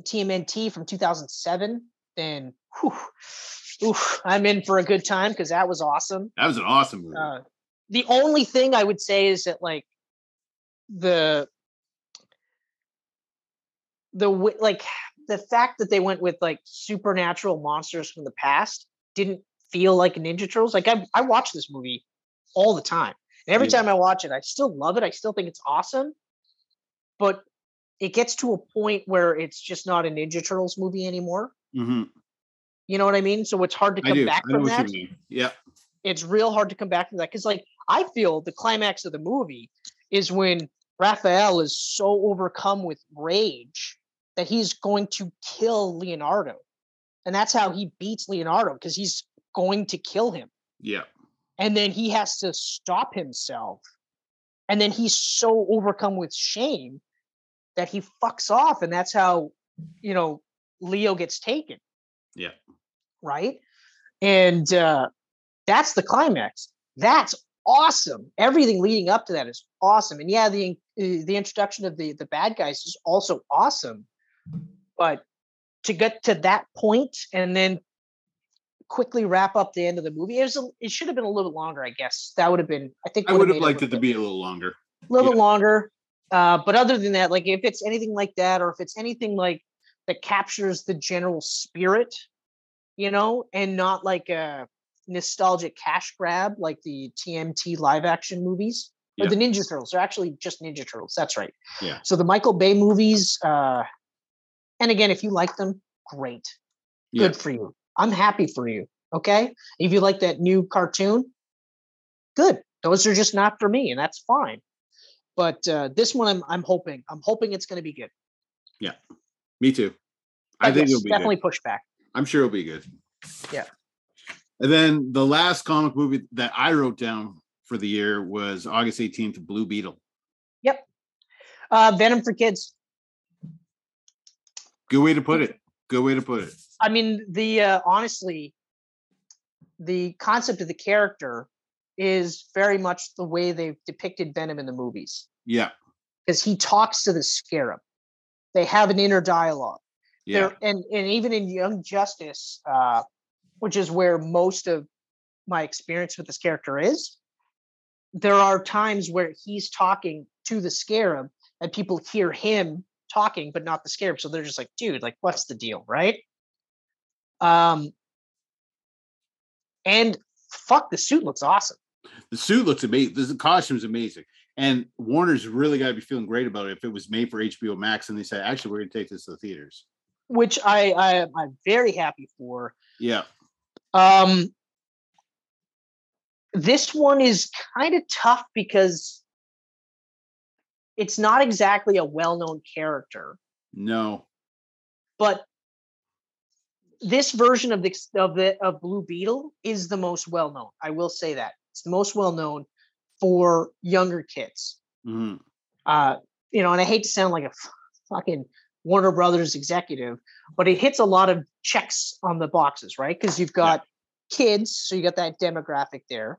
S1: TMNT from 2007, then whew, oof, I'm in for a good time because that was awesome.
S2: That was an awesome movie.
S1: Uh, the only thing I would say is that like the the wi- like the fact that they went with like supernatural monsters from the past didn't feel like Ninja Turtles. Like I I watch this movie all the time. And every
S2: Yeah.
S1: time I watch it, I still love it. I still think it's awesome. But it gets to a point where it's just not a Ninja Turtles movie anymore.
S2: Mhm.
S1: You know what I mean? So it's hard to
S2: I
S1: come
S2: do. I
S1: back
S2: know
S1: from
S2: what
S1: that
S2: you mean. Yeah.
S1: it's real hard to come back from that because like i feel the climax of the movie is when raphael is so overcome with rage that he's going to kill leonardo and that's how he beats leonardo because he's going to kill him
S2: Yeah.
S1: and then he has to stop himself and then he's so overcome with shame that he fucks off and that's how you know leo gets taken
S2: Yeah.
S1: right and uh that's the climax that's awesome everything leading up to that is awesome and yeah the uh, the introduction of the the bad guys is also awesome but to get to that point and then quickly wrap up the end of the movie. It, was a, it should have been a little bit longer, I guess. That would have been. I think
S2: I
S1: would've
S2: would have
S1: made
S2: liked
S1: a
S2: it to
S1: little
S2: be a little longer.
S1: bit- little bit longer. Uh, but other than that, like if it's anything like that, or if it's anything like that captures the general spirit, you know, and not like a nostalgic cash grab like the TMT live action movies or
S2: Yeah.
S1: the Ninja Turtles. They're actually just Ninja Turtles. That's right.
S2: Yeah.
S1: So the Michael Bay movies, uh, and again, if you like them, great
S2: Yeah.
S1: good for you. I'm happy for you. Okay. If you like that new cartoon, good. Those are just not for me, and that's fine. But uh, this one, I'm I'm hoping I'm hoping it's going to be good.
S2: Me too. I
S1: But
S2: think
S1: Oh, yes,
S2: it'll be good.
S1: definitely push back.
S2: I'm sure it'll be good.
S1: Yeah.
S2: And then the last comic movie that I wrote down for the year was August 18th, Blue Beetle.
S1: Uh, Venom for kids.
S2: Good way to put it. Good way to put it.
S1: I mean, the uh, honestly, the concept of the character is very much the way they've depicted Venom in the movies
S2: Yeah.
S1: because he talks to the Scarab. They have an inner dialogue.
S2: Yeah.
S1: there and and even in young justice uh which is where most of my experience with this character is there are times where he's talking to the scarab and people hear him talking but not the scarab so they're just like dude like what's the deal right um and fuck the suit looks awesome
S2: The suit looks amazing. The costume's amazing. And Warner's really got to be feeling great about it if it was made for HBO Max and they said, actually, we're going to take this to the theaters.
S1: which i i i'm very happy for
S2: Yeah.
S1: Um, this one is kind of tough because it's not exactly a well-known character,
S2: No.
S1: but this version of the of the of Blue Beetle is the most well known. I will say that it's the most well known for younger kids.
S2: Mhm.
S1: Uh, you know, and I hate to sound like a f- fucking Warner Brothers executive, but it hits a lot of checks on the boxes, right? Because you've got kids, so you got that demographic there.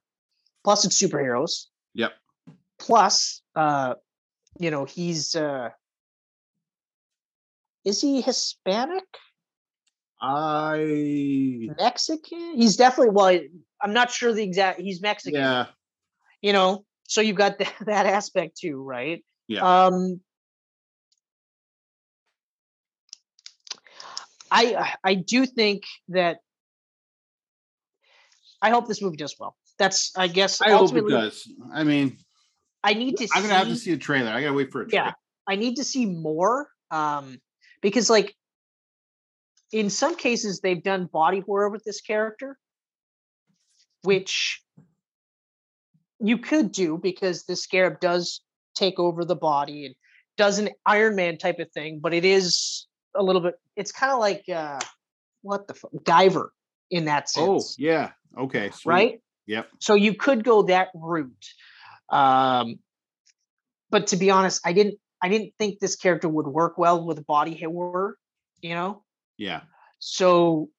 S1: Plus, it's superheroes.
S2: Yep.
S1: Plus, uh, you know, he's uh, is he Hispanic?
S2: I
S1: Mexican? He's definitely well. I'm not sure the exact. He's Mexican,
S2: yeah,
S1: you know. So you've got [laughs] that, that aspect too, right?
S2: Yeah.
S1: Um, I uh, I do think that I hope this movie does well. That's I guess
S2: I hope it
S1: ultimately,
S2: does. I mean,
S1: I need to.
S2: I'm gonna have to
S1: see-
S2: see a trailer. I gotta wait for a
S1: Yeah.
S2: trailer.
S1: I need to see more um, because, like, in some cases, they've done body horror with this character, which you could do because the scarab does take over the body and does an Iron Man type of thing, but it is a little bit. It's kind of like uh, what the fu- Guyver in that
S2: Oh
S1: sense,
S2: yeah, okay, sweet.
S1: right?
S2: Yep.
S1: So you could go that route. Um, but to be honest, I didn't I didn't think this character would work well with body horror, you know?
S2: Yeah,
S1: So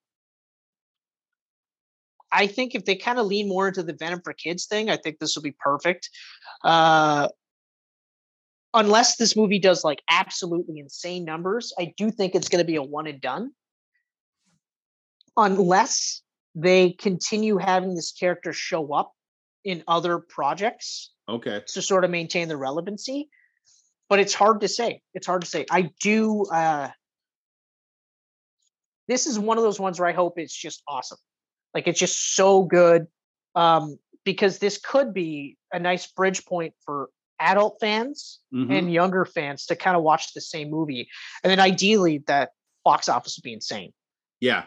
S1: I think if they kind of lean more into the Venom for Kids thing, I think this will be perfect. Uh unless this movie does like absolutely insane numbers, I do think it's going to be a one and done. Unless they continue having this character show up in other projects
S2: okay.
S1: to sort of maintain the relevancy. But it's hard to say. It's hard to say. I do. Uh, this is one of those ones where I hope it's just awesome. Like it's just so good um, because this could be a nice bridge point for adult fans
S2: Mhm.
S1: and younger fans to kind of watch the same movie, and then ideally that box office would be insane.
S2: Yeah.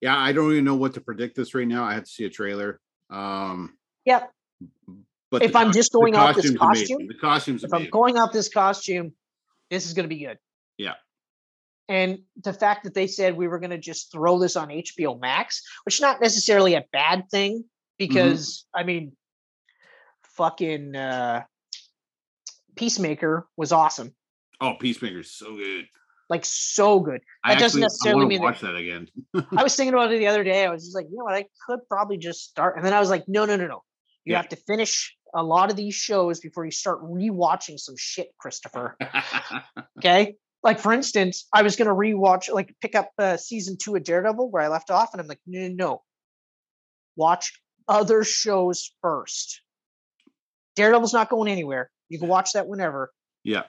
S2: Yeah, I don't even know what to predict this right now. I have to see a trailer. Um
S1: Yeah,
S2: but
S1: if
S2: the
S1: I'm
S2: cos-
S1: just
S2: the
S1: going off this
S2: costume's amazing.
S1: costume,
S2: the costume's
S1: if I'm
S2: amazing.
S1: going off this costume, this is going to be good.
S2: Yeah.
S1: And the fact that they said we were going to just throw this on HBO Max, which is not necessarily a bad thing
S2: Mm-hmm.
S1: because I mean, fucking uh, Peacemaker was awesome,
S2: Oh, Peacemaker's so good.
S1: like so good.
S2: I
S1: That doesn't
S2: actually,
S1: necessarily
S2: I wanna
S1: mean that-
S2: watch that again. [laughs]
S1: I was thinking about it the other day. I was just like, you know what? I could probably just start. And then I was like, no, no, no, no. You
S2: Yeah.
S1: have to finish a lot of these shows before you start rewatching some shit, Christopher. Okay. Like for instance, I was gonna rewatch, like pick up uh, season two of Daredevil where I left off, and I'm like, no, no, no. Watch other shows first. Daredevil's not going anywhere. You can watch that whenever.
S2: yeah.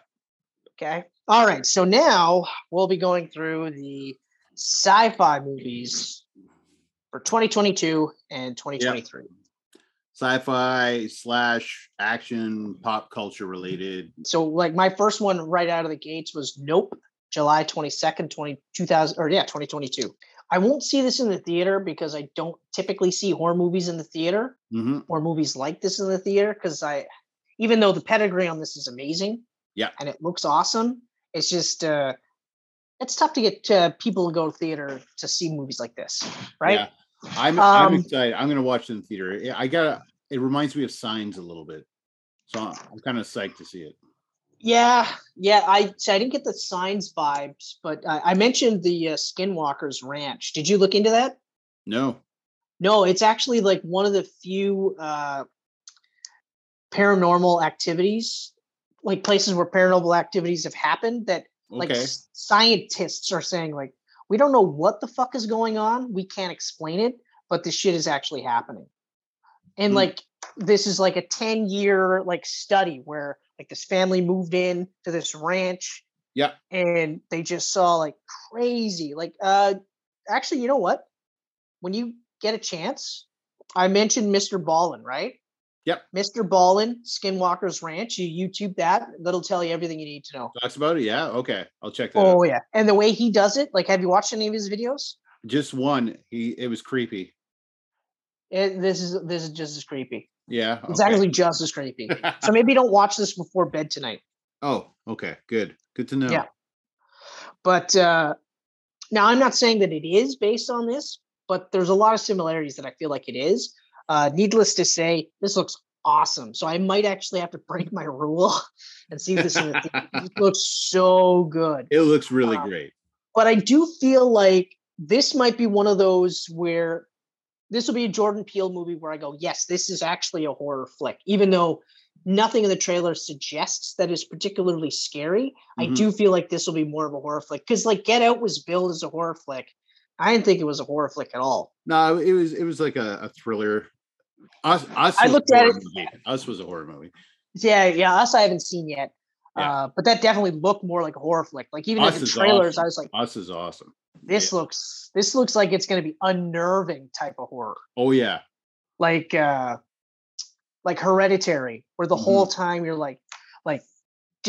S1: Okay. All right. So now we'll be going through the sci-fi movies for 2022 and 2023.
S2: Sci-fi slash action pop culture related.
S1: So like my first one right out of the gates was Nope, July 22nd, 20, 2000 or yeah, 2022. I won't see this in the theater because I don't typically see horror movies in the theater
S2: Mhm.
S1: or movies like this in the theater because I even though the pedigree on this is amazing,
S2: Yeah.
S1: and it looks awesome, it's just uh it's tough to get uh, people to go to theater to see movies like this, right?
S2: Yeah. I'm
S1: Um,
S2: I'm excited. I'm gonna watch it in theater. Yeah, I gotta it reminds me of signs a little bit. So I'm kind of psyched to see it.
S1: Yeah, yeah. I so I didn't get the signs vibes, but I, I mentioned the uh, Skinwalker's Ranch. Did you look into that?
S2: No.
S1: No, it's actually like one of the few uh, paranormal activities, like places where paranormal activities have happened that like
S2: Okay.
S1: s- scientists are saying like we don't know what the fuck is going on, we can't explain it, but this shit is actually happening. And
S2: Hmm.
S1: like this is like a 10 year like study where like this family moved in to this ranch
S2: Yeah.
S1: and they just saw like crazy like uh actually you know what when you get a chance i mentioned mr ballin right
S2: Yep.
S1: mr ballin skinwalker's ranch you youtube that that'll tell you everything you need to know
S2: Talks about it. Yeah. Okay. I'll check that out.
S1: oh yeah and the way he does it like have you watched any of his videos
S2: just one he it was creepy
S1: it, this is this is just as creepy
S2: yeah
S1: it's
S2: okay.
S1: actually just as creepy so maybe don't watch this before bed tonight
S2: oh okay good good to know
S1: Yeah. but uh Now, I'm not saying that it is based on this, but there's a lot of similarities that I feel like it is. Uh, needless to say, this looks awesome. So I might actually have to break my rule [laughs] and see this. In the theater. it looks so good.
S2: [laughs] It looks really
S1: Uh,
S2: great.
S1: But I do feel like this might be one of those where this will be a Jordan Peele movie where I go, yes, this is actually a horror flick, even though nothing in the trailer suggests that it's particularly scary. I
S2: Mhm.
S1: do feel like this will be more of a horror flick because, like, Get Out was billed as a horror flick. I didn't think it was a horror flick at all.
S2: No, it was it was like a, a thriller. Us, us
S1: I
S2: was a
S1: looked at
S2: horror
S1: it-
S2: Movie. Us was a horror movie.
S1: Yeah, yeah, us I haven't seen yet.
S2: Yeah.
S1: Uh, but that definitely looked more like a horror flick. Like even
S2: Us
S1: at the
S2: is
S1: trailers,
S2: awesome.
S1: I was like,
S2: Us is awesome.
S1: this looks this looks like it's gonna be unnerving type of horror.
S2: Oh yeah,
S1: Like uh like hereditary, where the whole time you're like like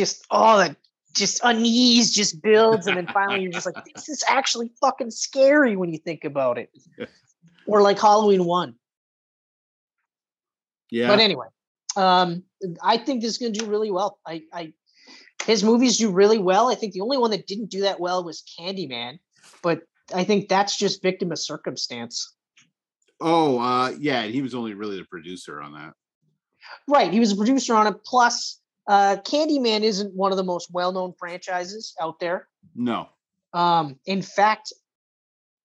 S1: just all that just unease just builds and then finally you're just like, this is actually fucking scary when you think about it. Or like Halloween one.
S2: yeah.
S1: But anyway, um, I think this is going to do really well. I, I, his movies do really well. I think the only one that didn't do that well was Candyman, but I think that's just victim of circumstance.
S2: oh uh, yeah, and he was only really the producer on that.
S1: Right, he was a producer on it. Plus, uh, Candyman isn't one of the most well-known franchises out there.
S2: No,
S1: Um, in fact,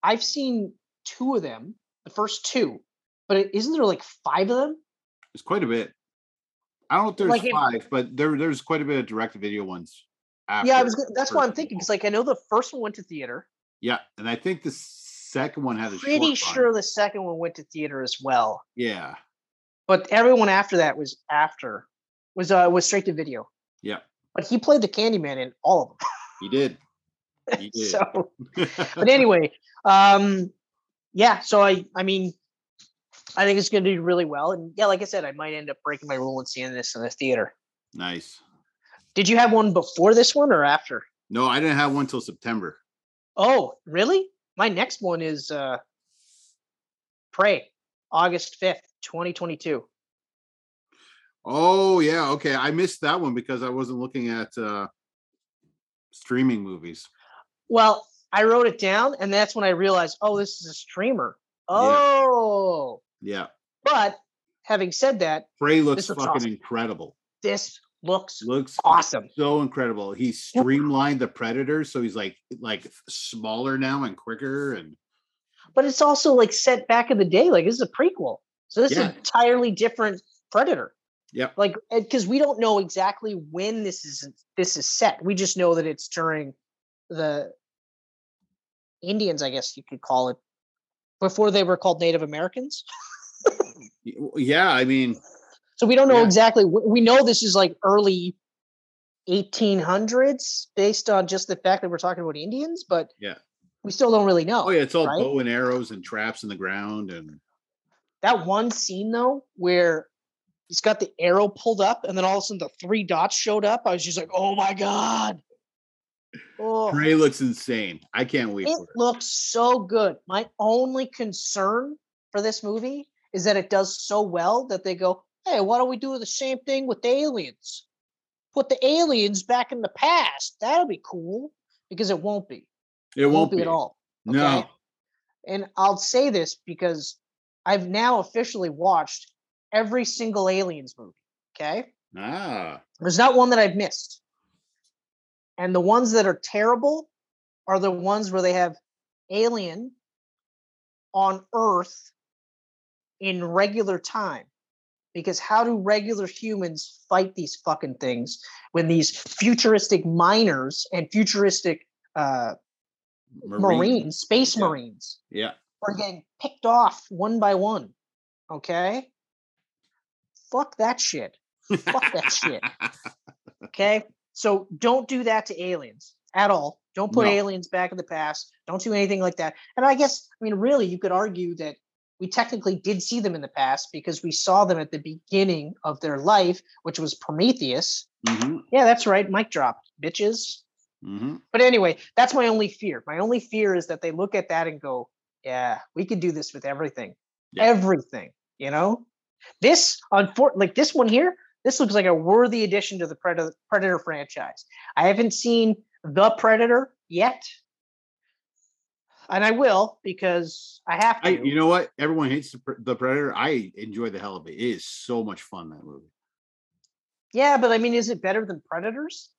S1: I've seen two of them, the first two, but isn't there like five of them?
S2: it's quite a bit. I don't know if there's
S1: Like it-
S2: five, but there there's quite a bit of direct video ones. After.
S1: yeah, I was. gonna- That's why
S2: first
S1: I'm thinking
S2: one.
S1: because like I know the first one went to theater.
S2: Yeah, and I think the second one had a
S1: pretty
S2: short one.
S1: sure the second one went to theater as well,
S2: Yeah,
S1: but everyone after that was after was uh was straight to video.
S2: Yeah.
S1: but he played the Candyman in all of them. [laughs]
S2: he did. He did. [laughs]
S1: So, but anyway, um, yeah. So I, I mean, I think it's going to do really well, and yeah, like I said, I might end up breaking my rule and seeing this in the theater.
S2: nice.
S1: Did you have one before this one or after?
S2: No, I didn't have one till September.
S1: Oh, really? My next one is uh, Prey, August fifth, twenty twenty two.
S2: Oh yeah, okay. I missed that one because I wasn't looking at uh streaming movies.
S1: Well, I wrote it down, and that's when I realized, oh, this is a streamer.
S2: Yeah.
S1: Oh,
S2: Yeah.
S1: but having said that,
S2: Prey looks
S1: This looks
S2: fucking
S1: awesome.
S2: incredible.
S1: this looks
S2: Looks
S1: awesome.
S2: so incredible. He streamlined the predator, so he's like like smaller now and quicker and
S1: But it's also like set back in the day, like this is a prequel, so this
S2: Yeah.
S1: is entirely different Predator.
S2: Yep.
S1: Like, because we don't know exactly when this is this is set. We just know that it's during the Indians, I guess you could call it, before they were called Native Americans.
S2: Y- yeah, I mean
S1: So we don't know
S2: Yeah.
S1: exactly. wh- We know this is like early 1800s based on just the fact that we're talking about Indians, but
S2: Yeah.
S1: we still don't really know.
S2: oh yeah, it's all
S1: right?
S2: bow and arrows and traps in the ground and
S1: That one scene though, where he's got the arrow pulled up and then all of a sudden the three dots showed up. I was just like, oh my God. Oh,
S2: Prey looks insane. I can't wait
S1: it
S2: for it.
S1: looks so good. My only concern for this movie is that it does so well that they go, hey, why don't we do the same thing with the aliens? Put the aliens back in the past. That'll be cool because it won't be.
S2: It won't be
S1: at all.
S2: No.
S1: okay? And I'll say this because I've now officially watched every single aliens movie. Okay.
S2: Ah.
S1: There's not one that I've missed. And the ones that are terrible are the ones where they have alien on Earth in regular time. Because how do regular humans fight these fucking things when these futuristic miners and futuristic uh, marines, space
S2: Yeah.
S1: marines,
S2: Yeah.
S1: are getting picked off one by one? Okay? Fuck that shit. Fuck that shit. Okay. So don't do that to aliens at all. Don't put
S2: No.
S1: aliens back in the past. Don't do anything like that. And I guess, I mean, really, you could argue that we technically did see them in the past because we saw them at the beginning of their life, which was Prometheus.
S2: Mhm,
S1: Yeah, that's right. Mic drop, bitches.
S2: mhm.
S1: But anyway, that's my only fear. My only fear is that they look at that and go, yeah, we could do this with everything.
S2: Yeah.
S1: Everything, you know? This unfor- like this one here, this looks like a worthy addition to the Predator Predator franchise. I haven't seen The Predator yet. and I will because I have to.
S2: I, you know what? Everyone hates the, Pre- the Predator. I enjoy the hell of it. It is so much fun that movie.
S1: yeah, but I mean, is it better than Predators?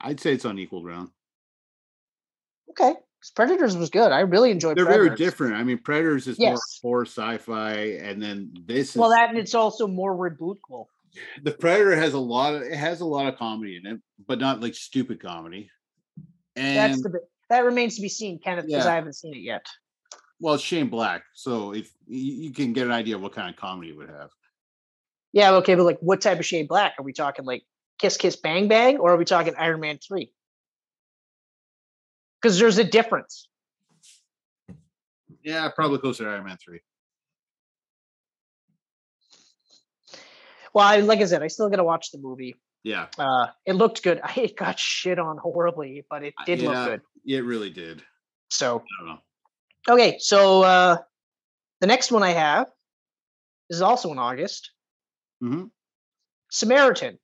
S2: I'd say it's on equal ground.
S1: Okay, 'cause Predators was good. I really enjoyed.
S2: They're
S1: Predators.
S2: very different. I mean, Predators is
S1: Yes.
S2: more horror sci-fi, and then this is
S1: Well, that and it's also more rebootable.
S2: the Predator has a lot of it has a lot of comedy in it, but not like stupid comedy. And
S1: That's the bit- that remains to be seen, Kenneth, because
S2: Yeah.
S1: I haven't seen it yet.
S2: well, it's Shane Black, so if you you can get an idea of what kind of comedy it would have.
S1: Yeah, okay, but like, what type of Shane Black are we talking? Like, Kiss Kiss Bang Bang, or are we talking Iron Man Three? Because there's a difference.
S2: Yeah, probably closer to Iron Man three.
S1: Well, I, like I said, I still got to watch the movie.
S2: Yeah,
S1: Uh, it looked good. [laughs] It got shit on horribly, but it
S2: Uh,
S1: did
S2: yeah.
S1: look good.
S2: it really did.
S1: So
S2: I don't know.
S1: Okay, so uh, the next one I have is also in August.
S2: Mhm.
S1: Samaritan.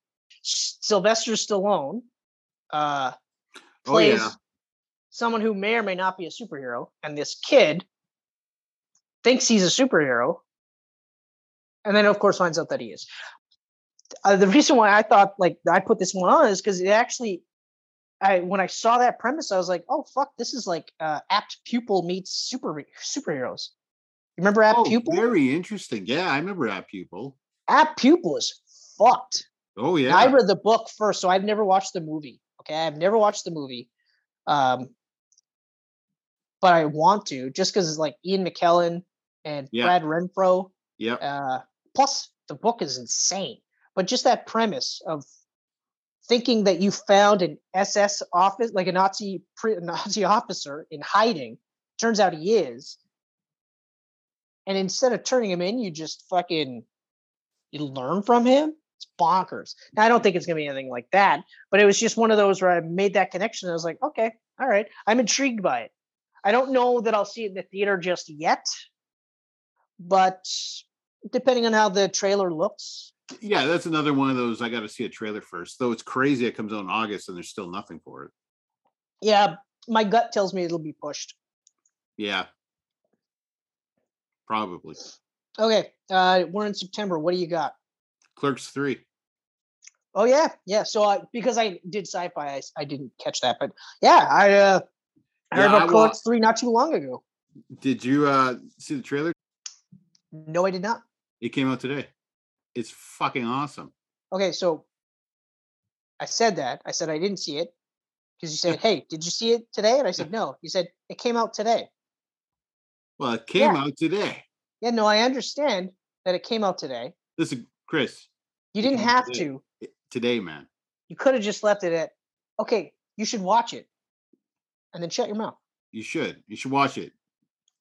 S1: S- Sylvester Stallone uh,
S2: Oh yeah.
S1: plays someone who may or may not be a superhero, and this kid thinks he's a superhero, and then of course finds out that he is. Uh, the reason why I thought like I put this one on is because it actually, I when I saw that premise, I was like, oh fuck, this is like uh, apt pupil meets super superheroes. You remember apt
S2: Oh,
S1: pupil?
S2: very interesting. Yeah, I remember that pupil.
S1: apt pupil is fucked.
S2: Oh
S1: And I
S2: yeah.
S1: read the book first, so I've never watched the movie. Okay, I've never watched the movie, um, but I want to just because it's like Ian McKellen and
S2: Yeah.
S1: Brad Renfro.
S2: Yep.
S1: Uh, plus, the book is insane. But just that premise of thinking that you found an SS office, like a Nazi pre- [laughs] Nazi officer in hiding, turns out he is. And instead of turning him in, you just fucking you learn from him. It's bonkers. Now, I don't think it's gonna be anything like that, but it was just one of those where I made that connection. I was like, okay, all right, I'm intrigued by it. I don't know that I'll see it in the theater just yet, but depending on how the trailer looks,
S2: Yeah, that's another one of those I got to see a trailer first. Though it's crazy it comes out in August and there's still nothing for it.
S1: yeah, my gut tells me it'll be pushed.
S2: Yeah. Probably.
S1: Okay, uh, we're in September. What do you got?
S2: Clerks 3.
S1: Oh yeah, yeah. So I, because I did sci-fi, I, s- I didn't catch that, but yeah, I uh, I
S2: Yeah,
S1: heard about
S2: I wa-
S1: Clerks three not too long ago.
S2: Did you uh see the trailer?
S1: No, I did not.
S2: It came out today. It's fucking awesome.
S1: Okay, so I said that. I said I didn't see it because you said,
S2: [laughs]
S1: "Hey, did you see it today?" And I said, "No." You said it came out today.
S2: Well, it came
S1: Yeah.
S2: out today.
S1: Yeah, no, I understand that it came out today.
S2: Listen, Chris,
S1: You didn't
S2: came out
S1: have
S2: today.
S1: to.
S2: it- today, man.
S1: You could have just left it at, "Okay, you should watch it," and then shut your mouth.
S2: You should. You should watch it.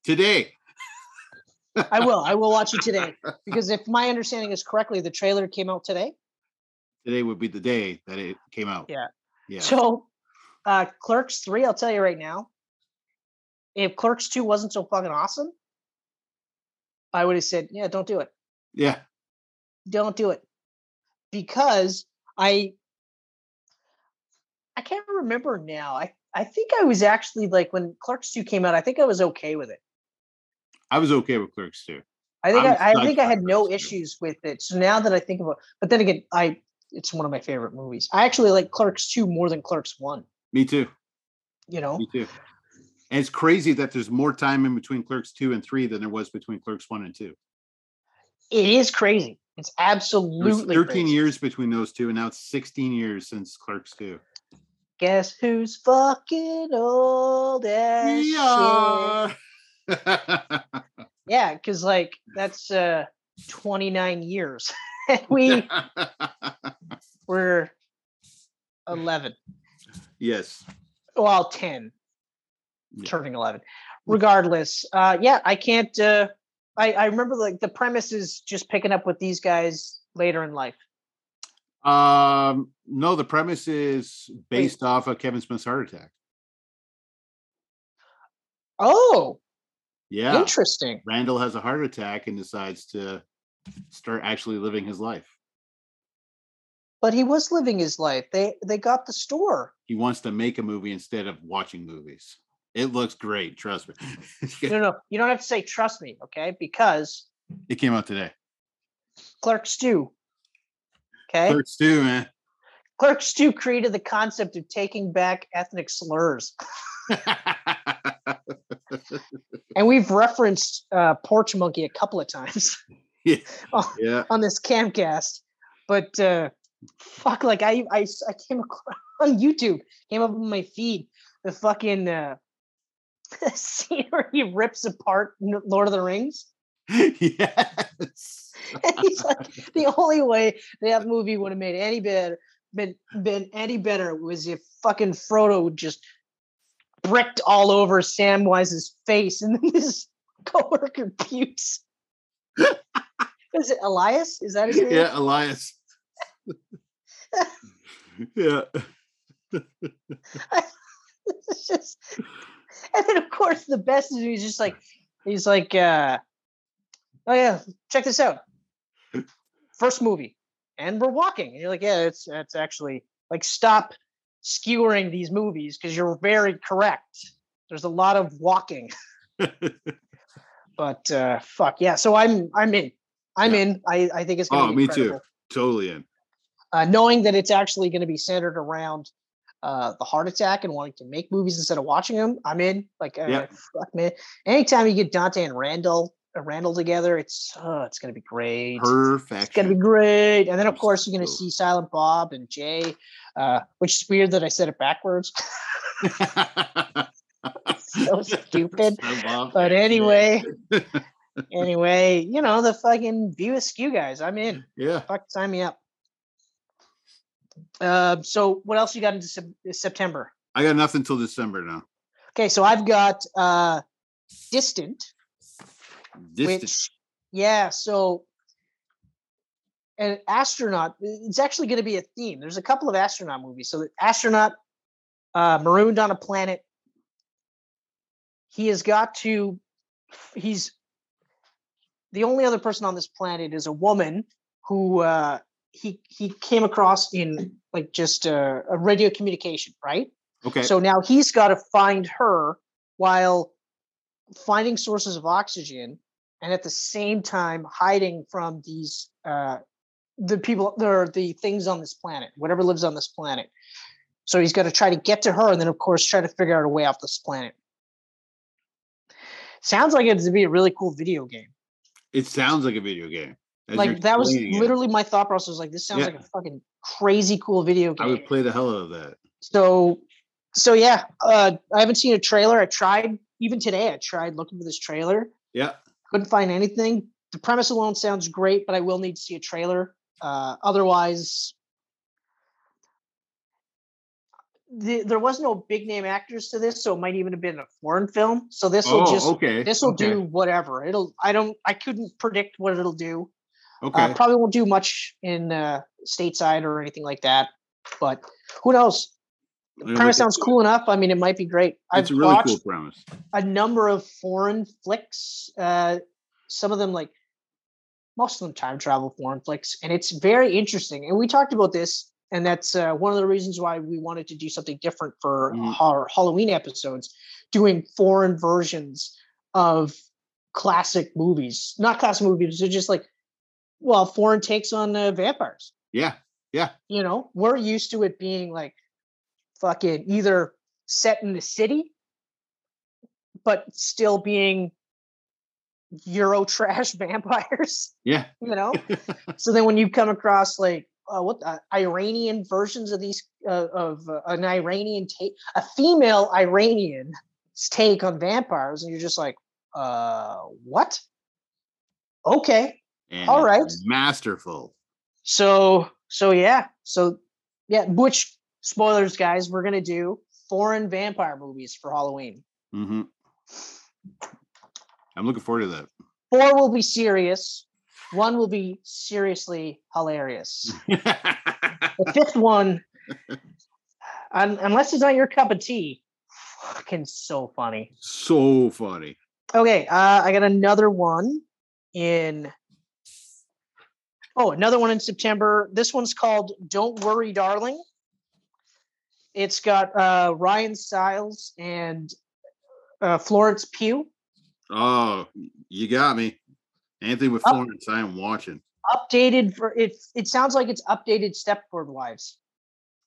S2: Today.
S1: I will. I will watch it today because if my understanding is correctly, the trailer came out today.
S2: Today would be the day that it came out.
S1: Yeah.
S2: Yeah.
S1: So, uh, Clerks three, I'll tell you right now. If Clerks two wasn't so fucking awesome, I would have said, "Yeah, don't do it.
S2: yeah.
S1: Don't do it," because I I can't remember now. I I think I was actually like when Clerks two came out. I think I was okay with it.
S2: I was okay with Clerks too.
S1: I think
S2: I'm
S1: I, I
S2: psyched
S1: think I
S2: by
S1: had no
S2: Clerks 2.
S1: issues with it. So now that I think about, but then again, I it's one of my favorite movies. I actually like Clerks two more than Clerks one.
S2: Me too.
S1: You know,
S2: Me too. And it's crazy that there's more time in between Clerks 2 and 3 than there was between Clerks 1 and 2.
S1: it is crazy. It's
S2: There was
S1: absolutely
S2: 13
S1: crazy.
S2: years between those two, and now it's 16 years since Clerks 2.
S1: Guess who's fucking old as
S2: We
S1: shit?
S2: are.
S1: Yeah, because like that's uh 29 years. [laughs] and we were 11,
S2: [laughs] yes.
S1: well, 10,
S2: Yeah.
S1: turning 11. Regardless, uh, yeah, I can't. Uh, I I remember like the premise is just picking up with these guys later in life.
S2: Um, no, the premise is based off of Kevin Smith's heart attack.
S1: Oh,
S2: Yeah.
S1: interesting.
S2: Randall has a heart attack and decides to start actually living his life.
S1: But he was living his life. They they got the store.
S2: He wants to make a movie instead of watching movies. It looks great. Trust me.
S1: No, no, you don't have to say trust me, okay? Because
S2: [laughs] it came out today.
S1: Clerks Two. Okay.
S2: Clerks too, man.
S1: Clerks Two created the concept of taking back ethnic slurs. And we've referenced uh, Porch Monkey a couple of times
S2: yeah.
S1: on this camcast. But uh, fuck, like I, I, I came across [laughs] on YouTube, came up on my feed, the fucking uh, [laughs] scene where he rips apart Lord of the Rings.
S2: [laughs]
S1: [laughs]
S2: Yes.
S1: And he's like, the only way that movie would have made any better been been any better was if fucking Frodo just bricked all over Samwise's face, and then [laughs] his coworker pukes. [laughs] Is it Elias? Is that his name?
S2: Yeah, Elias. [laughs] yeah.
S1: [laughs] It's just, and then of course the best is he's just like he's like, uh, oh yeah, check this out. First movie, and we're walking, and you're like, yeah, it's it's actually like stop skewering these movies because you're very correct. There's a lot of
S2: [laughs]
S1: walking, [laughs] but uh, fuck yeah. So I'm I'm in. I'm
S2: Yeah.
S1: in. I, I think it's gonna
S2: Oh,
S1: be
S2: me
S1: incredible.
S2: too. Totally in.
S1: uh, knowing that it's actually going to be centered around uh, the heart attack and wanting to make movies instead of watching them, I'm in. Like, uh,
S2: Yeah.
S1: fuck, man. Anytime you get Dante and Randall, uh, Randall together, it's uh, it's going to be great. It's
S2: Perfect.
S1: going to be great. And then, of
S2: I'm
S1: course, you're going to
S2: so-
S1: see Silent Bob and Jay, uh, which is weird that I said it backwards. [laughs]
S2: [laughs]
S1: so stupid. But anyway, anyway, you know, the fucking View Askew guys, I'm in.
S2: Yeah.
S1: Fuck, sign me up. Uh, so what else you got into Sep- September?
S2: I got nothing till December now.
S1: Okay, so I've got uh, Distant,
S2: Distant.
S1: which yeah, so an astronaut. It's actually going to be a theme. There's a couple of astronaut movies. So the astronaut uh, marooned on a planet. He has got to. He's the only other person on this planet is a woman who uh, he he came across in like just a, a radio communication, right?
S2: Okay.
S1: So now he's got to find her while finding sources of oxygen and at the same time hiding from these uh the people or the things on this planet, whatever lives on this planet. So he's got to try to get to her and then of course try to figure out a way off this planet. Sounds like it's to be a really cool video game.
S2: it sounds like a video game. As you're
S1: like that was
S2: explaining it,
S1: literally my thought process. Like this sounds
S2: Yeah.
S1: like a fucking crazy cool video
S2: I
S1: game
S2: would play the hell out of that.
S1: so so yeah uh i haven't seen a trailer i tried even today i tried looking for this trailer
S2: Yeah.
S1: couldn't find anything the premise alone sounds great but i will need to see a trailer uh otherwise the, there was no big name actors to this so it might even have been a foreign film so this will
S2: Oh,
S1: just
S2: okay.
S1: this will
S2: okay,
S1: do whatever it'll i don't i couldn't predict what it'll do
S2: Okay.
S1: uh, probably won't do much in uh, stateside or anything like that. But who knows?
S2: I'm gonna look
S1: Premise sounds
S2: into it.
S1: cool enough. I mean, it might be great. I've
S2: It's a really
S1: watched
S2: cool premise.
S1: a number of foreign flicks. Uh, some of them, like most of them, time travel foreign flicks, and it's very interesting. And we talked about this, and that's uh, one of the reasons why we wanted to do something different for
S2: Mm.
S1: our Halloween episodes, doing foreign versions of classic movies. Not classic movies; they're just like well, foreign takes on uh, vampires
S2: Yeah.
S1: you know we're used to it being like fucking either set in the city but still being euro trash [laughs] vampires
S2: Yeah.
S1: you know so then when you come across like uh, what uh, iranian versions of these uh, of uh, an iranian take a female iranian's take on vampires and you're just like uh what okay
S2: And
S1: All right.
S2: it's Masterful.
S1: so so yeah. So yeah, which spoilers, guys, we're gonna do foreign vampire movies for Halloween.
S2: hmm I'm looking forward to that.
S1: Four will be serious, one will be seriously hilarious. The fifth one, un- unless it's not your cup of tea, fucking so funny.
S2: [laughs] so funny.
S1: Okay, uh, I got another one in. Oh, another one in September. This one's called "Don't Worry, Darling." It's got uh, Ryan Stiles and uh, Florence Pugh.
S2: Oh, you got me. Anything with
S1: Up.
S2: Florence, I am watching.
S1: Updated for it. It sounds like it's updated Stepford Wives.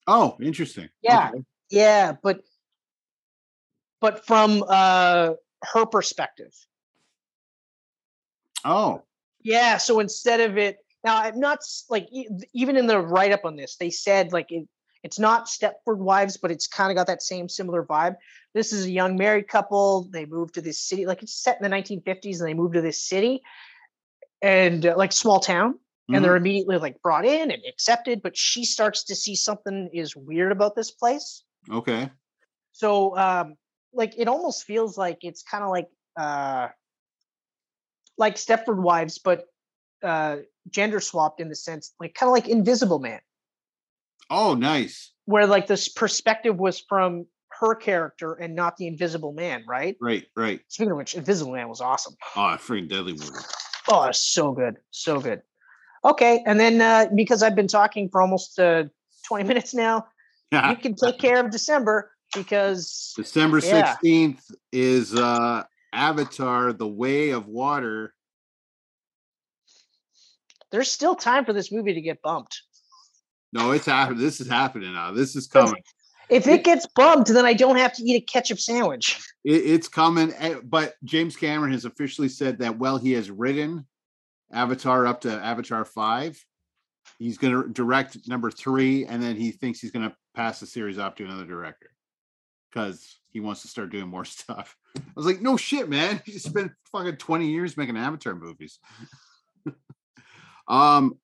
S2: Oh, interesting.
S1: Yeah.
S2: Okay.
S1: Yeah, but but from uh, her perspective.
S2: Oh,
S1: Yeah. So instead of it, now I'm not s- like e- even in the write up on this, they said like it, it's not Stepford Wives, but it's kind of got that same similar vibe. This is a young married couple. They moved to this city, like it's set in the 1950s, and they moved to this city and uh, like small town,
S2: mm-hmm.
S1: and they're immediately like brought in and accepted. But she starts to see something is weird about this place.
S2: mhm. okay.
S1: So um like it almost feels like it's kind of like uh like Stepford Wives, but uh gender swapped in the sense like kind of like Invisible Man,
S2: Oh, nice.
S1: where like this perspective was from her character and not the Invisible Man, right?
S2: Right, right.
S1: Speaking of which, Invisible Man was awesome.
S2: Oh, a freaking deadly movie.
S1: Oh, it's so good, so good. Okay, and then uh, because I've been talking for almost uh, twenty minutes now,
S2: [laughs] Ah.
S1: you can take care of December because
S2: December
S1: Yeah.
S2: sixteenth is uh Avatar: The Way of Water.
S1: there's still time for this movie to get bumped.
S2: No, it's happening. This is happening now. This is coming.
S1: If it gets bumped, then I don't have to eat a ketchup sandwich. [sighs]
S2: It, it's coming. eh, But James Cameron has officially said that while he has written Avatar up to Avatar five, he's going to direct number three, and then he thinks he's going to pass the series off to another director because he wants to start doing more [laughs] stuff. I was like, no shit, man. [laughs] You spent fucking twenty years making Avatar movies. [laughs] um,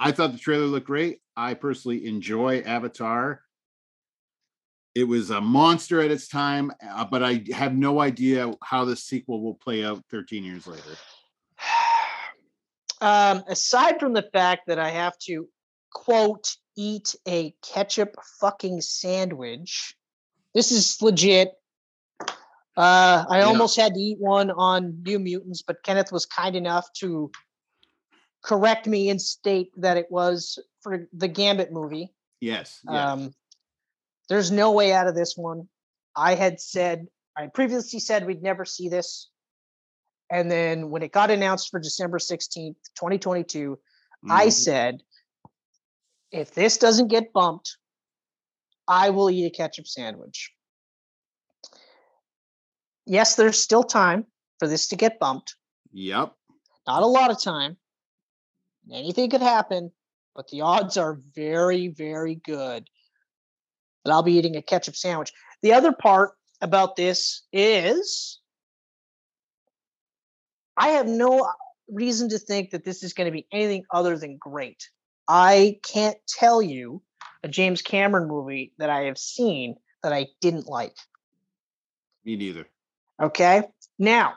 S2: I thought the trailer looked great. I personally enjoy Avatar it was a monster at its time, uh, but I have no idea how the sequel will play out 13 years later.
S1: Um, aside from the fact that I have to quote eat a ketchup fucking sandwich, this is legit. Uh, I
S2: Yeah.
S1: almost had to eat one on New Mutants, but Kenneth was kind enough to correct me and state that it was for the Gambit movie.
S2: Yes. Yeah.
S1: Um, there's no way out of this one. I had said, I previously said we'd never see this. And then when it got announced for December 16th, 2022, I
S2: Mhm.
S1: said, if this doesn't get bumped, I will eat a ketchup sandwich. Yes, there's still time for this to get bumped.
S2: Yep.
S1: Not a lot of time. Anything could happen, but the [laughs] odds are very, very good. But I'll be eating a ketchup sandwich. The other part about this is I have no reason to think that this is going to be anything other than great. I can't tell you a James Cameron movie that I have seen that I didn't like.
S2: Me neither.
S1: Okay. Now,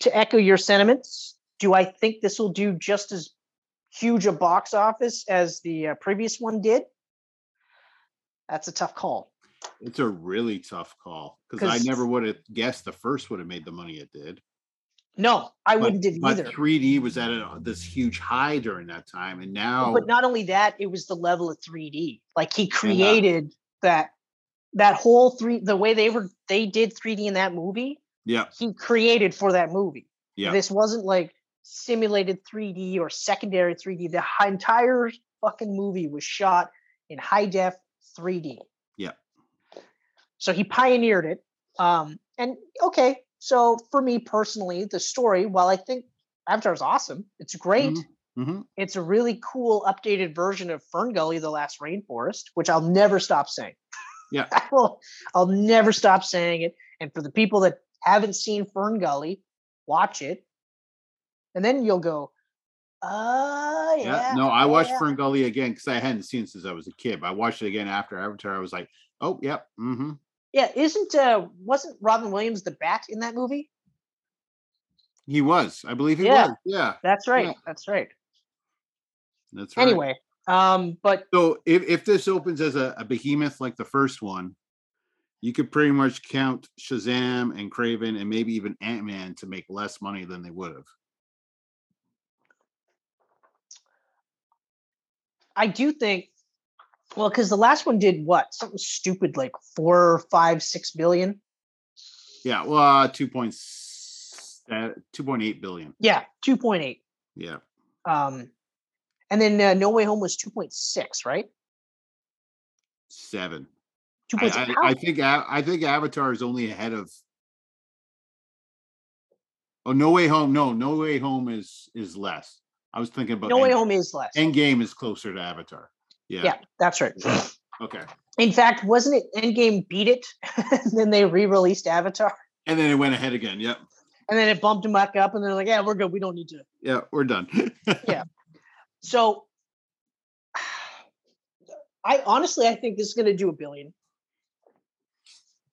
S1: to echo your sentiments, do I think this will do just as huge a box office as the uh, previous one did? That's a tough call.
S2: It's a really tough call because I
S1: 'Cause-
S2: never would have guessed the first would have made the money it did.
S1: No, I
S2: But,
S1: wouldn't have
S2: but
S1: either.
S2: 3D was at a, this huge high during that time, and now
S1: Oh, But not only that, it was the level of 3D. Like he created that that whole three the way they were they did 3D in that movie,
S2: yeah,
S1: he created for that movie.
S2: Yeah.
S1: This wasn't like simulated 3D or secondary 3D. The hi- entire fucking movie was shot in high def 3D.
S2: Yeah.
S1: So he pioneered it. Um, and okay, so for me personally, the story, while I think Avatar's awesome, it's great.
S2: mhm,
S1: It's a really cool updated version of Fern Gully, The Last Rainforest, which I'll never stop saying.
S2: Yeah.
S1: [laughs] I will, I'll never stop saying it. And for the people that haven't seen Fern Gully, watch it. And then you'll go, uh, yeah.
S2: yeah. No, I watched
S1: yeah."
S2: Fern Gully again because I hadn't seen it since I was a kid. but I watched it again after Avatar. I was like, oh, yep. Mm-hmm.
S1: Yeah. Isn't, uh, wasn't Robin Williams the bat in that movie?
S2: He was. I believe he
S1: Yeah.
S2: was. Yeah.
S1: That's right.
S2: Yeah.
S1: That's right.
S2: That's right.
S1: Anyway, um, but
S2: So if, if this opens as a, a behemoth like the first one, you could pretty much count Shazam and Craven and maybe even Ant Man to make less money than they would have.
S1: I do think, well, because the last one did what? Something stupid like four, five, six billion.
S2: Yeah, well, uh, two points, uh, two point eight billion.
S1: Yeah, two point eight.
S2: Yeah,
S1: Um, and then uh, No Way Home was two point six, right?
S2: seven.
S1: Two
S2: I,
S1: point six.
S2: I, I think A- I think Avatar is only ahead of. Oh, No Way Home. No, No Way Home is is less. I was thinking about
S1: No Way
S2: End,
S1: Home is less.
S2: Endgame is closer to Avatar. Yeah.
S1: yeah, that's right.
S2: Okay.
S1: In fact, wasn't it Endgame beat it? [laughs] and then they re-released Avatar,
S2: And then it went ahead again. Yep.
S1: and then it bumped them back up, and they're like, "Yeah, we're good. We don't need to."
S2: Yeah, we're done. [laughs]
S1: So, [sighs] I honestly, I think this is going to do a billion.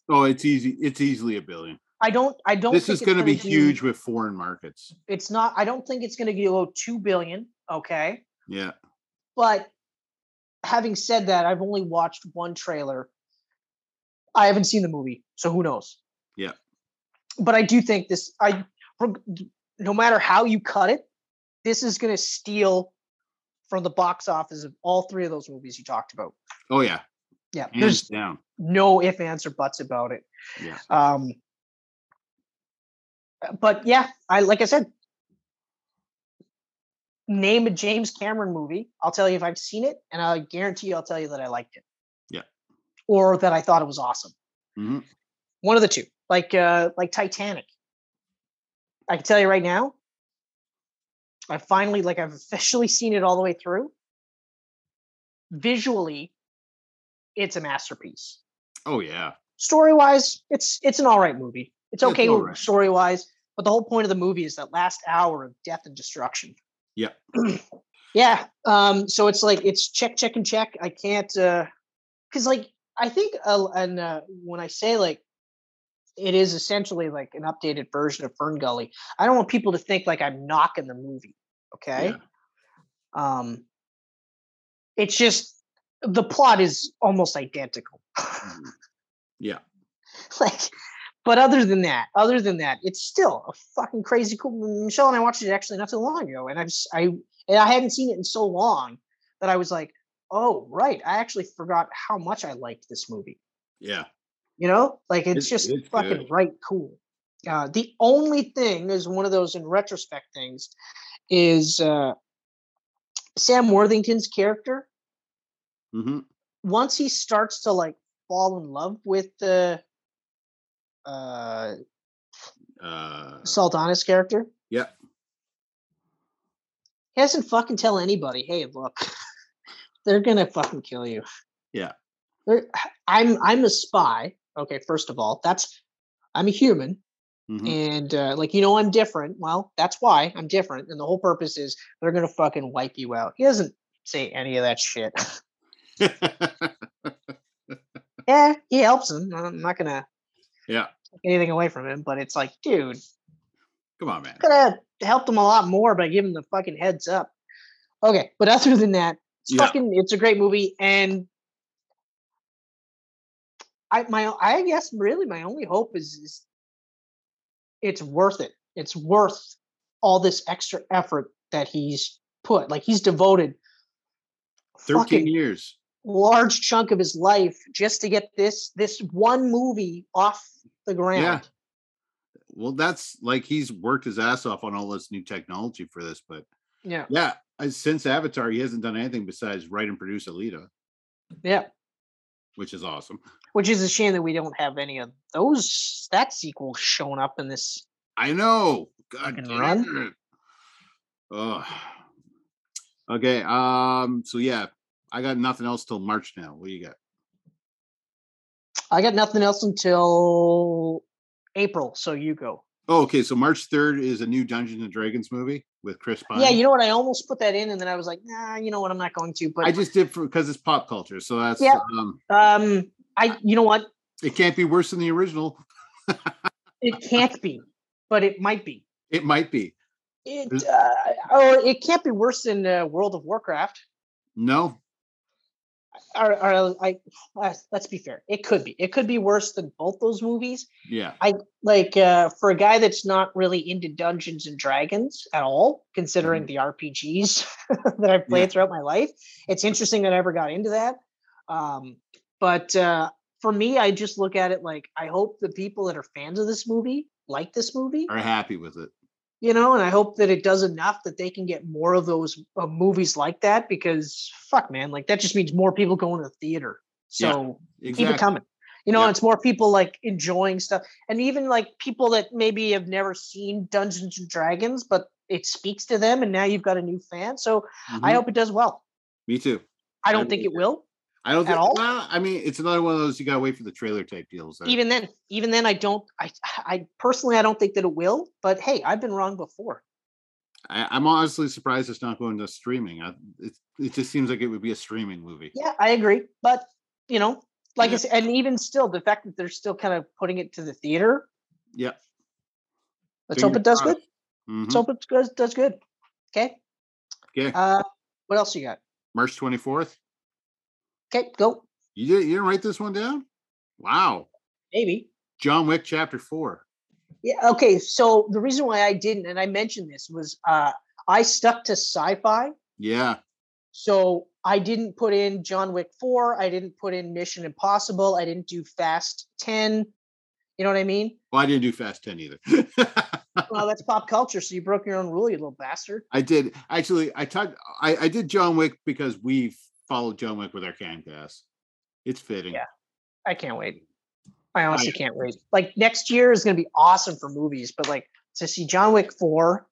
S2: oh, it's easy. It's easily a billion.
S1: I don't. I don't.
S2: This
S1: think
S2: is
S1: it's
S2: going to
S1: gonna
S2: be
S1: do-
S2: huge with foreign markets.
S1: It's not. I don't think it's going to go two billion. Okay.
S2: Yeah.
S1: But having said that, I've only watched one trailer. I haven't seen the movie, so who knows?
S2: Yeah.
S1: But I do think this. I reg- no matter how you cut it, this is going to steal from the box office of all three of those movies you talked about.
S2: Oh yeah.
S1: Yeah,
S2: Hands
S1: there's
S2: down.
S1: no ifs, ands, or buts about it.
S2: Yeah.
S1: Um, uh, but yeah, I like I said, name a James Cameron movie. I'll tell you if I've seen it, and I guarantee you, I'll tell you that I liked it.
S2: Yeah.
S1: Or that I thought it was awesome.
S2: hmm
S1: One of the two, like uh, like Titanic. I can tell you right now. I finally, like, I've officially seen it all the way through. Visually, it's a masterpiece
S2: Oh yeah.
S1: story wise, it's it's an all right movie. It's
S2: Yeah, it's
S1: okay
S2: all right.
S1: story wise, but the whole point of the movie is that last hour of death and destruction.
S2: Yep.
S1: [clears throat] yeah. Um. So it's like it's check, check, and check. I can't. uh Because like I think, uh, and uh, when I say like. It is essentially like an updated version of Fern Gully. I don't want people to think like I'm knocking the movie. Okay.
S2: Yeah.
S1: Um it's just the plot is almost identical. [laughs]
S2: Mhm. Yeah.
S1: like but other than that other than that it's still a fucking crazy cool michelle and i watched it actually not too long ago and i've s- i and i hadn't seen it in so long that i was like oh right i actually forgot how much i liked this movie
S2: Yeah.
S1: you know like it's,
S2: It's-
S1: just
S2: it's
S1: fucking
S2: good.
S1: right cool uh, the only thing is one of those in retrospect things is uh, sam worthington's character
S2: hmm
S1: once he starts to like fall in love with the uh
S2: Uh-huh. Uh,
S1: Saldana's character.
S2: Yep.
S1: He doesn't fucking tell anybody, hey, look, they're gonna fucking kill you.
S2: Yeah.
S1: They're- I'm I'm a spy. Okay, first of all, that's I'm a human,
S2: mhm.
S1: and uh, like you know, I'm different. Well, that's why I'm different, and the whole purpose is they're gonna fucking wipe you out. He doesn't say any of that shit. yeah, Eh, he helps him. I'm not gonna
S2: Yeah.
S1: take anything away from him, but it's like, dude,
S2: [laughs] Come on, man.
S1: could have helped them a lot more by giving the fucking heads up. Okay, but other than that, it's
S2: Yeah.
S1: fucking it's a great movie and I my I guess really my only hope is, is it's worth it. It's worth all this extra effort that he's put. Like he's devoted a
S2: Thirteen
S1: fucking
S2: years.
S1: large chunk of his life just to get this this one movie off the ground.
S2: Yeah. Well, that's like he's worked his ass off on all this new technology for this, but
S1: Yeah.
S2: yeah, uh, since Avatar, he hasn't done anything besides write and produce Alita,
S1: Yeah.
S2: which is awesome.
S1: which is a shame that we don't have any of those that sequel showing up in this.
S2: I know. God
S1: Fucking
S2: damn
S1: run.
S2: it. Ugh. Okay. Um. So yeah, I got nothing else till March now. What you got?
S1: I got nothing else until April, so you go.
S2: Oh, okay. So March third is a new Dungeons and Dragons movie with Chris Pine.
S1: Yeah, you know what? I almost put that in, and then I was like, nah, you know what? I'm not going to. But
S2: I just did for because it's pop culture, so that's
S1: Yeah.
S2: um,
S1: um, I you know what?
S2: it can't be worse than the original.
S1: It can't be, but it might be.
S2: It might be.
S1: It
S2: Is-
S1: uh, or it can't be worse than uh, World of Warcraft.
S2: No,
S1: Or, or I, uh, let's be fair. It could be. It could be worse than both those movies.
S2: yeah,
S1: like uh, for a guy that's not really into Dungeons and Dragons at all, considering the RPGs [laughs] that I've played
S2: Mm-hmm. Yeah.
S1: throughout my life, it's interesting that I ever got into that. Um, but uh, for me, I just look at it like I hope the people that are fans of this movie like this movie,
S2: Are happy with it.
S1: you know, and I hope that it does enough that they can get more of those uh, movies like that because fuck, man, like that just means more people going to the theater. So
S2: Yeah,
S1: keep
S2: Exactly.
S1: it coming. You know,
S2: Yep.
S1: and it's more people like enjoying stuff, and even like people that maybe have never seen Dungeons and Dragons, but it speaks to them, and now you've got a new fan. So I
S2: Mhm.
S1: hope it does well.
S2: Me too.
S1: I
S2: I
S1: don't think
S2: really
S1: it will.
S2: I don't
S1: At
S2: think.
S1: all?
S2: Well, I mean, it's another one of those you gotta wait for the trailer type deals. though.
S1: Even then, even then, I don't. I, I personally, I don't think that it will. But hey, I've been wrong before.
S2: I, I'm honestly surprised it's not going to streaming. I, it, it just seems like it would be a streaming movie.
S1: Yeah, I agree. But you know, like I
S2: Yeah.
S1: said, and even still, the fact that they're still kind of putting it to the theater.
S2: Yeah.
S1: Let's hope
S2: Fingers
S1: it does
S2: crossed.
S1: good.
S2: Mhm.
S1: Let's hope it does does good. Okay.
S2: Okay.
S1: Uh, what else you got?
S2: March 24th.
S1: Okay, go.
S2: You didn't, you didn't write this one down? Wow.
S1: Maybe.
S2: John Wick Chapter 4.
S1: Yeah. Okay. So the reason why I didn't, and I mentioned this, was uh, I stuck to sci-fi.
S2: Yeah.
S1: So I didn't put in John Wick 4. I didn't put in Mission Impossible. I didn't do Fast 10. You know what I mean?
S2: Well, I didn't do Fast 10 either. [laughs]
S1: Well, that's pop culture. So you broke your own rule, you little bastard.
S2: I did actually. I talked. I, I did John Wick because we followed John Wick with our camcast. It's fitting.
S1: Yeah. I can't wait. I honestly can't wait. Like next year is going to be awesome for movies, but like to see John Wick 4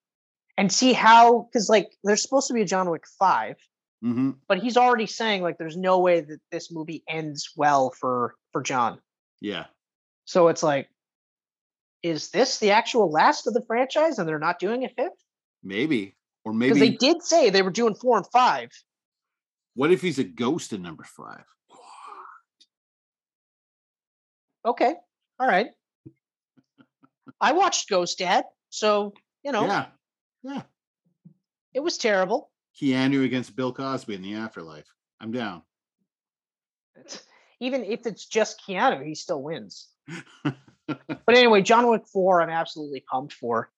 S1: and see how, because like there's supposed to be a John Wick 5,
S2: hmm
S1: but he's already saying like there's no way that this movie ends well for for John.
S2: Yeah.
S1: So it's like, is this the actual last of the franchise and they're not doing a fifth?
S2: Maybe. Or
S1: Because
S2: maybe.
S1: they did say they were doing four and five.
S2: what if he's a ghost in number five?
S1: Okay. All right. I watched Ghost Dad. So, you know,
S2: Yeah.
S1: it was terrible.
S2: Keanu against Bill Cosby in the afterlife. I'm down.
S1: Even if it's just Keanu, he still wins. but anyway, John Wick 4, I'm absolutely pumped for.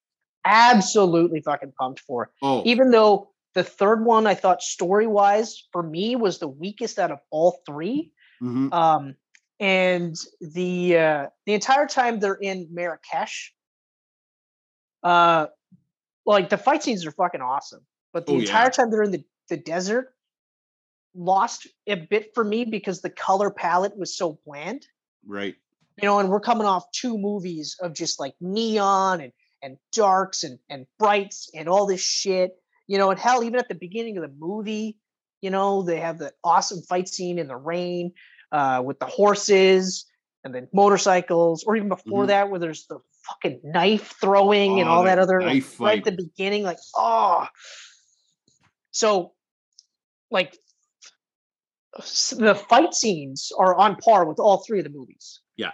S1: Absolutely fucking pumped for.
S2: Oh,
S1: Even though the third one, I thought story wise for me was the weakest out of all three.
S2: mhm.
S1: um, and the uh, the entire time they're in Marrakesh, uh, like the fight scenes are fucking awesome, but the
S2: Oh, yeah.
S1: entire time they're in the the desert, lost a bit for me because the color palette was so bland,
S2: right.
S1: you know. And we're coming off two movies of just like neon and and darks and and brights and all this shit, you know. And hell, even at the beginning of the movie, you know, they have the awesome fight scene in the rain uh, with the horses and then motorcycles, or even before
S2: Mhm.
S1: that, where there's the fucking knife throwing and
S2: Oh,
S1: all
S2: that
S1: that other like,
S2: knife
S1: right at
S2: fight.
S1: the beginning, like oh. So, like s- the fight scenes are on par with all three of the movies.
S2: Yeah.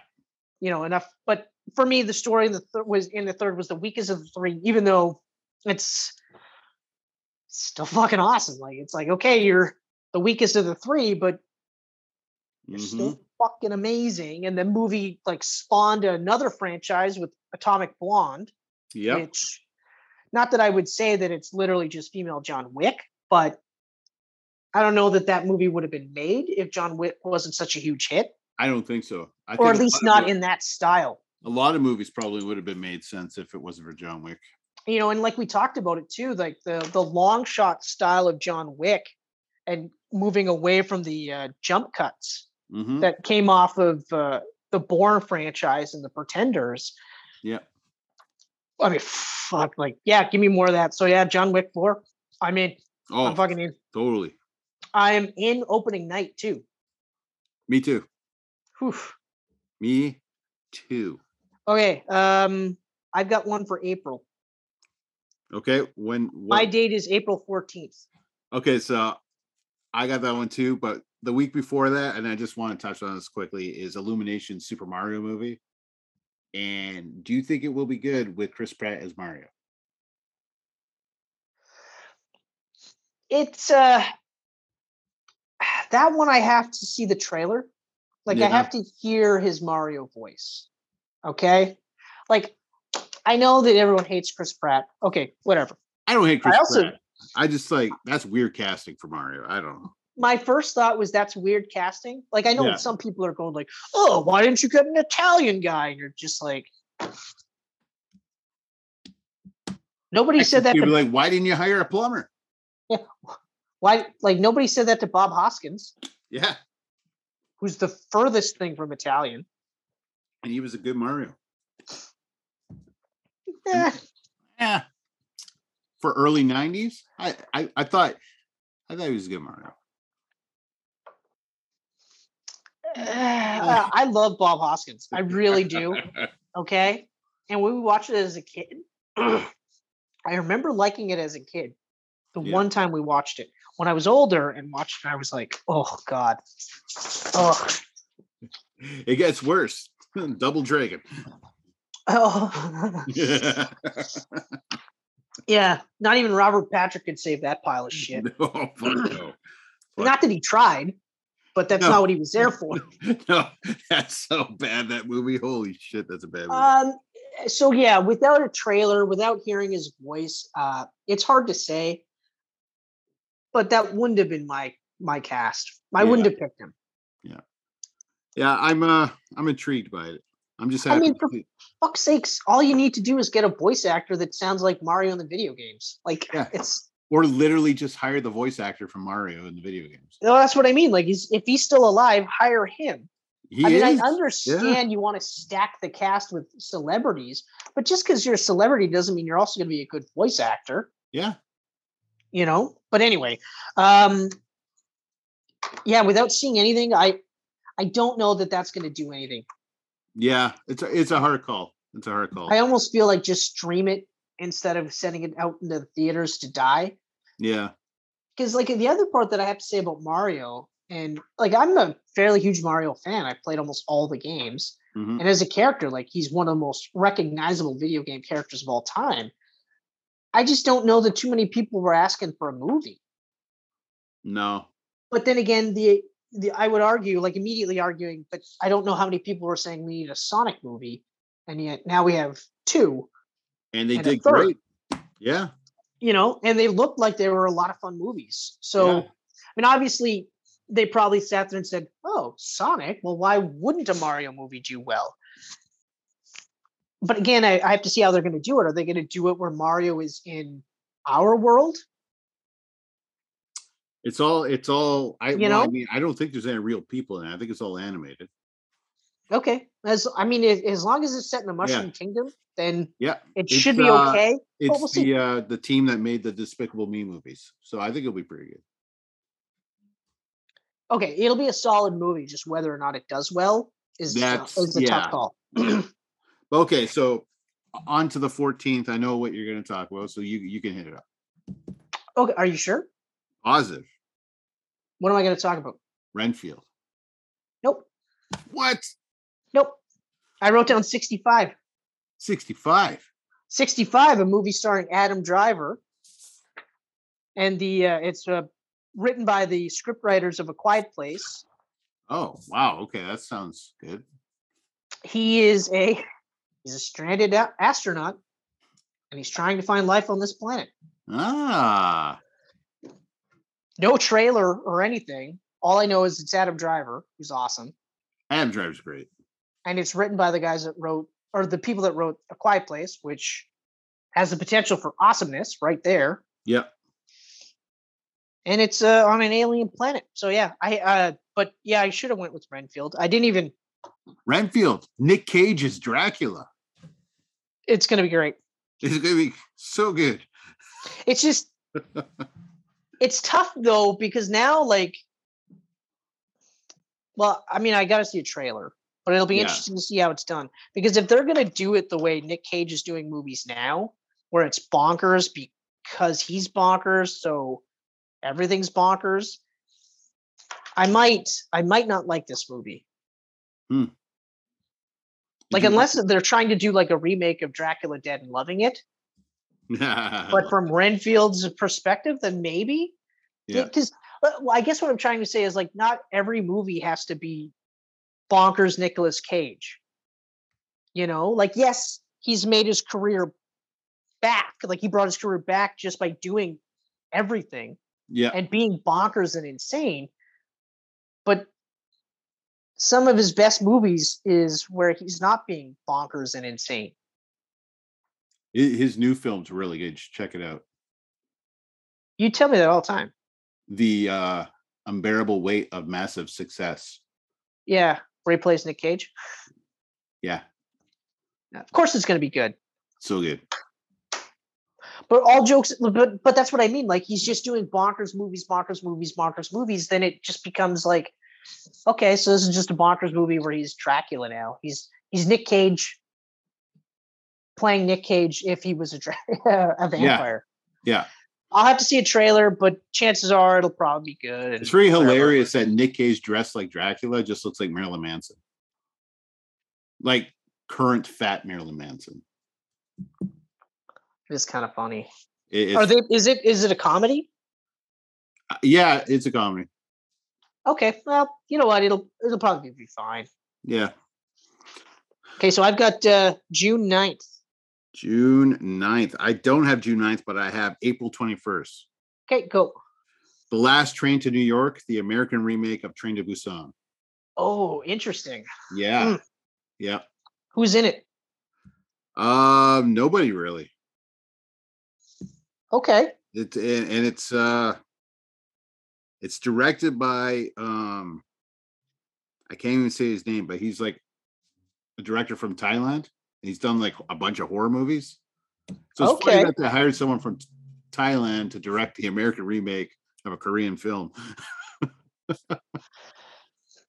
S1: you know enough, but for me, the story in the thir- was in the third was the weakest of the three, even though it's still fucking awesome. Like it's like okay, you're the weakest of the three, but you're
S2: Mhm.
S1: still fucking amazing. And the movie like spawned another franchise with Atomic Blonde,
S2: Yep.
S1: which not that I would say that it's literally just female John Wick, but I don't know that that movie would have been made if John Wick wasn't such a huge hit,
S2: I don't think so. I
S1: or
S2: think
S1: at
S2: a
S1: least
S2: lot of
S1: not
S2: mo-
S1: in that style.
S2: a lot of movies probably would have been made sense if it wasn't for John Wick.
S1: You know, and like we talked about it too, like the the long shot style of John Wick, and moving away from the uh, jump cuts
S2: hmm
S1: that came off of uh, the Bourne franchise and the Pretenders.
S2: Yeah.
S1: I mean, fuck, like, yeah, give me more of that. So yeah, John Wick four. I'm in.
S2: Oh,
S1: I'm fucking in.
S2: totally.
S1: I am in opening night too.
S2: Me too.
S1: Whew.
S2: Me too.
S1: Okay. Um, I've got one for April.
S2: Okay. When
S1: My
S2: what-
S1: date is April 14th.
S2: Okay, so I got that one too, but the week before that, and I just want to touch on this quickly, is Illumination Super Mario movie. And do you think it will be good with Chris Pratt as Mario?
S1: It's uh [sighs] that one I have to see the trailer. Like
S2: Yeah.
S1: I have to hear his Mario voice. Okay? Like I know that everyone hates Chris Pratt. Okay, whatever.
S2: I don't hate Chris
S1: also-
S2: Pratt. I just like that's weird casting for Mario. I don't know.
S1: my first thought was that's weird casting. Like I know
S2: Yeah.
S1: some people are going like, "Oh, why didn't you get an Italian guy?" And you're just like, nobody said that.
S2: You'd be
S1: To,
S2: like, why didn't you hire a plumber?
S1: why? Like nobody said that to Bob Hoskins,
S2: Yeah,
S1: who's the furthest thing from Italian.
S2: and he was a good Mario. Mm.
S1: Eh,
S2: Yeah, for early '90s, I I, I thought I thought he was a good Mario.
S1: [sighs] eh, uh, I love Bob Hoskins. I [laughs] really do. Okay, and when we watched it as a kid, [clears throat] I remember liking it as a kid. The
S2: Yeah.
S1: one time we watched it, when I was older and watched it, I was like, "Oh God, oh."
S2: it gets worse. [laughs] Double Dragon. [laughs]
S1: Oh, [laughs] yeah. Not even Robert Patrick could save that pile [laughs] of shit.
S2: No, fuck no. Fuck.
S1: Not that he tried, but that's
S2: No.
S1: not what he was [laughs] there for.
S2: no, that's so bad. That movie. Holy shit, that's a bad movie.
S1: Um, so yeah, without a trailer, without hearing his voice, uh, it's hard to say. But that wouldn't have been my my cast. I wouldn't have picked him.
S2: yeah, I'm uh, I'm intrigued by it. I'm just
S1: I
S2: happy.
S1: mean, for- Fuck's sakes! All you need to do is get a voice actor that sounds like Mario in the video games. Like
S2: Yeah.
S1: [laughs] it's
S2: or literally just hire the voice actor from Mario in the video games.
S1: no, that's what I mean. Like he's if he's still alive, hire him.
S2: He
S1: I mean,
S2: is.
S1: I understand you want to stack the cast with celebrities, but just because you're a celebrity doesn't mean you're also going to be a good voice actor,
S2: yeah,
S1: you know. But anyway, um, yeah, without seeing anything, I I don't know that that's going to do anything.
S2: yeah. It's a, it's a hard call. It's a hard call.
S1: I almost feel like just stream it instead of sending it out into the theaters to die.
S2: yeah,
S1: Because like the other part that I have to say about Mario, and like I'm a fairly huge Mario fan. I played almost all the games.
S2: mhm.
S1: and as a character like he's one of the most recognizable video game characters of all time i just don't know that too many people were asking for a movie
S2: no,
S1: but then again the, the i would argue like immediately arguing but i don't know how many people were saying we need a sonic movie and yet now we have two
S2: and they
S1: And a
S2: did
S1: third.
S2: great. Yeah,
S1: you know and they looked like they were a lot of fun movies so
S2: Yeah.
S1: i mean obviously they probably sat there and said oh sonic well why wouldn't a mario movie do well but again i, I have to see how they're going to do it are they going to do it where mario is in our world
S2: it's all it's all. I
S1: You
S2: well, I
S1: know?
S2: mean, I don't think there's any real people in it. I think it's all animated.
S1: okay as i mean as, as long as it's set in the mushroom kingdom then
S2: Yeah,
S1: it
S2: it's,
S1: should be
S2: uh,
S1: okay
S2: It's
S1: we'll
S2: the
S1: see.
S2: uh the team that made the Despicable Me movies, so I think it'll be pretty good.
S1: okay it'll be a solid movie just whether or not it does well is,
S2: That's-
S1: is a
S2: yeah.
S1: tough call
S2: Okay, so on to the 14th. I know what you're going to talk about, so you you can hit it up.
S1: okay are you sure
S2: Positive
S1: what am i going to talk about
S2: Renfield.
S1: nope
S2: What?
S1: Nope. I wrote down 65.
S2: 65.
S1: 65, a movie starring Adam Driver. And the uh, it's uh, written by the scriptwriters of A Quiet Place.
S2: Oh wow. Okay, that sounds good.
S1: He is a [laughs] he's a stranded a- astronaut, and he's trying to find life on this planet.
S2: Ah,
S1: No trailer or anything. All I know is it's Adam Driver, who's awesome,
S2: Adam Driver's great.
S1: and it's written by the guys that wrote or the people that wrote A Quiet Place, which has the potential for awesomeness right there.
S2: Yep.
S1: and it's uh, on an alien planet. So yeah, I uh, but yeah, I should have went with Renfield. I didn't even.
S2: Renfield. Nick Cage is Dracula.
S1: It's gonna be great.
S2: It's gonna be so good.
S1: It's just, it's tough though because now like, well, I mean, I gotta see a trailer, but it'll be
S2: Yeah.
S1: interesting to see how it's done because if they're gonna do it the way Nick Cage is doing movies now, where it's bonkers because he's bonkers, so everything's bonkers. I might, I might not like this movie. like
S2: Mm-hmm.
S1: unless they're trying to do like a remake of Dracula Dead and loving it, but from Renfield's perspective, then maybe
S2: Yeah.
S1: because uh, well, I guess what I'm trying to say is like not every movie has to be bonkers Nicolas Cage. You know, like yes, he's made his career back. Like he brought his career back just by doing everything.
S2: Yeah.
S1: and being bonkers and insane. But some of his best movies is where he's not being bonkers and insane.
S2: Hi- His new film's really good. You should check it out.
S1: You tell me that all the time.
S2: The uh unbearable weight of massive success.
S1: Yeah, where he plays Nick Cage.
S2: Yeah,
S1: Of course, it's going to be good.
S2: so good.
S1: But all jokes, but but that's what I mean. Like he's just doing bonkers movies, bonkers movies, bonkers movies. Then it just becomes like, okay, so this is just a bonkers movie where he's Dracula now. He's he's Nick Cage playing Nick Cage if he was a dra- [laughs] a vampire.
S2: Yeah.
S1: I'll have to see a trailer, but chances are it'll probably be good.
S2: It's
S1: and
S2: pretty
S1: whatever.
S2: hilarious that Nick Cage dressed like Dracula just looks like Marilyn Manson. Like current fat Marilyn Manson.
S1: It's kind of funny.
S2: It- it's, uh,
S1: Are they? Is it? Is it a comedy?
S2: yeah, it's a comedy.
S1: Okay. Well, you know what? It'll it'll probably be fine.
S2: Yeah.
S1: Okay, so I've got uh, June 9th.
S2: June 9th. I don't have June 9th, but I have April 21st.
S1: Okay, go.
S2: The Last Train to New York, the American remake of Train to Busan.
S1: Oh, interesting.
S2: Yeah.
S1: Mm.
S2: Yeah.
S1: Who's in it?
S2: Um, nobody really.
S1: Okay.
S2: It's and, and it's uh it's directed by um I can't even say his name, but he's like a director from Thailand. And he's done like a bunch of horror movies. So it's
S1: Okay.
S2: funny that they hired someone from Thailand to direct the American remake of a Korean film.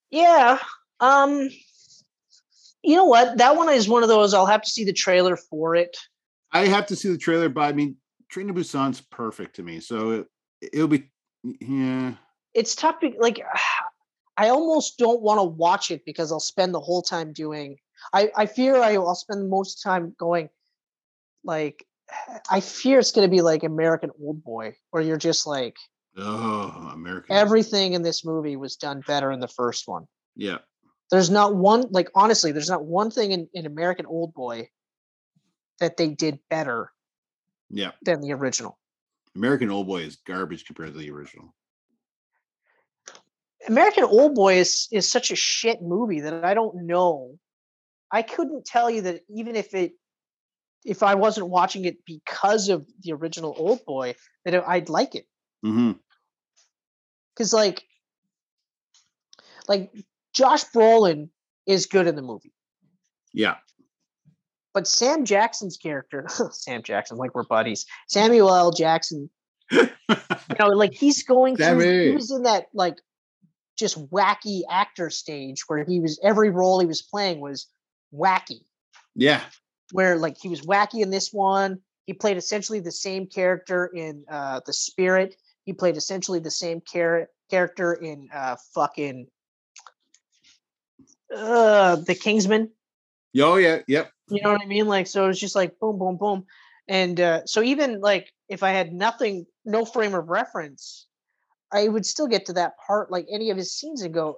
S1: Yeah. Um you know what? That one is one of those I'll have to see the trailer for it.
S2: I have to see the trailer, but I mean, Train to Busan's perfect to me. So it, it'll be, yeah,
S1: It's tough be- like [sighs] I almost don't want to watch it because I'll spend the whole time doing I I fear I will spend most time going like [sighs] I fear it's going to be like American Old Boy where you're just like
S2: oh, American.
S1: everything in this movie was done better in the first one.
S2: yeah,
S1: there's not one like honestly there's not one thing in, in american old boy that they did better
S2: yeah.
S1: than the original
S2: American Old Boy is garbage compared to the original.
S1: american old boy is is such a shit movie that i don't know i couldn't tell you that even if it if i wasn't watching it because of the original old boy that i'd like it
S2: hmm
S1: because like like josh brolin is good in the movie
S2: Yeah,
S1: but Sam Jackson's character, [laughs] Sam Jackson, like we're buddies. Samuel L. Jackson, you know, like he's going through.
S2: Sammy.
S1: He was in that like just wacky actor stage where he was every role he was playing was wacky.
S2: yeah,
S1: Where like he was wacky in this one, he played essentially the same character in uh, The Spirit. He played essentially the same char- character in uh, fucking uh, The Kingsman.
S2: oh yeah, yep.
S1: You know what I mean? Like, so it was just like boom, boom, boom. And uh, so even like if I had nothing, no frame of reference, I would still get to that part, like any of his scenes, and go,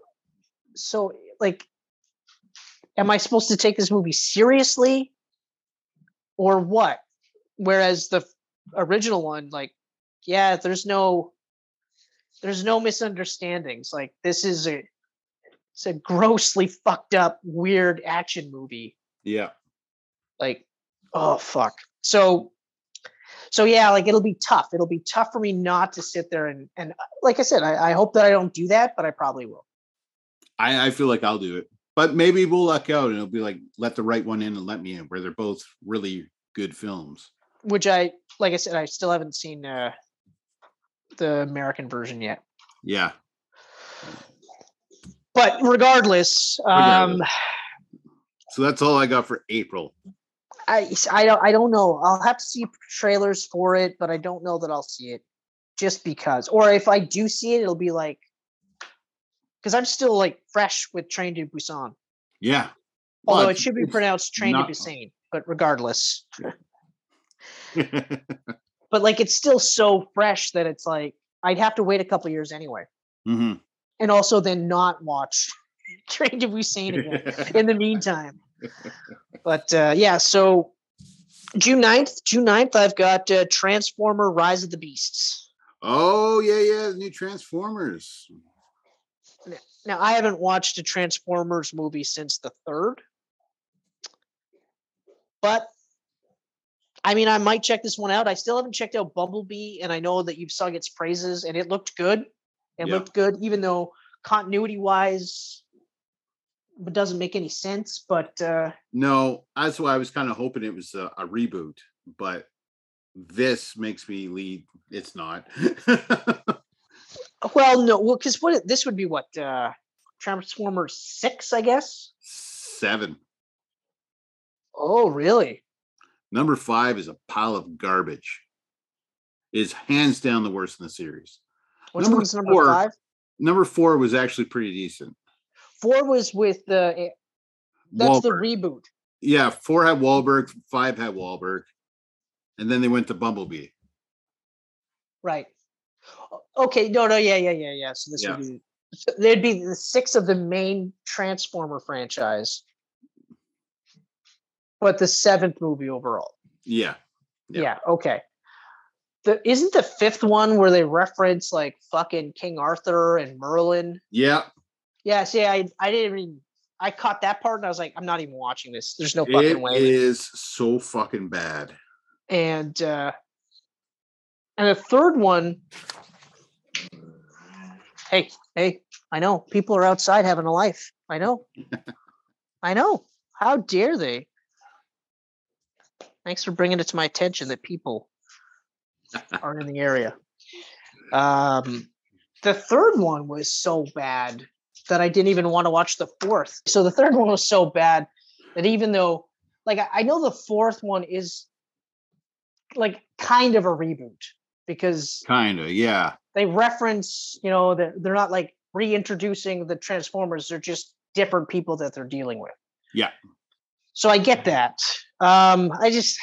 S1: so like, am I supposed to take this movie seriously or what? Whereas the f- original one, like, yeah, there's no, there's no misunderstandings. Like, this is a, it's a grossly fucked up, weird action movie
S2: Yeah.
S1: like oh fuck so so yeah like it'll be tough it'll be tough for me not to sit there and and uh, like i said i, I hope that i don't do that but i probably will
S2: I, I feel like I'll do it. But maybe we'll luck out and it'll be like let the right one in and let me in, where they're both really good films.
S1: which i like i said i still haven't seen uh the american version yet
S2: Yeah.
S1: but regardless um
S2: Regardless. So that's all I got for April.
S1: i i don't i don't know i'll have to see trailers for it but i don't know that i'll see it just because or if i do see it it'll be like because i'm still like fresh with train to busan
S2: Yeah. Well,
S1: Although it
S2: it's-
S1: should be
S2: it's-
S1: pronounced train
S2: not-
S1: to Busan, but regardless.
S2: [laughs]
S1: But like it's still so fresh that it's like I'd have to wait a couple years anyway.
S2: Mhm.
S1: And also then not watch [laughs] Train to Busan
S2: [laughs]
S1: again in the meantime. But uh, yeah, so June 9th, June 9th, I've got uh, Transformer Rise of the Beasts.
S2: [laughs] Oh yeah, yeah, the new Transformers.
S1: Now I haven't watched a Transformers movie since the third, but I mean, I might check this one out. I still haven't checked out Bumblebee, and I know that you've sung its praises, and it looked good. It
S2: Yeah.
S1: looked good, even though continuity wise, it doesn't make any sense. But uh,
S2: No, that's why I was kind of hoping it was a, a reboot, but this makes me lead. It's not. [laughs]
S1: well, no, well, because what it- this would be what uh, Transformers six, I guess.
S2: Seven.
S1: Oh, really?
S2: Number five is a pile of garbage. Is hands down the worst in the series.
S1: Which
S2: Number
S1: one's number
S2: four.
S1: five?
S2: Number four was actually pretty decent.
S1: Four was with the. eh, That's
S2: Wahlberg.
S1: the reboot.
S2: Yeah, four had Wahlberg, five had Wahlberg, and then they went to Bumblebee.
S1: Right. O- Okay. No. No. Yeah. Yeah. Yeah. Yeah. So this
S2: Yeah.
S1: would be. so There'd be the six of the main Transformer franchise, but the seventh movie overall.
S2: Yeah, Yeah.
S1: Yeah. okay. The isn't the fifth one where they reference like fucking King Arthur and Merlin?
S2: yeah,
S1: Yeah. See, I I didn't even I caught that part and I was like, I'm not even watching this. There's no fucking
S2: it
S1: way.
S2: is so fucking bad.
S1: and uh and the third one hey hey i know people are outside having a life i know i know how dare they thanks for bringing it to my attention that people aren't in the area um the third one was so bad that i didn't even want to watch the fourth so the third one was so bad that even though like i, I know the fourth one is like kind of a reboot because
S2: Kinda, yeah,
S1: they reference, you know, that they're not like reintroducing the Transformers, they're just different people that they're dealing with.
S2: Yeah.
S1: So I get that. Um, I just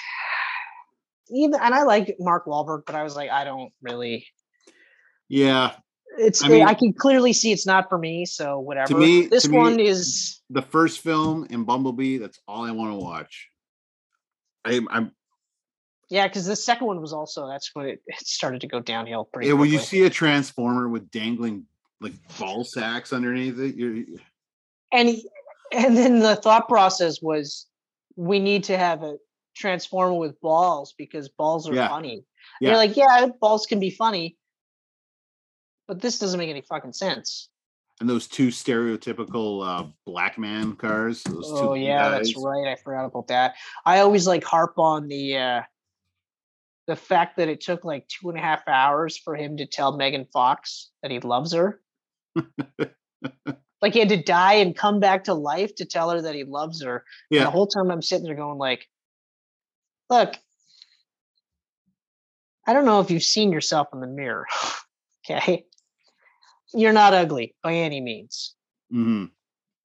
S1: even and I like Mark Wahlberg, but I was like, I don't really
S2: yeah.
S1: it's
S2: I
S1: I,
S2: mean-
S1: can clearly see it's not for me, so whatever.
S2: me-
S1: this
S2: to me-
S1: one is
S2: The first film in Bumblebee, that's all I want to watch. I, I'm
S1: yeah, because the second one was also that's when it, it started to go downhill pretty
S2: yeah, when you
S1: quickly.
S2: see a transformer with dangling like ball sacks underneath it, you're
S1: and he- and then the thought process was we need to have a transformer with balls because balls are
S2: Yeah.
S1: funny
S2: Yeah.
S1: they're like yeah balls can be funny but this doesn't make any fucking sense
S2: and those two stereotypical uh black man cars. Those two
S1: oh yeah that's
S2: guys.
S1: right i forgot about that i always like harp on the uh the fact that it took like two and a half hours for him to tell megan fox that he loves
S2: [laughs]
S1: her like he had to die and come back to life to tell her that he loves her And
S2: Yeah.
S1: the whole time i'm sitting there going like look i don't know if you've seen yourself in the mirror [laughs] okay you're not ugly by any means [laughs]
S2: hmm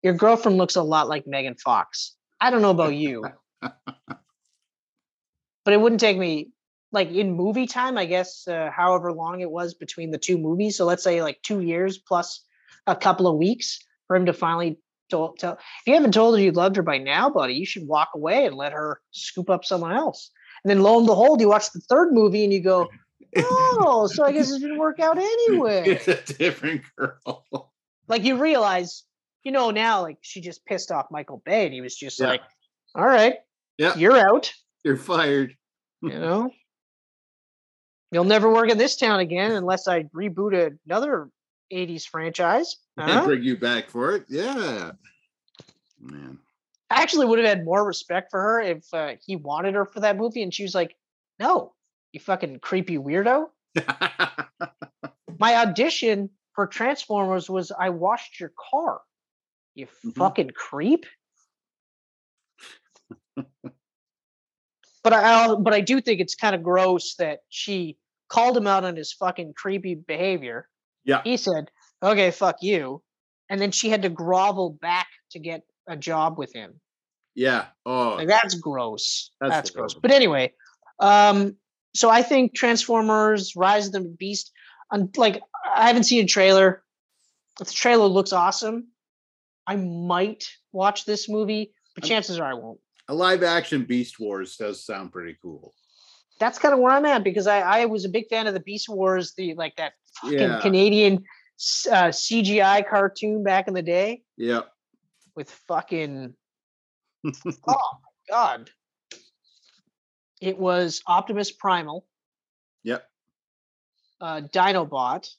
S1: your girlfriend looks a lot like Megan Fox. I don't know about you, but it wouldn't take me like in movie time, I guess, uh, however long it was between the two movies. So let's say like two years plus a couple of weeks for him to finally tell. tell if you haven't told her you loved her by now, buddy, you should walk away and let her scoop up someone else. And then lo and behold, you watch the third movie and you go, oh, so I guess it didn't work out anyway.
S2: It's a different girl. [laughs]
S1: like you realize, you know, now like she just pissed off Michael Bay, and he was just
S2: Yeah.
S1: like, "All right,
S2: Yeah.
S1: you're
S2: [laughs]
S1: out,"
S2: You're fired.
S1: you know. You'll never work in this town again unless I reboot another '80s franchise.
S2: and
S1: Huh?
S2: [laughs] bring you back for it. Yeah. Man. [laughs]
S1: I actually would have had more respect for her if uh, he wanted her for that movie, and she was like, "No, you fucking creepy weirdo." My audition for Transformers was I washed your car. You
S2: Mhm.
S1: fucking creep. but I I'll- but I do think it's kind of gross that she called him out on his fucking creepy behavior.
S2: Yeah.
S1: He said, "Okay, fuck you." And then she had to grovel back to get a job with him.
S2: yeah. Oh,
S1: Like that's gross.
S2: That's
S1: That's,
S2: horrible.
S1: gross. But anyway, um, so I think Transformers: Rise of the Beast. Um, like I haven't seen a trailer. If the trailer looks awesome, I might watch this movie, but
S2: I'm-
S1: chances are I won't.
S2: a live action Beast Wars does sound pretty cool.
S1: that's kind of where I'm at because I, I was a big fan of the Beast Wars, the like that fucking
S2: Yeah.
S1: Canadian uh, CGI cartoon back in the day
S2: Yeah.
S1: with fucking oh my god, it was Optimus Primal.
S2: Yep.
S1: Uh, Dinobot. What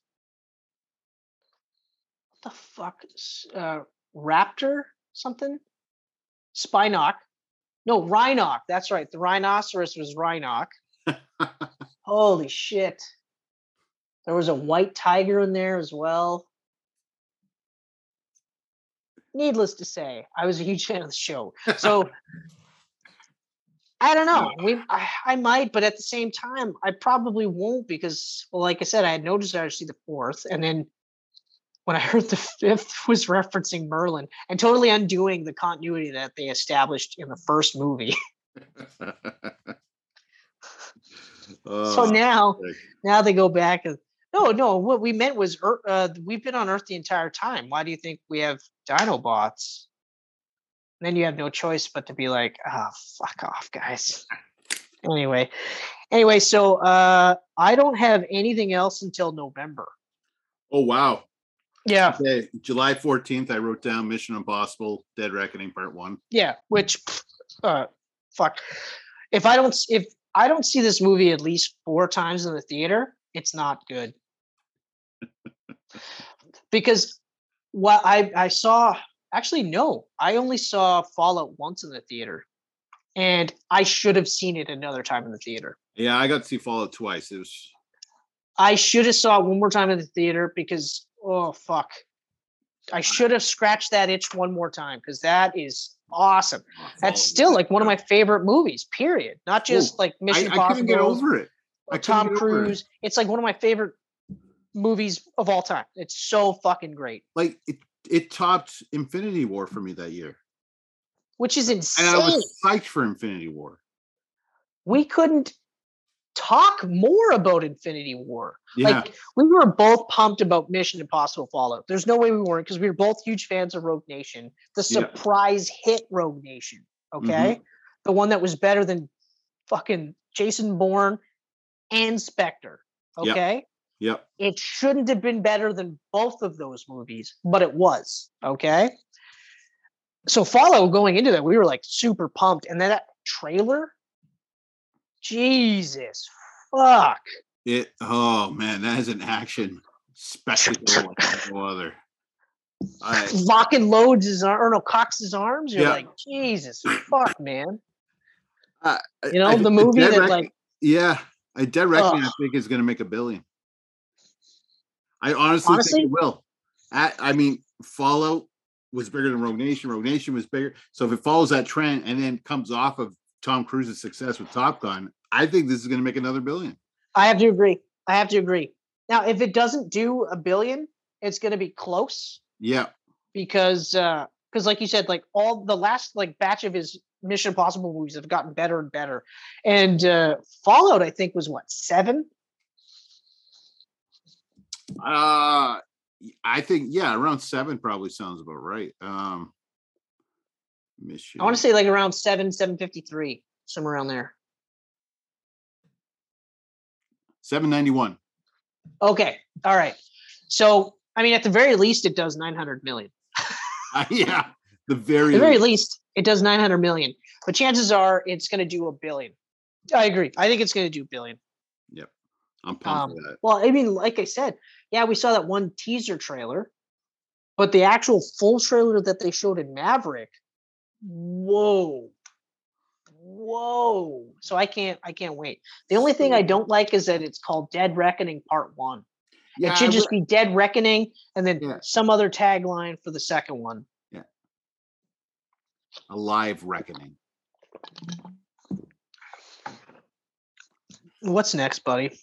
S1: the fuck? S- Uh, Raptor something? Spinock. No, Rhinoc. That's right. The rhinoceros was Rhinoc. Holy shit. There was a white tiger in there as well. Needless to say, I was a huge fan of the show. So I don't know. We I, I might, but at the same time, I probably won't because well, like I said, I had no desire to see the fourth. And then when I heard the fifth was referencing Merlin and totally undoing the continuity that they established in the first movie.
S2: [laughs]
S1: so
S2: Uh,
S1: now
S2: okay.
S1: now they go back and no no what we meant was Ear- uh, we've been on earth the entire time why do you think we have dinobots and then you have no choice but to be like ah fuck off guys anyway anyway so uh i don't have anything else until november
S2: oh wow.
S1: yeah
S2: Okay. July 14th, I wrote down Mission Impossible Dead Reckoning Part One.
S1: yeah which pff, uh fuck if i don't s- if i don't see this movie at least four times in the theater it's not good because what i i saw actually no i only saw fallout once in the theater and i should have seen it another time in the theater
S2: Yeah, I got to see Fallout twice. It was
S1: i should have saw it one more time in the theater because oh fuck i should have scratched that itch one more time because that is awesome
S2: Fallout.
S1: that's still like one of my favorite movies, period. Not just
S2: Ooh,
S1: like Mission
S2: Um, Oh, I, I couldn't get
S1: Impossible
S2: over it. I
S1: or
S2: couldn't
S1: Tom
S2: get over it.
S1: Cruise. It's like one of my favorite movies of all time. It's so fucking great,
S2: Like it, it topped Infinity War for me that year,
S1: which is
S2: and
S1: insane.
S2: I was psyched for Infinity War.
S1: we couldn't talk more about Infinity War.
S2: Yeah,
S1: Like we were both pumped about Mission Impossible Fallout. There's no way we weren't because we were both huge fans of Rogue Nation, the
S2: Yeah. Mm-hmm.
S1: surprise hit Rogue Nation. Okay, the one that was better than fucking Jason Bourne and Spectre.
S2: Yeah.
S1: Okay,
S2: yep.
S1: it shouldn't have been better than both of those movies, but it was. Okay. So follow going into that, we were like super pumped. And then that trailer, Jesus fuck.
S2: It. Oh man, that is an action spectacle like no other. I,
S1: Locking loads his arm or no Cox's arms. You're
S2: Yeah.
S1: like, Jesus fuck, man.
S2: I-
S1: You know,
S2: I think
S1: the movie
S2: Dead
S1: that
S2: Reck-
S1: like
S2: yeah, I Dead Reckoning. I
S1: Ugh.
S2: think is going to make a billion. I honestly,
S1: Honestly?
S2: think it will. I, I mean, Fallout was bigger than Rogue Nation. Rogue Nation was bigger. So if it follows that trend and then comes off of Tom Cruise's success with Top Gun, I think this is going to make another billion.
S1: I have to agree. I have to agree. Now, if it doesn't do a billion, it's gonna be close.
S2: Yeah,
S1: because uh because like you said like all the last like batch of his mission impossible movies have gotten better and better and uh fallout i think was what seven
S2: uh, I think yeah, around seven probably sounds about right. Um, Mission.
S1: i want to say like around seven 753 somewhere around there
S2: seven ninety one.
S1: okay all right so i mean at the very least it does 900 million
S2: [laughs] yeah, the very,
S1: at the very
S2: least.
S1: least it does 900 million but chances are it's going to do a billion i agree i think it's going to do a billion
S2: I'm pumped for that.
S1: Well, I mean, like I said, yeah, we saw that one teaser trailer, but the actual full trailer that they showed in Maverick, whoa, whoa! So I can't, I can't wait. The only thing I
S2: So-
S1: don't like is that it's called Dead Reckoning Part One. it
S2: Yeah, I
S1: should
S2: would-
S1: just be Dead Reckoning, and then
S2: Yeah.
S1: some other tagline for the second one.
S2: a live reckoning.
S1: What's next, buddy?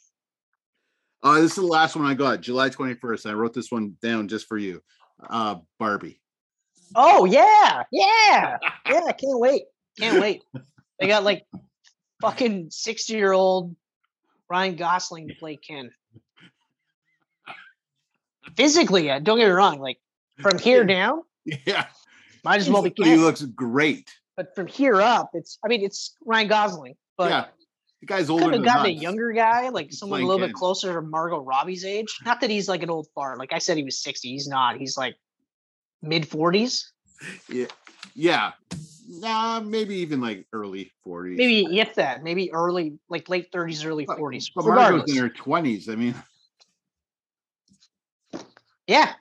S2: Uh, this is the last one I got, July 21st. I wrote this one down just for you. Uh, Barbie. [laughs]
S1: Oh yeah, yeah, yeah! I can't wait. Can't wait. They got like fucking 60 year old Ryan Gosling to play Ken. Physically, uh, don't get me wrong. Like from here down,
S2: Yeah,
S1: might as well be
S2: he
S1: Ken.
S2: looks great.
S1: But from here up, it's, I mean, it's Ryan Gosling, but
S2: yeah, The guy's
S1: Could
S2: older
S1: have
S2: than
S1: gotten a
S2: us.
S1: younger guy, like someone a
S2: playing
S1: little bit
S2: kids.
S1: closer to Margot Robbie's age. Not that he's like an old fart. Like I said, he was 60. He's not. He's like mid 40s.
S2: Yeah. Nah, maybe even like early 40s.
S1: Maybe if that. Maybe early, like late 30s, early 40s.
S2: But Margo's in
S1: Regardless.
S2: her 20s. I mean, [laughs]
S1: Yeah.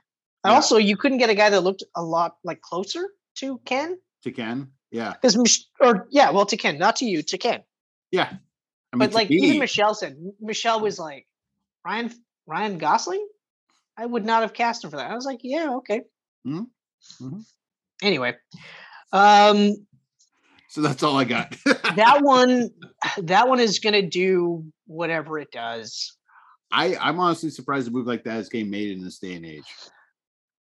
S1: And
S2: Yeah.
S1: Also, you couldn't get a guy that looked a lot like closer to Ken.
S2: to Ken. Yeah.
S1: Because or yeah, well, to Ken, not to you, to Ken.
S2: Yeah. I mean,
S1: but
S2: to
S1: like
S2: me,
S1: even Michelle said, M- Michelle was like, Ryan Ryan Gosling, I would not have cast him for that. I was like, yeah, okay.
S2: Mhm. Mhm.
S1: Anyway, um,
S2: So that's all I got. [laughs]
S1: that one, that one is gonna do whatever it does.
S2: I, I'm honestly surprised a movie like that is getting made in this day and age.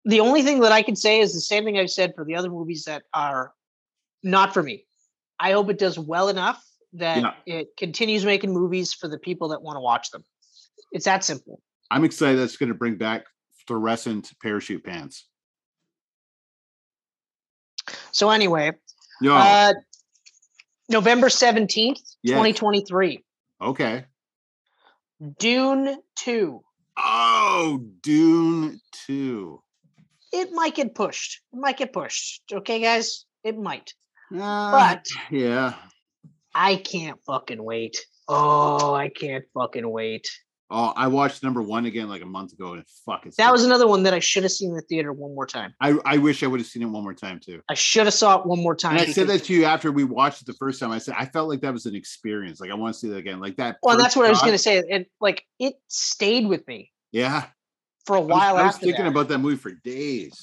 S1: The only thing that I can say is the same thing I've said for the other movies that are not for me. I hope it does well enough that
S2: Yeah.
S1: it continues making movies for the people that want to watch them. It's that simple.
S2: I'm excited that's going to bring back fluorescent parachute pants.
S1: So anyway,
S2: Yo,
S1: Uh, November 17th,
S2: Yes.
S1: 2023.
S2: okay.
S1: Dune 2.
S2: Oh, Dune 2.
S1: It might get pushed. It might get pushed. Okay, guys? It might.
S2: Uh,
S1: But
S2: yeah.
S1: I can't fucking wait. Oh, I can't fucking wait.
S2: Oh, I watched number one again like a month ago and fuck it's
S1: That
S2: good.
S1: was another one that I should have seen in the theater one more time.
S2: I, I wish I would have seen it one more time too.
S1: I should have saw it one more time.
S2: And I said
S1: because-
S2: that to you after we watched it the first time. I said I felt like that was an experience. Like I want to see that again. Like that.
S1: well,
S2: first
S1: that's what I was
S2: shot.
S1: going to say. And like, it stayed with me
S2: Yeah.
S1: for a
S2: I was,
S1: while
S2: I was
S1: after
S2: thinking
S1: that.
S2: about that movie for days.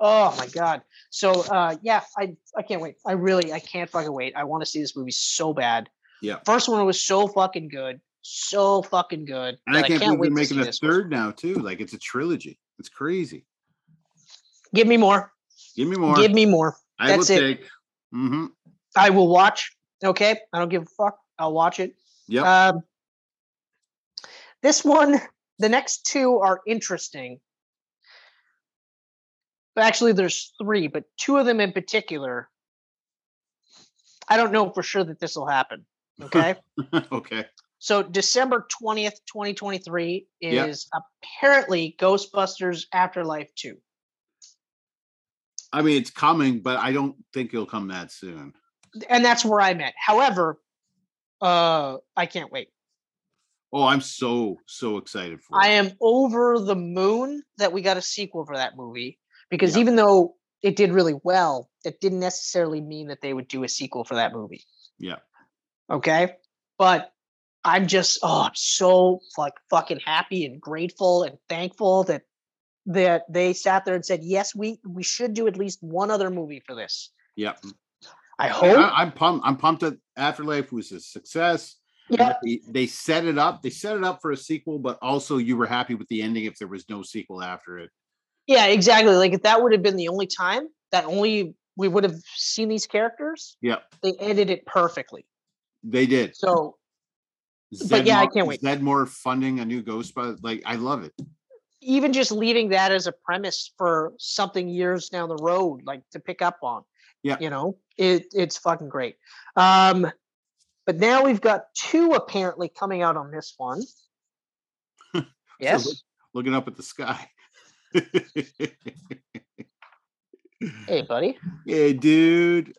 S1: Oh my god. So uh yeah, I I can't wait. I really I can't fucking wait. I want to see this movie so bad.
S2: Yeah.
S1: First one was so fucking good. So fucking good.
S2: And
S1: that
S2: I can't, believe
S1: to
S2: they're
S1: see
S2: making a
S1: this one.
S2: third now too. Like it's a trilogy. It's crazy.
S1: Give me more.
S2: Give me more.
S1: Give me more.
S2: I
S1: that's
S2: will
S1: it.
S2: take. Mm-hmm. [laughs]
S1: I will watch. Okay. I don't give a fuck. I'll watch it.
S2: Yep.
S1: Um this one, the next two are interesting. But actually there's three, but two of them in particular. I don't know for sure that this will happen. Okay.
S2: okay.
S1: So December 20th, 2023
S2: Yeah.
S1: is apparently Ghostbusters Afterlife 2.
S2: I mean, it's coming, but I don't think it'll come that soon.
S1: And that's where I'm at. However, uh I can't wait.
S2: Oh, I'm so so excited for.
S1: I
S2: it.
S1: am over the moon that we got a sequel for that movie because
S2: Yeah.
S1: even though it did really well, that didn't necessarily mean that they would do a sequel for that movie.
S2: Yeah.
S1: Okay? But I'm just oh, I'm so like fucking happy and grateful and thankful that that they sat there and said, "Yes, we we should do at least one other movie for this."
S2: Yep.
S1: I
S2: I,
S1: hope.
S2: I'm pumped. I'm pumped that Afterlife was a success. and
S1: Yeah.
S2: that They, they set it up. They set it up for a sequel, but also you were happy with the ending if there was no sequel after it.
S1: Yeah, exactly. Like if that would have been the only time that only we would have seen these characters,
S2: Yep.
S1: they ended it perfectly.
S2: They did.
S1: So But yeah, I can't wait.
S2: Zedmore funding a new Ghostbusters. Like I love it.
S1: even just leaving that as a premise for something years down the road, like to pick up on.
S2: Yeah.
S1: You know, it it's fucking great. Um, but now we've got two apparently coming out on this one. yes.
S2: Looking up at the sky. [laughs]
S1: Hey, buddy.
S2: hey, dude.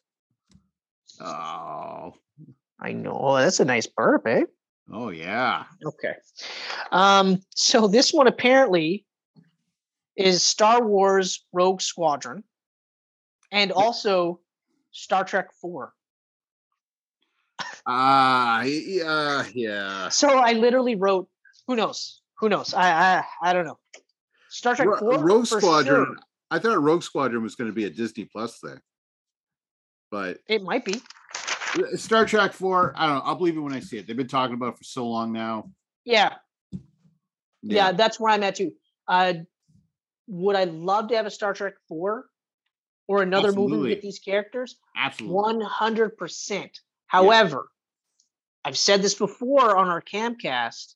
S2: Oh,
S1: I know. Oh, that's a nice burp, eh?
S2: oh yeah.
S1: Okay. Um, so this one apparently is Star Wars Rogue Squadron and also Star Trek 4.
S2: Ah, yeah, yeah.
S1: So I literally wrote, who knows? Who knows? I I, I don't know. Star Trek
S2: Ro-
S1: 4,
S2: Rogue
S1: for
S2: Squadron.
S1: sure.
S2: I thought Rogue Squadron was going to be a Disney Plus thing, but uh,
S1: It might be.
S2: Star Trek Four. I don't know. I'll believe it when I see it. They've been talking about it for so long now.
S1: Yeah, yeah, that's where I'm at too. Uh, would I love to have a Star Trek 4 or another movie
S2: Absolutely. Hmm.
S1: with these characters?
S2: absolutely.
S1: 100%. However, I've said this before on our camcast.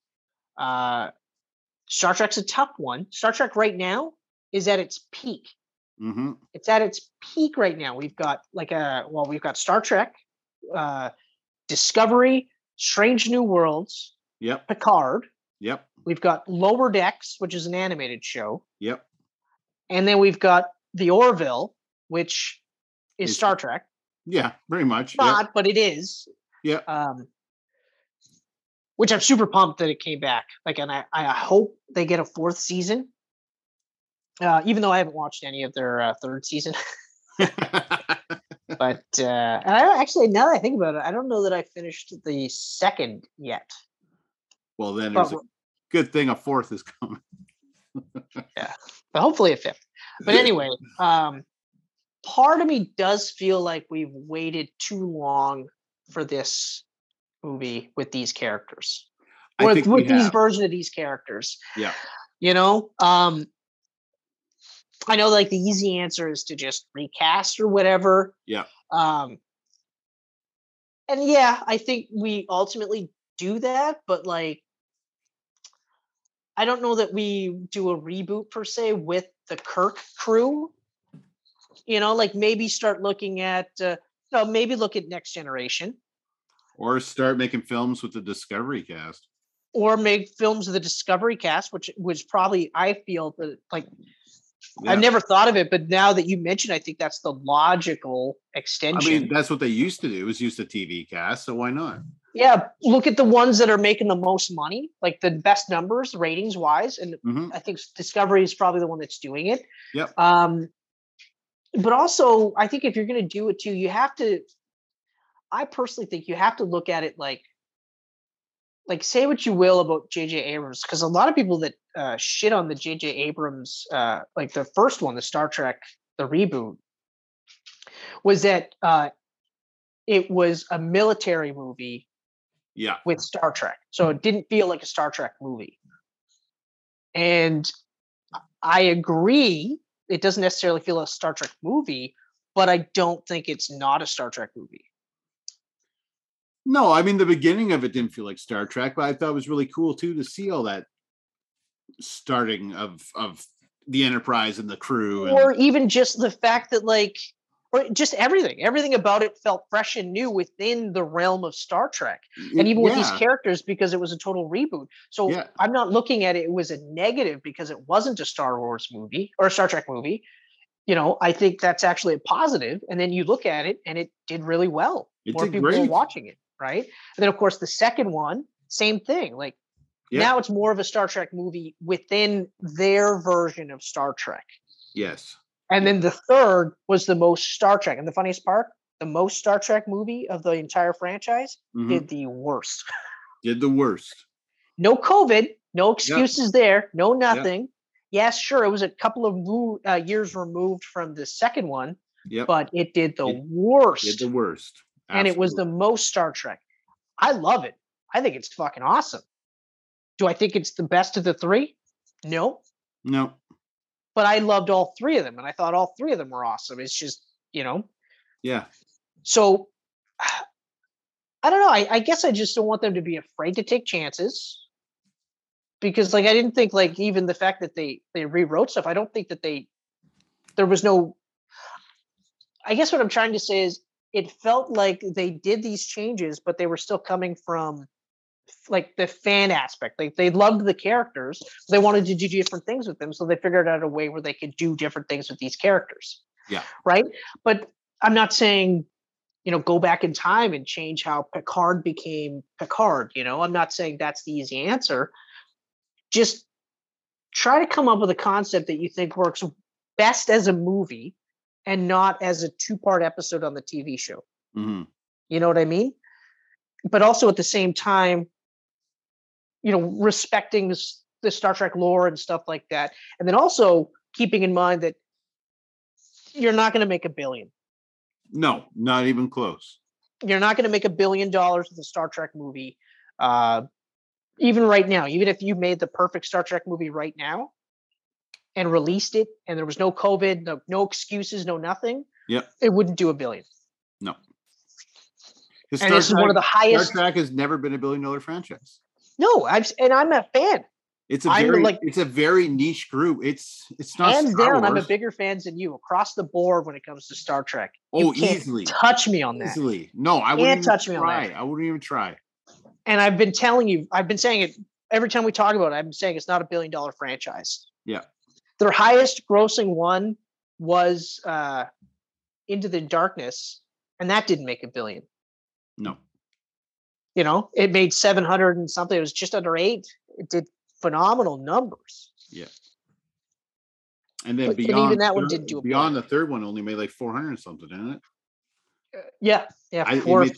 S1: Uh, Star Trek's a tough one. Star Trek right now is at its peak.
S2: Mm-hmm.
S1: it's at its peak right now. We've got like a well, we've got Star Trek, uh, Discovery, Strange New Worlds,
S2: Yep.
S1: Picard.
S2: Yep.
S1: We've got Lower Decks, which is an animated show,
S2: Yep.
S1: and then we've got The Orville, which is
S2: Is-
S1: Star Trek.
S2: Yeah. Pretty much. Yep.
S1: Not, but it is.
S2: Yep.
S1: Um, which I'm super pumped that it came back. Like, and I, I hope they get a fourth season. Uh, even though I haven't watched any of their uh, third season, but uh, and I don't, actually now that I think about it, I don't know that I finished the second yet.
S2: [laughs] well, then
S1: But
S2: there's a good thing a fourth is coming.
S1: but hopefully a fifth. But anyway, um, part of me does feel like we've waited too long for this movie with these characters,
S2: [laughs] I
S1: with,
S2: think we
S1: with these
S2: have.
S1: version of these characters.
S2: Yeah.
S1: you know, um, I know like the easy answer is to just recast or whatever.
S2: Yeah.
S1: Um, and yeah, I think we ultimately do that, but like I don't know that we do a reboot per se with the Kirk crew. You know, like maybe start looking at uh, no, maybe look at Next Generation
S2: or start making films with the Discovery cast.
S1: or make films of the Discovery cast, which was probably I feel that like
S2: Yeah.
S1: I've never thought of it, but now that you mention, I think that's the logical
S2: I
S1: extension.
S2: mean, that's what they used to do was use the TV cast. So why not?
S1: yeah, look at the ones that are making the most money, like the best numbers, ratings wise, and
S2: hmm
S1: I think Discovery is probably the one that's doing it.
S2: Yep.
S1: Um, but also, I think if you're going to do it too, you have to. I personally think you have to look at it like, like say what you will about J.J. Abrams, because a lot of people that uh, shit on the J.J. Abrams, uh, like the first one, the Star Trek, the reboot, was that uh, it was a military movie
S2: Yeah.
S1: with Star Trek. So it didn't feel like a Star Trek movie. And I agree, it doesn't necessarily feel like a Star Trek movie, but I don't think it's not a Star Trek movie.
S2: No, I mean the beginning of it didn't feel like Star Trek, but I thought it was really cool too to see all that starting of of the Enterprise and the crew. And,
S1: Or even just the fact that, like, or just everything, everything about it felt fresh and new within the realm of Star Trek. And even with these
S2: Yeah.
S1: characters, because it was a total reboot. So
S2: Yeah.
S1: I'm not looking at it, it was a negative because it wasn't a Star Wars movie or a Star Trek movie. You know, I think that's actually a positive. And then you look at it and it did really well.
S2: It
S1: More
S2: did
S1: people were
S2: great.
S1: watching it, right? And then of course the second one, same thing. Like
S2: Yeah.
S1: now it's more of a Star Trek movie within their version of Star Trek.
S2: yes.
S1: And then the third was the most Star Trek. And the funniest part, the most Star Trek movie of the entire franchise
S2: Mhm.
S1: did the worst.
S2: Did the worst.
S1: no COVID, no excuses there, no nothing. Yes, sure, it was a couple of mo- uh, years removed from the second one,
S2: Yep.
S1: but it did the
S2: It
S1: worst,
S2: Did the worst.
S1: and it was the most Star Trek. I love it. I think it's fucking awesome. Do I think it's the best of the three? No,
S2: Absolutely. no.
S1: but I loved all three of them, and I thought all three of them were awesome. It's just you know,
S2: Yeah.
S1: so I don't know. I, I guess I just don't want them to be afraid to take chances because, like, I didn't think like even the fact that they they rewrote stuff. I don't think that they there was no. I guess what I'm trying to say is it felt like they did these changes, but they were still coming from like the fan aspect. Like they loved the characters, they wanted to do different things with them, so they figured out a way where they could do different things with these characters.
S2: Yeah.
S1: Right. But I'm not saying you know, go back in time and change how Picard became Picard. You know, I'm not saying that's the easy answer. Just try to come up with a concept that you think works best as a movie and not as a two part episode on the TV show.
S2: hmm
S1: You know what I mean? But also at the same time, you know, respecting s- the Star Trek lore and stuff like that. And then also keeping in mind that you're not going to make a billion.
S2: No, not even close.
S1: you're not going to make a billion dollars with a Star Trek movie. Uh, even right now, even if you made the perfect Star Trek movie right now and released it and there was no COVID, no, no excuses, no nothing,
S2: Yep.
S1: it wouldn't do a billion.
S2: 'Cause
S1: and this is one of the
S2: Star
S1: highest.
S2: Trek has never been a billion dollar franchise.
S1: No, I've, s- and I'm a fan.
S2: It's a
S1: I'm
S2: very
S1: like-
S2: it's a very niche group. It's it's not
S1: Hands
S2: Star
S1: down, I'm a
S2: Wars.
S1: bigger fan than you across the board when it comes to Star Trek.
S2: oh
S1: can't
S2: easily.
S1: Touch me on that.
S2: Easily. No, I wouldn't even
S1: touch me on
S2: try.
S1: that.
S2: I wouldn't even try.
S1: and I've been telling you, I've been saying it every time we talk about it. I've been saying it's not a billion dollar franchise.
S2: Yeah.
S1: Their highest grossing one was uh, Into the Darkness, and that didn't make a billion.
S2: No.
S1: You know, it made 700 and something. It was just under eight. It did phenomenal numbers.
S2: And then
S1: But- but even
S2: beyond
S1: that one
S2: third-
S1: didn't do a
S2: beyond the third one only made like 400 and something, didn't it?
S1: Yeah. Yeah.
S2: I, it made 300,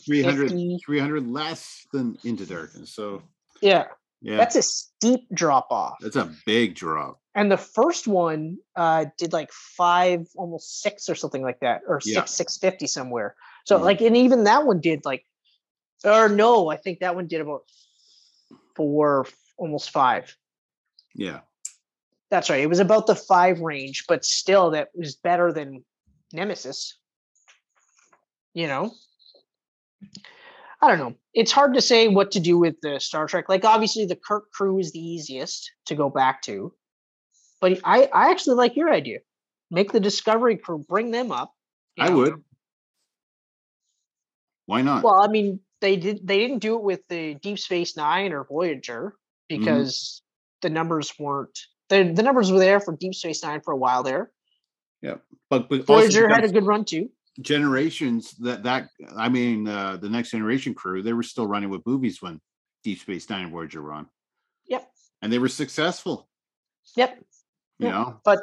S1: 450.
S2: 300 less than Into Darkness. So
S1: Yeah.
S2: yeah, that's,
S1: That's a steep drop off.
S2: a big drop.
S1: and the first one uh did like five almost six or something like that or
S2: Yeah.
S1: six six fifty somewhere so
S2: Mhm.
S1: like and even that one did like or no i think that one did about four almost five
S2: Yeah.
S1: that's right it was about the five range but still that was better than nemesis you know i don't know it's hard to say what to do with the star trek like obviously the kirk crew is the easiest to go back to but i i actually like your idea make the discovery crew bring them up you
S2: I
S1: know?
S2: would. Why not?
S1: well i mean they did they didn't do it with the deep space nine or voyager
S2: Mm-hmm.
S1: because the numbers weren't the, the numbers were there for deep space nine for a while there
S2: but, but also
S1: Voyager had a
S2: because
S1: good run too.
S2: generations that that I mean uh, the next generation crew they were still running with boobies when Deep Space Nine and Voyager were on.
S1: Yep.
S2: And they were successful.
S1: Yep.
S2: You
S1: Yep.
S2: know,
S1: But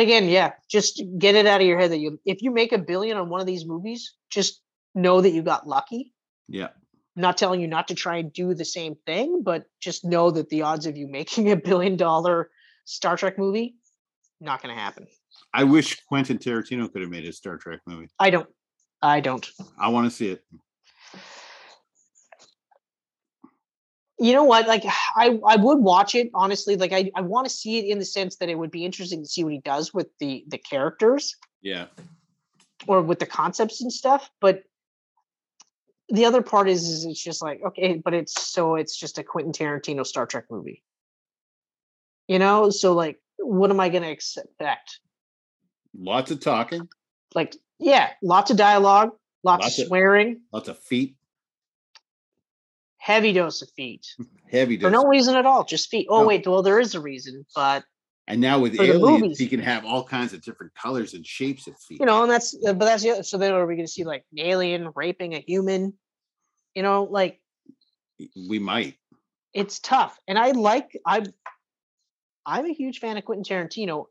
S1: again, yeah, just get it out of your head that you if you make a billion on one of these movies, just know that you got lucky.
S2: yeah,
S1: I'm not telling you not to try and do the same thing, but just know that the odds of you making a billion dollar Star Trek movie not going to happen.
S2: I wish Quentin Tarantino could have made a Star Trek movie.
S1: I don't. I don't.
S2: I want to see it.
S1: you know what like i i would watch it honestly like i, I want to see it in the sense that it would be interesting to see what he does with the the characters
S2: Yeah,
S1: or with the concepts and stuff but the other part is is it's just like okay but it's so it's just a quentin tarantino star trek movie you know so like what am i going to expect
S2: lots of talking,
S1: like yeah lots of dialogue lots,
S2: Lots
S1: of
S2: of-
S1: swearing
S2: lots of feet,
S1: heavy dose of feet
S2: heavy
S1: for
S2: dose.
S1: no reason at all just feet oh
S2: No.
S1: wait well there is a reason but
S2: and now with
S1: for the
S2: aliens,
S1: movies.
S2: he can have all kinds of different colors and shapes of feet.
S1: you know, and that's uh, but that's the other, so then are we going to see like an alien raping a human? You know, like
S2: we might.
S1: it's tough, and I like I'm I'm a huge fan of Quentin Tarantino.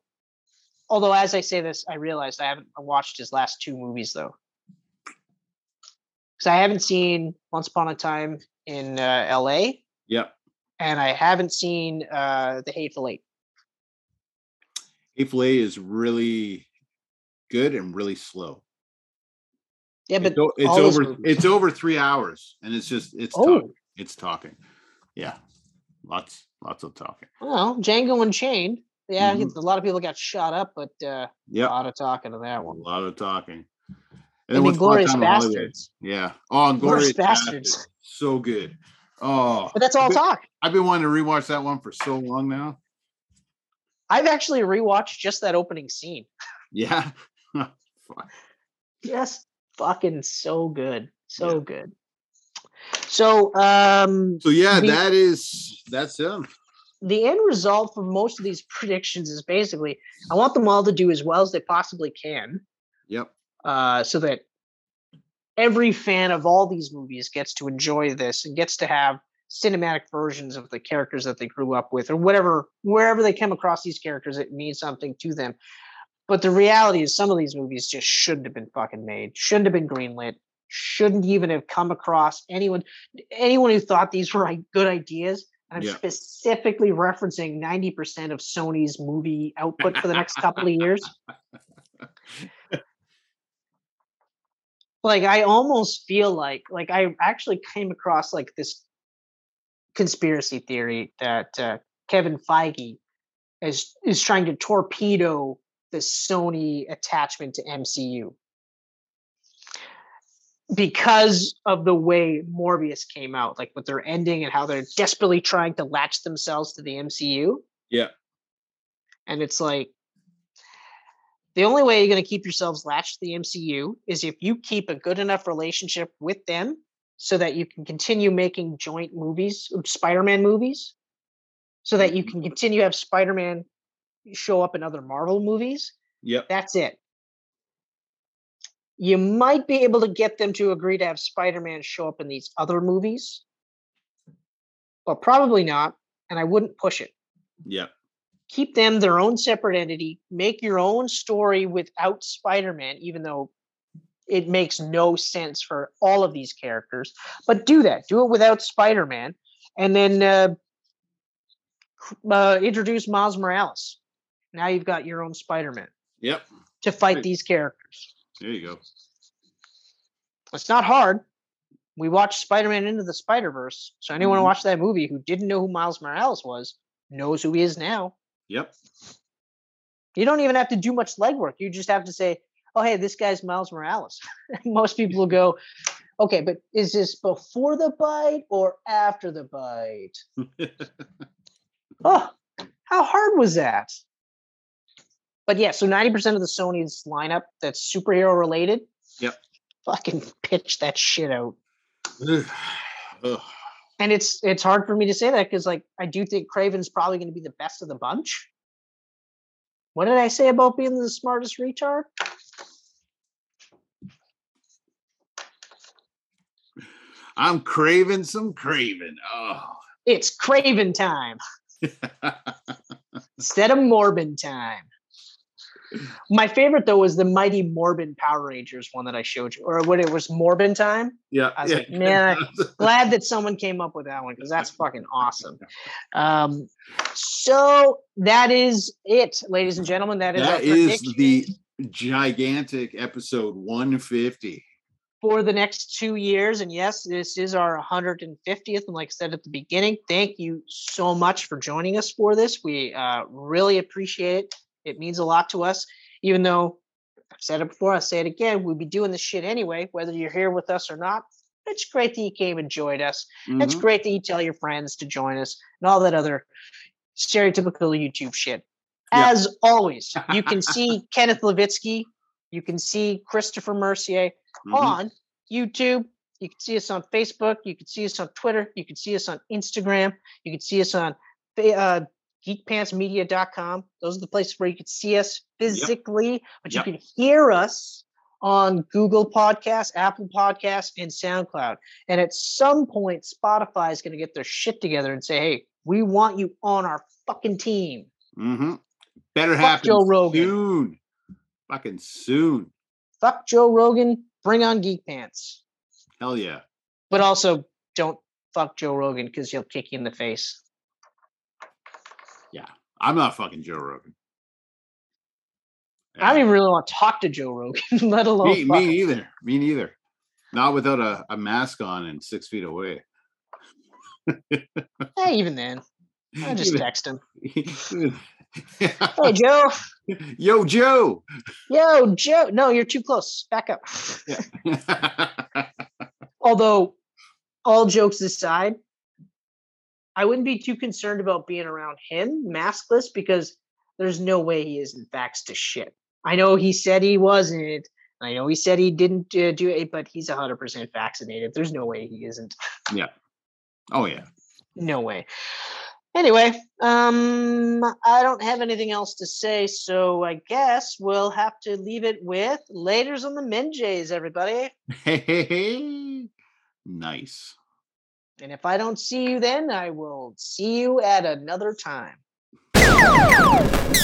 S1: Although, as I say this, I realized I haven't watched his last two movies though, because I haven't seen Once Upon a Time in uh, L.A.
S2: Yep.
S1: and I haven't seen uh, The Hateful Eight.
S2: Hateful Eight is really good and really slow.
S1: Yeah, but
S2: it's, o- it's
S1: all his
S2: over.
S1: movies-
S2: It's over three hours, and it's just it's
S1: oh,
S2: talk, it's talking. Yeah, lots lots of talking.
S1: well, Django Unchained. Yeah,
S2: Mhm.
S1: a lot of people got shot up, but uh, a
S2: Yep,
S1: lot of talking to that
S2: a
S1: one.
S2: lot of talking. And
S1: And
S2: once upon a
S1: Inglorious
S2: time in Hollywood.
S1: Bastards.
S2: Yeah. Oh, and
S1: Glorious
S2: Glorious
S1: Bastards.
S2: Bastards. So good. Oh,
S1: But that's all talk.
S2: I've been wanting to rewatch that one for so long now.
S1: I've actually rewatched just that opening scene.
S2: Yeah.
S1: Yes, fucking so good. So good. So um
S2: So yeah,
S1: The-
S2: that is that's him.
S1: the end result for most of these predictions is basically I want them all to do as well as they possibly can.
S2: Yep.
S1: uh, so that every fan of all these movies gets to enjoy this and gets to have cinematic versions of the characters that they grew up with or whatever wherever they come across these characters it means something to them but the reality is some of these movies just shouldn't have been fucking made shouldn't have been greenlit shouldn't even have come across anyone anyone who thought these were like good ideas and i'm
S2: Yeah.
S1: specifically referencing 90% of sony's movie output for the next couple of years like i almost feel like like i actually came across like this conspiracy theory that uh, kevin feige is is trying to torpedo the sony attachment to mcu because of the way morbius came out like with their ending and how they're desperately trying to latch themselves to the mcu
S2: Yeah.
S1: and it's like the only way you're going to keep yourselves latched to the MCU is if you keep a good enough relationship with them so that you can continue making joint movies, um, Spider-Man movies, so that you can continue to have Spider-Man show up in other Marvel movies.
S2: Yep.
S1: That's it. You might be able to get them to agree to have Spider-Man show up in these other movies, but probably not. And I wouldn't push it.
S2: Yep.
S1: Keep them their own separate entity. Make your own story without Spider-Man, even though it makes no sense for all of these characters. But do that. Do it without Spider-Man, and then uh, uh, introduce Miles Morales. Now you've got your own Spider-Man
S2: Yep.
S1: to fight
S2: Right.
S1: these characters.
S2: There you go.
S1: It's not hard. We watched Spider-Man into the Spider-Verse, so anyone who
S2: Mhm.
S1: watched that movie who didn't know who Miles Morales was knows who he is now.
S2: Yep.
S1: You don't even have to do much legwork. You just have to say, "Oh, hey, this guy's Miles Morales." [laughs] Most people will go, "Okay, but is this before the bite or after the bite?" Oh, how hard was that? But yeah, so ninety percent of the Sony's lineup that's superhero related.
S2: Yep.
S1: Fucking pitch that shit out.
S2: Ugh.
S1: And it's it's hard for me to say that because like I do think Craven's probably going to be the best of the bunch. What did I say about being the smartest retard?
S2: I'm craving some craving. Oh.
S1: It's Craven time instead of Morbin time. My favorite though was the Mighty Morbin Power Rangers one that I showed you, or what it was Morbin time.
S2: yeah.
S1: I was
S2: yeah.
S1: like,
S2: [laughs]
S1: man, glad that someone came up with that one because that's fucking awesome. Um, so that is it, ladies and gentlemen. That is our
S2: that is
S1: prediction
S2: the gigantic episode 150.
S1: for the next two years. And yes, this is our 150th. And like I said at the beginning, thank you so much for joining us for this. We uh, really appreciate it. It means a lot to us, even though I've said it before, I say it again. We'll be doing this shit anyway, whether you're here with us or not. It's great that you came and joined us. It's
S2: Mhm.
S1: great that you tell your friends to join us and all that other stereotypical YouTube shit.
S2: Yeah.
S1: As always, you can see Kenneth Levitsky, you can see Christopher Mercier
S2: Mhm.
S1: on YouTube. You can see us on Facebook. You can see us on Twitter. You can see us on Instagram. You can see us on fa- uh, geekpantsmedia.com. Those are the places where you can see us physically, but you
S2: Yep.
S1: can hear us on Google Podcasts, Apple Podcasts, and SoundCloud. And at some point, Spotify is going to get their shit together and say, hey, we want you on our fucking team.
S2: Mhm. Better
S1: Fuck
S2: happen
S1: Joe Rogan.
S2: soon. Fucking soon.
S1: Fuck Joe Rogan. Bring on Geek Pants.
S2: Hell yeah.
S1: but also don't fuck Joe Rogan because he'll kick you in the face.
S2: I'm not fucking Joe Rogan.
S1: I don't
S2: Yeah.
S1: even really want to talk to Joe Rogan, [laughs] let alone
S2: me,
S1: fuck
S2: me
S1: him.
S2: neither. Me neither. Not without a, a mask on and six feet away.
S1: Eh, even then.
S2: [laughs]
S1: I just text him.
S2: Even- [laughs]
S1: Hey Joe,
S2: Yo, Joe. [laughs]
S1: yo Joe. No, you're too close. Back up. [laughs] Although, all jokes aside, I wouldn't be too concerned about being around him maskless because there's no way he isn't vaxxed to shit. I know he said he wasn't. I know he said he didn't uh, do it, but he's 100% vaccinated. There's no way he isn't.
S2: oh yeah. [laughs]
S1: no way anyway um i don't have anything else to say so i guess we'll have to leave it with laters on the minjays everybody
S2: Hey, hey, hey. Nice.
S1: and if i don't see you then i will see you at another time
S3: Yeah.